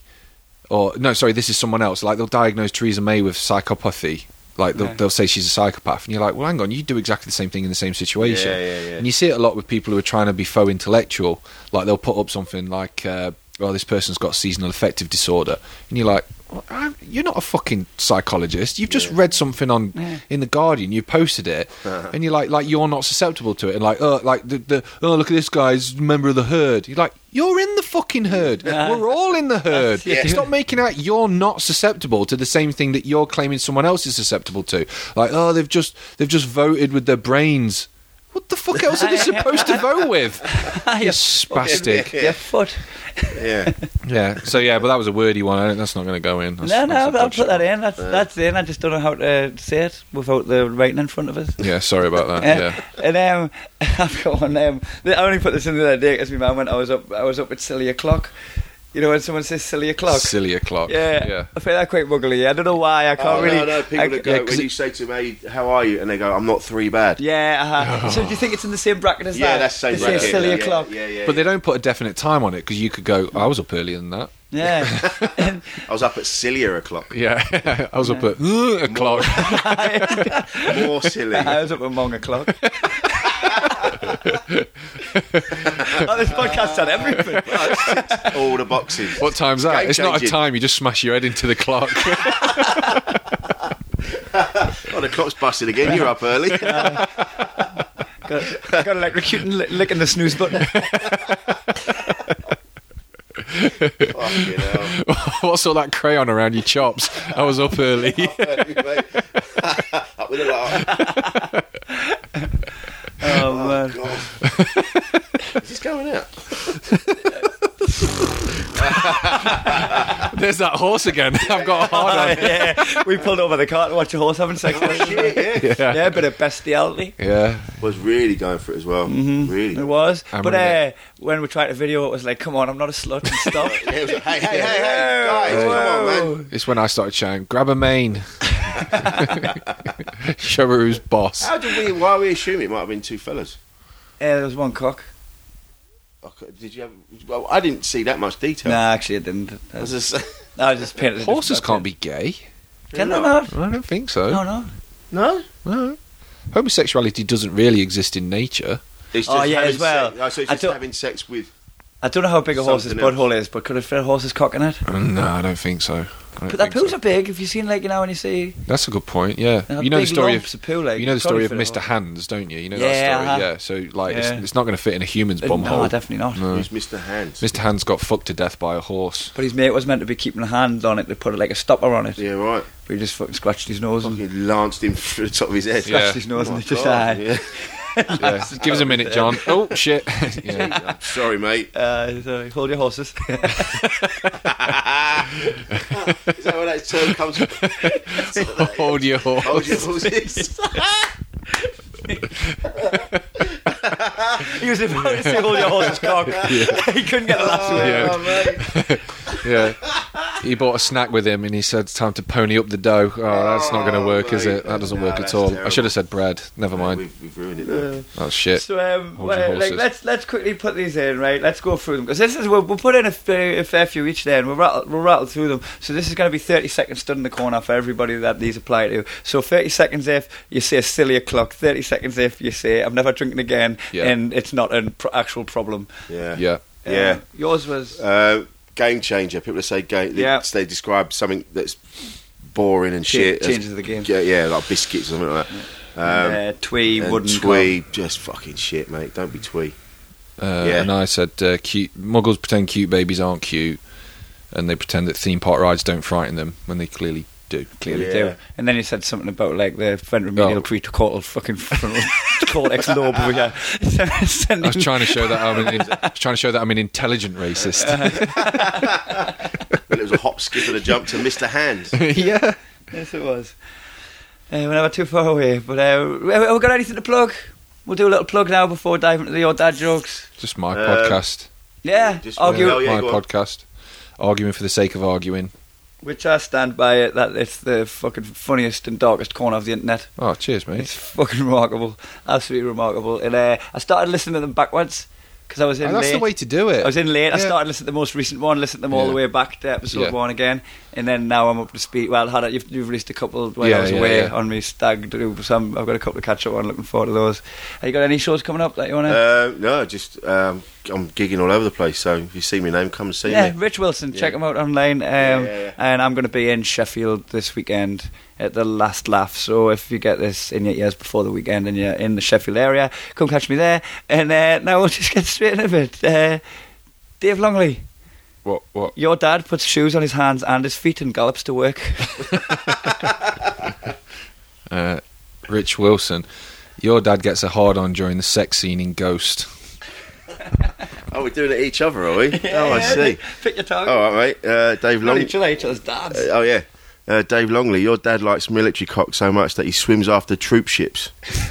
[SPEAKER 4] or no, sorry, this is someone else. Like they'll diagnose Theresa May with psychopathy. Like they'll,
[SPEAKER 2] Yeah.
[SPEAKER 4] they'll say she's a psychopath, and you're like, well, hang on, you do exactly the same thing in the same situation.
[SPEAKER 3] Yeah, yeah, yeah.
[SPEAKER 4] And you see it a lot with people who are trying to be faux intellectual. Like they'll put up something like, uh, "Well, this person's got seasonal affective disorder," and you're like, well, I- "You're not a fucking psychologist. You've just read something on in the Guardian. You posted it, and you're like, like you're not susceptible to it. And like, oh, like the, the oh, look at this guy's a member of the herd. You're like, you're in the fucking herd. We're all in the herd.
[SPEAKER 2] Yeah.
[SPEAKER 4] Stop making out you're not susceptible to the same thing that you're claiming someone else is susceptible to. Like, oh, they've just they've just voted with their brains." What the fuck else are they supposed to vote with? You spastic.
[SPEAKER 2] Your foot.
[SPEAKER 3] Yeah.
[SPEAKER 4] Yeah. So yeah, but that was a wordy one. I don't, that's not going to go in. That's,
[SPEAKER 2] No,
[SPEAKER 4] that's
[SPEAKER 2] no,
[SPEAKER 4] a
[SPEAKER 2] I'll
[SPEAKER 4] dodgy
[SPEAKER 2] put that
[SPEAKER 4] one.
[SPEAKER 2] in. That's that's in. I just don't know how to say it without the writing in front of us.
[SPEAKER 4] Yeah. Sorry about that.
[SPEAKER 2] Uh,
[SPEAKER 4] Yeah.
[SPEAKER 2] and um, I've got one. Um, I only put this in the other day because my mum went. I was up. I was up at silly o'clock. You know when someone says silly o'clock.
[SPEAKER 4] Silly o'clock.
[SPEAKER 2] yeah,
[SPEAKER 4] Yeah.
[SPEAKER 2] I feel that quite muggly. I don't know why. I can't
[SPEAKER 3] oh,
[SPEAKER 2] really.
[SPEAKER 3] no, no, people
[SPEAKER 2] I,
[SPEAKER 3] that
[SPEAKER 4] yeah,
[SPEAKER 3] go,
[SPEAKER 4] 'cause
[SPEAKER 3] when you say to me, how are you? And they go, I'm not three bad.
[SPEAKER 2] Yeah. Uh-huh. So do you think it's in the same bracket as
[SPEAKER 3] yeah
[SPEAKER 2] that?
[SPEAKER 3] that's same
[SPEAKER 2] They say
[SPEAKER 3] bracket.
[SPEAKER 2] silly
[SPEAKER 3] yeah,
[SPEAKER 2] o'clock.
[SPEAKER 3] Yeah, yeah, yeah.
[SPEAKER 4] But they don't put a definite time on it because you could go. I was up earlier than that.
[SPEAKER 2] Yeah.
[SPEAKER 3] I was up at sillier o'clock.
[SPEAKER 4] Yeah. I was up at "Ugh, o'clock.
[SPEAKER 3] More silly.
[SPEAKER 2] I was up at Mong o'clock. oh, this podcast had everything.
[SPEAKER 3] All the boxes.
[SPEAKER 4] What time's that?
[SPEAKER 3] Game
[SPEAKER 4] It's not a
[SPEAKER 3] changing.
[SPEAKER 4] time. You just smash your head into the clock.
[SPEAKER 3] Oh, the clock's busted again. You're up early.
[SPEAKER 2] got, got electrocuting, li- licking the snooze button.
[SPEAKER 3] Fucking hell.
[SPEAKER 4] What's all that crayon around your chops? I was up early.
[SPEAKER 3] Early, mate. up with a laugh.
[SPEAKER 2] Oh, man.
[SPEAKER 3] God. Is this going out?
[SPEAKER 4] There's that horse again. I've got a hard on.
[SPEAKER 2] yeah, we pulled over the car to watch a horse having sex.
[SPEAKER 3] Oh, Shit, yeah.
[SPEAKER 2] yeah, a bit of bestiality. Mm-hmm.
[SPEAKER 4] Yeah.
[SPEAKER 3] Was really going for it as well. Really.
[SPEAKER 2] It was,
[SPEAKER 4] I
[SPEAKER 2] but uh,
[SPEAKER 4] remember
[SPEAKER 2] when we tried to video, it was like, "Come on, I'm not a slut and stop."
[SPEAKER 3] Yeah, it was like, hey, hey, hey, hey, guys, come on, man.
[SPEAKER 4] It's when I started shouting, grab a mane. Show her who's boss.
[SPEAKER 3] How did we? Why are we assuming it might have been two fellas?
[SPEAKER 2] Yeah, there was one cock.
[SPEAKER 3] Okay, Oh, Did you have? Well, I didn't see that much detail.
[SPEAKER 2] Nah, actually, it didn't. I
[SPEAKER 3] I was
[SPEAKER 2] was,
[SPEAKER 3] just,
[SPEAKER 2] I was just painted. a
[SPEAKER 4] Horses
[SPEAKER 2] different
[SPEAKER 4] can't be gay.
[SPEAKER 2] picture. Can they not?
[SPEAKER 4] I don't think
[SPEAKER 2] No,
[SPEAKER 4] so.
[SPEAKER 2] no.
[SPEAKER 3] no.
[SPEAKER 4] No. Homosexuality doesn't really exist in nature.
[SPEAKER 3] It's
[SPEAKER 2] oh yeah,
[SPEAKER 3] having
[SPEAKER 2] as well.
[SPEAKER 3] sex- oh, so it's
[SPEAKER 2] I
[SPEAKER 3] just
[SPEAKER 2] don't-
[SPEAKER 3] having sex with.
[SPEAKER 2] I don't know how big a horse's
[SPEAKER 3] Something else.
[SPEAKER 2] butthole is, but could a fit a horse's cock in it?
[SPEAKER 4] No, I don't think so. I don't
[SPEAKER 2] But their
[SPEAKER 4] think so.
[SPEAKER 2] pools are big. Have you seen like you know when you see?
[SPEAKER 4] That's a good point. Yeah,
[SPEAKER 2] They have
[SPEAKER 4] you know the
[SPEAKER 2] big
[SPEAKER 4] story
[SPEAKER 2] lumps
[SPEAKER 4] of
[SPEAKER 2] of poo, like,
[SPEAKER 4] you know the
[SPEAKER 2] probably fit
[SPEAKER 4] story of
[SPEAKER 2] it
[SPEAKER 4] Mr.
[SPEAKER 2] all.
[SPEAKER 4] Hands, don't you? You know
[SPEAKER 2] Yeah,
[SPEAKER 4] that
[SPEAKER 2] uh-huh.
[SPEAKER 4] story. Yeah. So like,
[SPEAKER 2] Yeah.
[SPEAKER 4] It's, it's not going to fit in a
[SPEAKER 3] Uh,
[SPEAKER 4] human's bum
[SPEAKER 2] no,
[SPEAKER 4] hole.
[SPEAKER 2] definitely not.
[SPEAKER 4] No.
[SPEAKER 3] Who's Mr. Hands?
[SPEAKER 4] Mr. Hands got fucked to death by a horse.
[SPEAKER 2] But his mate was meant to be keeping a hand on it to put like a stopper on it.
[SPEAKER 3] Yeah, right.
[SPEAKER 2] But he just fucking scratched his nose and
[SPEAKER 3] Fucking lanced him through the top of his head.
[SPEAKER 2] scratched
[SPEAKER 4] Yeah.
[SPEAKER 2] his nose
[SPEAKER 3] Oh
[SPEAKER 2] and
[SPEAKER 3] my
[SPEAKER 2] he just
[SPEAKER 3] God,
[SPEAKER 2] died.
[SPEAKER 3] yeah.
[SPEAKER 4] Yeah. Give us a minute, John. Oh shit. yeah.
[SPEAKER 3] I'm Sorry, mate.
[SPEAKER 2] Uh, so hold your horses.
[SPEAKER 3] Is that where that term comes from?
[SPEAKER 4] Hold your horse.
[SPEAKER 3] Hold your horses.
[SPEAKER 2] he was about to say hold your horses cock. he couldn't get the last word.
[SPEAKER 4] Yeah.
[SPEAKER 3] Oh, mate.
[SPEAKER 4] yeah. He bought a snack with him and he said, time to pony up the dough. Oh, that's not going
[SPEAKER 3] Oh,
[SPEAKER 4] to work, is
[SPEAKER 3] mate.
[SPEAKER 4] it? That doesn't
[SPEAKER 3] No,
[SPEAKER 4] work
[SPEAKER 3] that's
[SPEAKER 4] at all. I
[SPEAKER 3] terrible.
[SPEAKER 4] should have said bread. Never mind.
[SPEAKER 3] We've, we've ruined it now.
[SPEAKER 4] That's Oh, shit.
[SPEAKER 2] So um,
[SPEAKER 4] Hold your
[SPEAKER 2] well, like,
[SPEAKER 4] horses.
[SPEAKER 2] let's let's quickly put these in, right? Let's go through them because this is we'll, we'll put in a, fair- a fair few each. Then we'll rattle, we'll rattle through them. So this is going to be thirty seconds stood in the corner for everybody that these apply to. So thirty seconds if you say silly o'clock, thirty seconds if you say I'm never drinking again,
[SPEAKER 4] Yeah.
[SPEAKER 2] and it's not an pr- actual problem.
[SPEAKER 3] Yeah.
[SPEAKER 4] Yeah.
[SPEAKER 2] Um,
[SPEAKER 3] Yeah.
[SPEAKER 2] yours was
[SPEAKER 3] Uh, game changer. People that say game, they,
[SPEAKER 2] Yeah.
[SPEAKER 3] they describe something that's boring and
[SPEAKER 2] Ch-
[SPEAKER 3] shit. as-
[SPEAKER 2] changes the game.
[SPEAKER 3] Yeah, yeah, like biscuits or something like that. Um,
[SPEAKER 2] uh, twee
[SPEAKER 3] and
[SPEAKER 2] wooden
[SPEAKER 3] twee, just fucking shit, mate. Don't be twee.
[SPEAKER 4] Uh,
[SPEAKER 3] Yeah.
[SPEAKER 4] And I said, uh, cute muggles pretend cute babies aren't cute, and they pretend that theme park rides don't frighten them when they clearly do.
[SPEAKER 2] clearly
[SPEAKER 3] Yeah.
[SPEAKER 2] do. And then you said something about like the ventromedial
[SPEAKER 4] Oh.
[SPEAKER 2] prefrontal fucking frontal cortex lobe over here.
[SPEAKER 4] I was trying to show that I'm an, I was trying to show that I'm an intelligent racist.
[SPEAKER 3] Uh-huh. But it was a hop, skip, and a jump to Mr. Hands.
[SPEAKER 4] yeah.
[SPEAKER 2] Yes, it was. Uh, we're never too far away, but uh, we- have we got anything to plug? We'll do a little plug now before diving into the old dad jokes.
[SPEAKER 4] Just my
[SPEAKER 3] Um,
[SPEAKER 4] podcast. Uh,
[SPEAKER 2] Yeah,
[SPEAKER 3] Just-
[SPEAKER 2] argue,
[SPEAKER 3] Oh, yeah,
[SPEAKER 4] my
[SPEAKER 3] go on.
[SPEAKER 4] podcast. Arguing for the sake of arguing.
[SPEAKER 2] which I stand by it. That it's the fucking funniest and darkest corner of the internet.
[SPEAKER 4] Oh, cheers, mate.
[SPEAKER 2] It's fucking remarkable, absolutely remarkable. And uh, I started listening to them backwards because I was in.
[SPEAKER 4] And that's
[SPEAKER 2] late.
[SPEAKER 4] the way to do it.
[SPEAKER 2] I was in late. I
[SPEAKER 4] Yeah.
[SPEAKER 2] started listening to the most recent one, listened to them all the
[SPEAKER 4] Yeah.
[SPEAKER 2] way back to episode
[SPEAKER 4] Yeah.
[SPEAKER 2] one again, and then now I'm up to speed. Well, had it, you've, you've released a couple while I
[SPEAKER 4] Yeah,
[SPEAKER 2] was
[SPEAKER 4] yeah,
[SPEAKER 2] away
[SPEAKER 4] yeah.
[SPEAKER 2] on me stag do. So I'm, I've got a couple to catch up on. Looking forward to those. Have you got any shows coming up that you want to?
[SPEAKER 3] Uh, no, just um, I'm gigging all over the place. So if you see my name, come and see
[SPEAKER 2] yeah,
[SPEAKER 3] me.
[SPEAKER 2] Rich Wilson. Check
[SPEAKER 3] Yeah.
[SPEAKER 2] him out online. Um,
[SPEAKER 3] Yeah, yeah, yeah.
[SPEAKER 2] And I'm going to be in Sheffield this weekend at the Last Laugh. So if you get this in your ears before the weekend and you're in the Sheffield area, come catch me there. And uh, now we'll just get straight into it. Uh, Dave Longley.
[SPEAKER 4] What? What?
[SPEAKER 2] Your dad puts shoes on his hands and his feet and gallops to work.
[SPEAKER 4] Uh, Rich Wilson. Your dad gets a hard on during the sex scene in Ghost.
[SPEAKER 3] Oh, we're doing it each other, are we? oh, I see.
[SPEAKER 2] Pick your target.
[SPEAKER 3] All right, mate. Uh, Dave
[SPEAKER 2] Not
[SPEAKER 3] Long.
[SPEAKER 2] each other, each other's dads.
[SPEAKER 3] Uh, oh yeah, uh, Dave Longley. Your dad likes military cock so much that he swims after troop ships.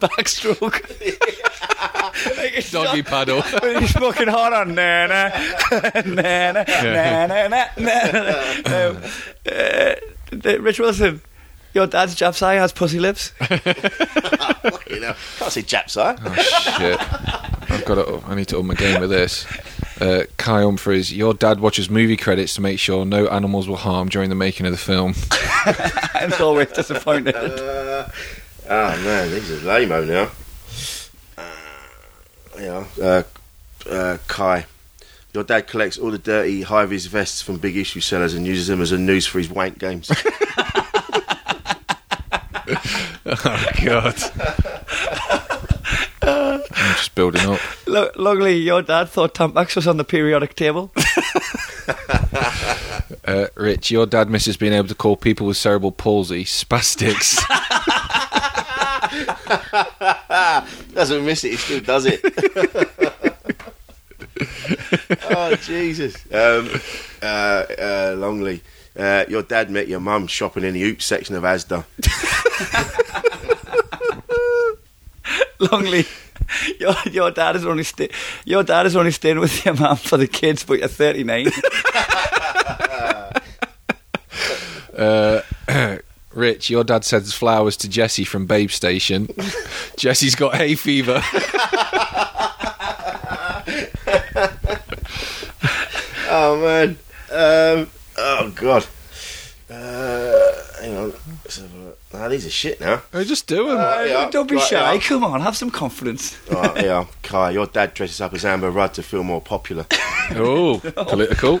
[SPEAKER 2] Backstroke. Like, it's
[SPEAKER 4] Doggy
[SPEAKER 2] not-
[SPEAKER 4] paddle.
[SPEAKER 2] When he's fucking hard on na na na na na na na na. Um, uh, th- Rich Wilson, your dad's Japs eye has pussy lips.
[SPEAKER 3] you know, can't see Japs, eh? huh?
[SPEAKER 4] Oh, shit. I've got to. I need to up my game with this. Uh, Kai Humphries, your dad watches movie credits to make sure no animals were harmed during the making of the film.
[SPEAKER 2] I'm always disappointed.
[SPEAKER 3] Uh, oh man, these are lame now. Uh, yeah, uh, uh, Kai. Your dad collects all the dirty high vis vests from big issue sellers and uses them as a noose for his wank games.
[SPEAKER 4] Oh God! I'm just building up.
[SPEAKER 2] Lo- Longley, your dad thought Tampax was on the periodic table.
[SPEAKER 4] Uh, Rich, your dad misses being able to call people with cerebral palsy spastics.
[SPEAKER 3] Doesn't miss it, he still does it. oh Jesus! Um, uh, uh, Longley, uh, your dad met your mum shopping in the Oop section of ASDA.
[SPEAKER 2] Longley, your your dad is only sta- your dad is only staying with your mum for the kids, but you're 39.
[SPEAKER 4] Uh, Rich, your dad sends flowers to Jesse from Babe Station. Jesse's got hay fever.
[SPEAKER 3] Oh man! Um, oh God! Uh, hang on. Let's have a look. No, oh, these are shit now.
[SPEAKER 4] I just do them.
[SPEAKER 3] Uh, yeah,
[SPEAKER 2] Don't be
[SPEAKER 3] right,
[SPEAKER 2] shy.
[SPEAKER 3] yeah.
[SPEAKER 2] Come on, have some confidence.
[SPEAKER 3] Right, yeah, Kai, your dad dresses up as Amber Rudd to feel more popular.
[SPEAKER 4] oh, political.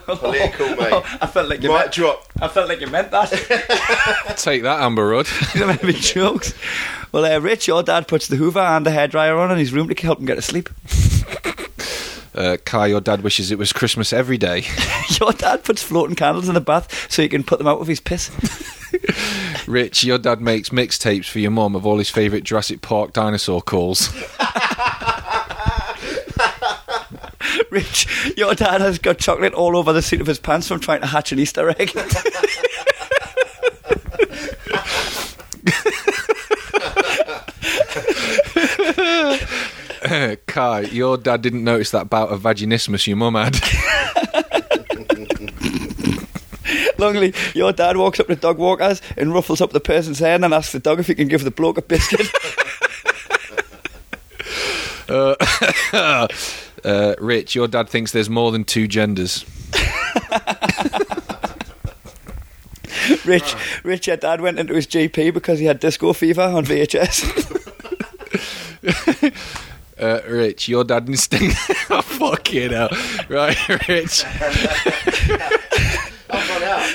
[SPEAKER 3] Political, mate.
[SPEAKER 2] I felt like you
[SPEAKER 3] Might
[SPEAKER 2] meant,
[SPEAKER 3] drop.
[SPEAKER 2] I felt like you meant that.
[SPEAKER 4] Take that, Amber Rudd.
[SPEAKER 2] They're meant to be jokes. Well, uh, Rich, your dad puts the Hoover and the hairdryer on in his room to help him get to sleep.
[SPEAKER 4] Uh, Kai, your dad wishes it was Christmas every day.
[SPEAKER 2] Your dad puts floating candles in the bath so he can put them out with his piss.
[SPEAKER 4] Rich, your dad makes mixtapes for your mum of all his favourite Jurassic Park dinosaur calls.
[SPEAKER 2] Rich, your dad has got chocolate all over the seat of his pants from trying to hatch an Easter egg.
[SPEAKER 4] Kai, your dad didn't notice that bout of vaginismus your mum had.
[SPEAKER 2] Longley, your dad walks up to dog walkers and ruffles up the person's hair and then asks the dog if he can give the bloke a biscuit.
[SPEAKER 4] Uh, Rich, your dad thinks there's more than two genders.
[SPEAKER 2] Rich, Rich, your dad went into his GP because he had disco fever on VHS.
[SPEAKER 4] Uh, Rich, your dad instinct. oh, fucking hell. Right, Rich.
[SPEAKER 3] I've gone out.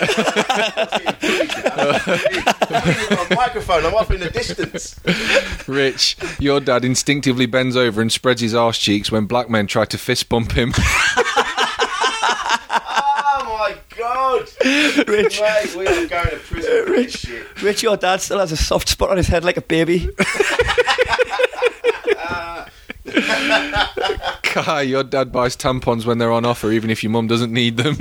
[SPEAKER 3] My microphone, I'm up in the distance.
[SPEAKER 4] Rich, your dad instinctively bends over and spreads his arse cheeks when black men try to fist bump him.
[SPEAKER 3] Oh my god!
[SPEAKER 2] Rich,
[SPEAKER 3] Mate, we are going to prison for this shit.
[SPEAKER 2] Rich, your dad still has a soft spot on his head like a baby.
[SPEAKER 4] Kai, your dad buys tampons when they're on offer, even if your mum doesn't need them.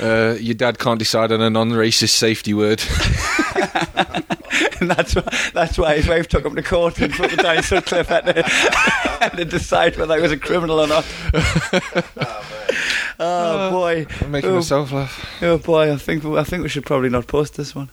[SPEAKER 4] Uh, your dad can't decide on a non-racist safety word.
[SPEAKER 2] and that's why, that's why his wife took him to court and fucking Danny Sutcliffe had to, had to decide whether he was a criminal or not. Oh boy!
[SPEAKER 4] I'm making
[SPEAKER 2] oh,
[SPEAKER 4] myself laugh.
[SPEAKER 2] oh boy! I think I think we should probably not post this one.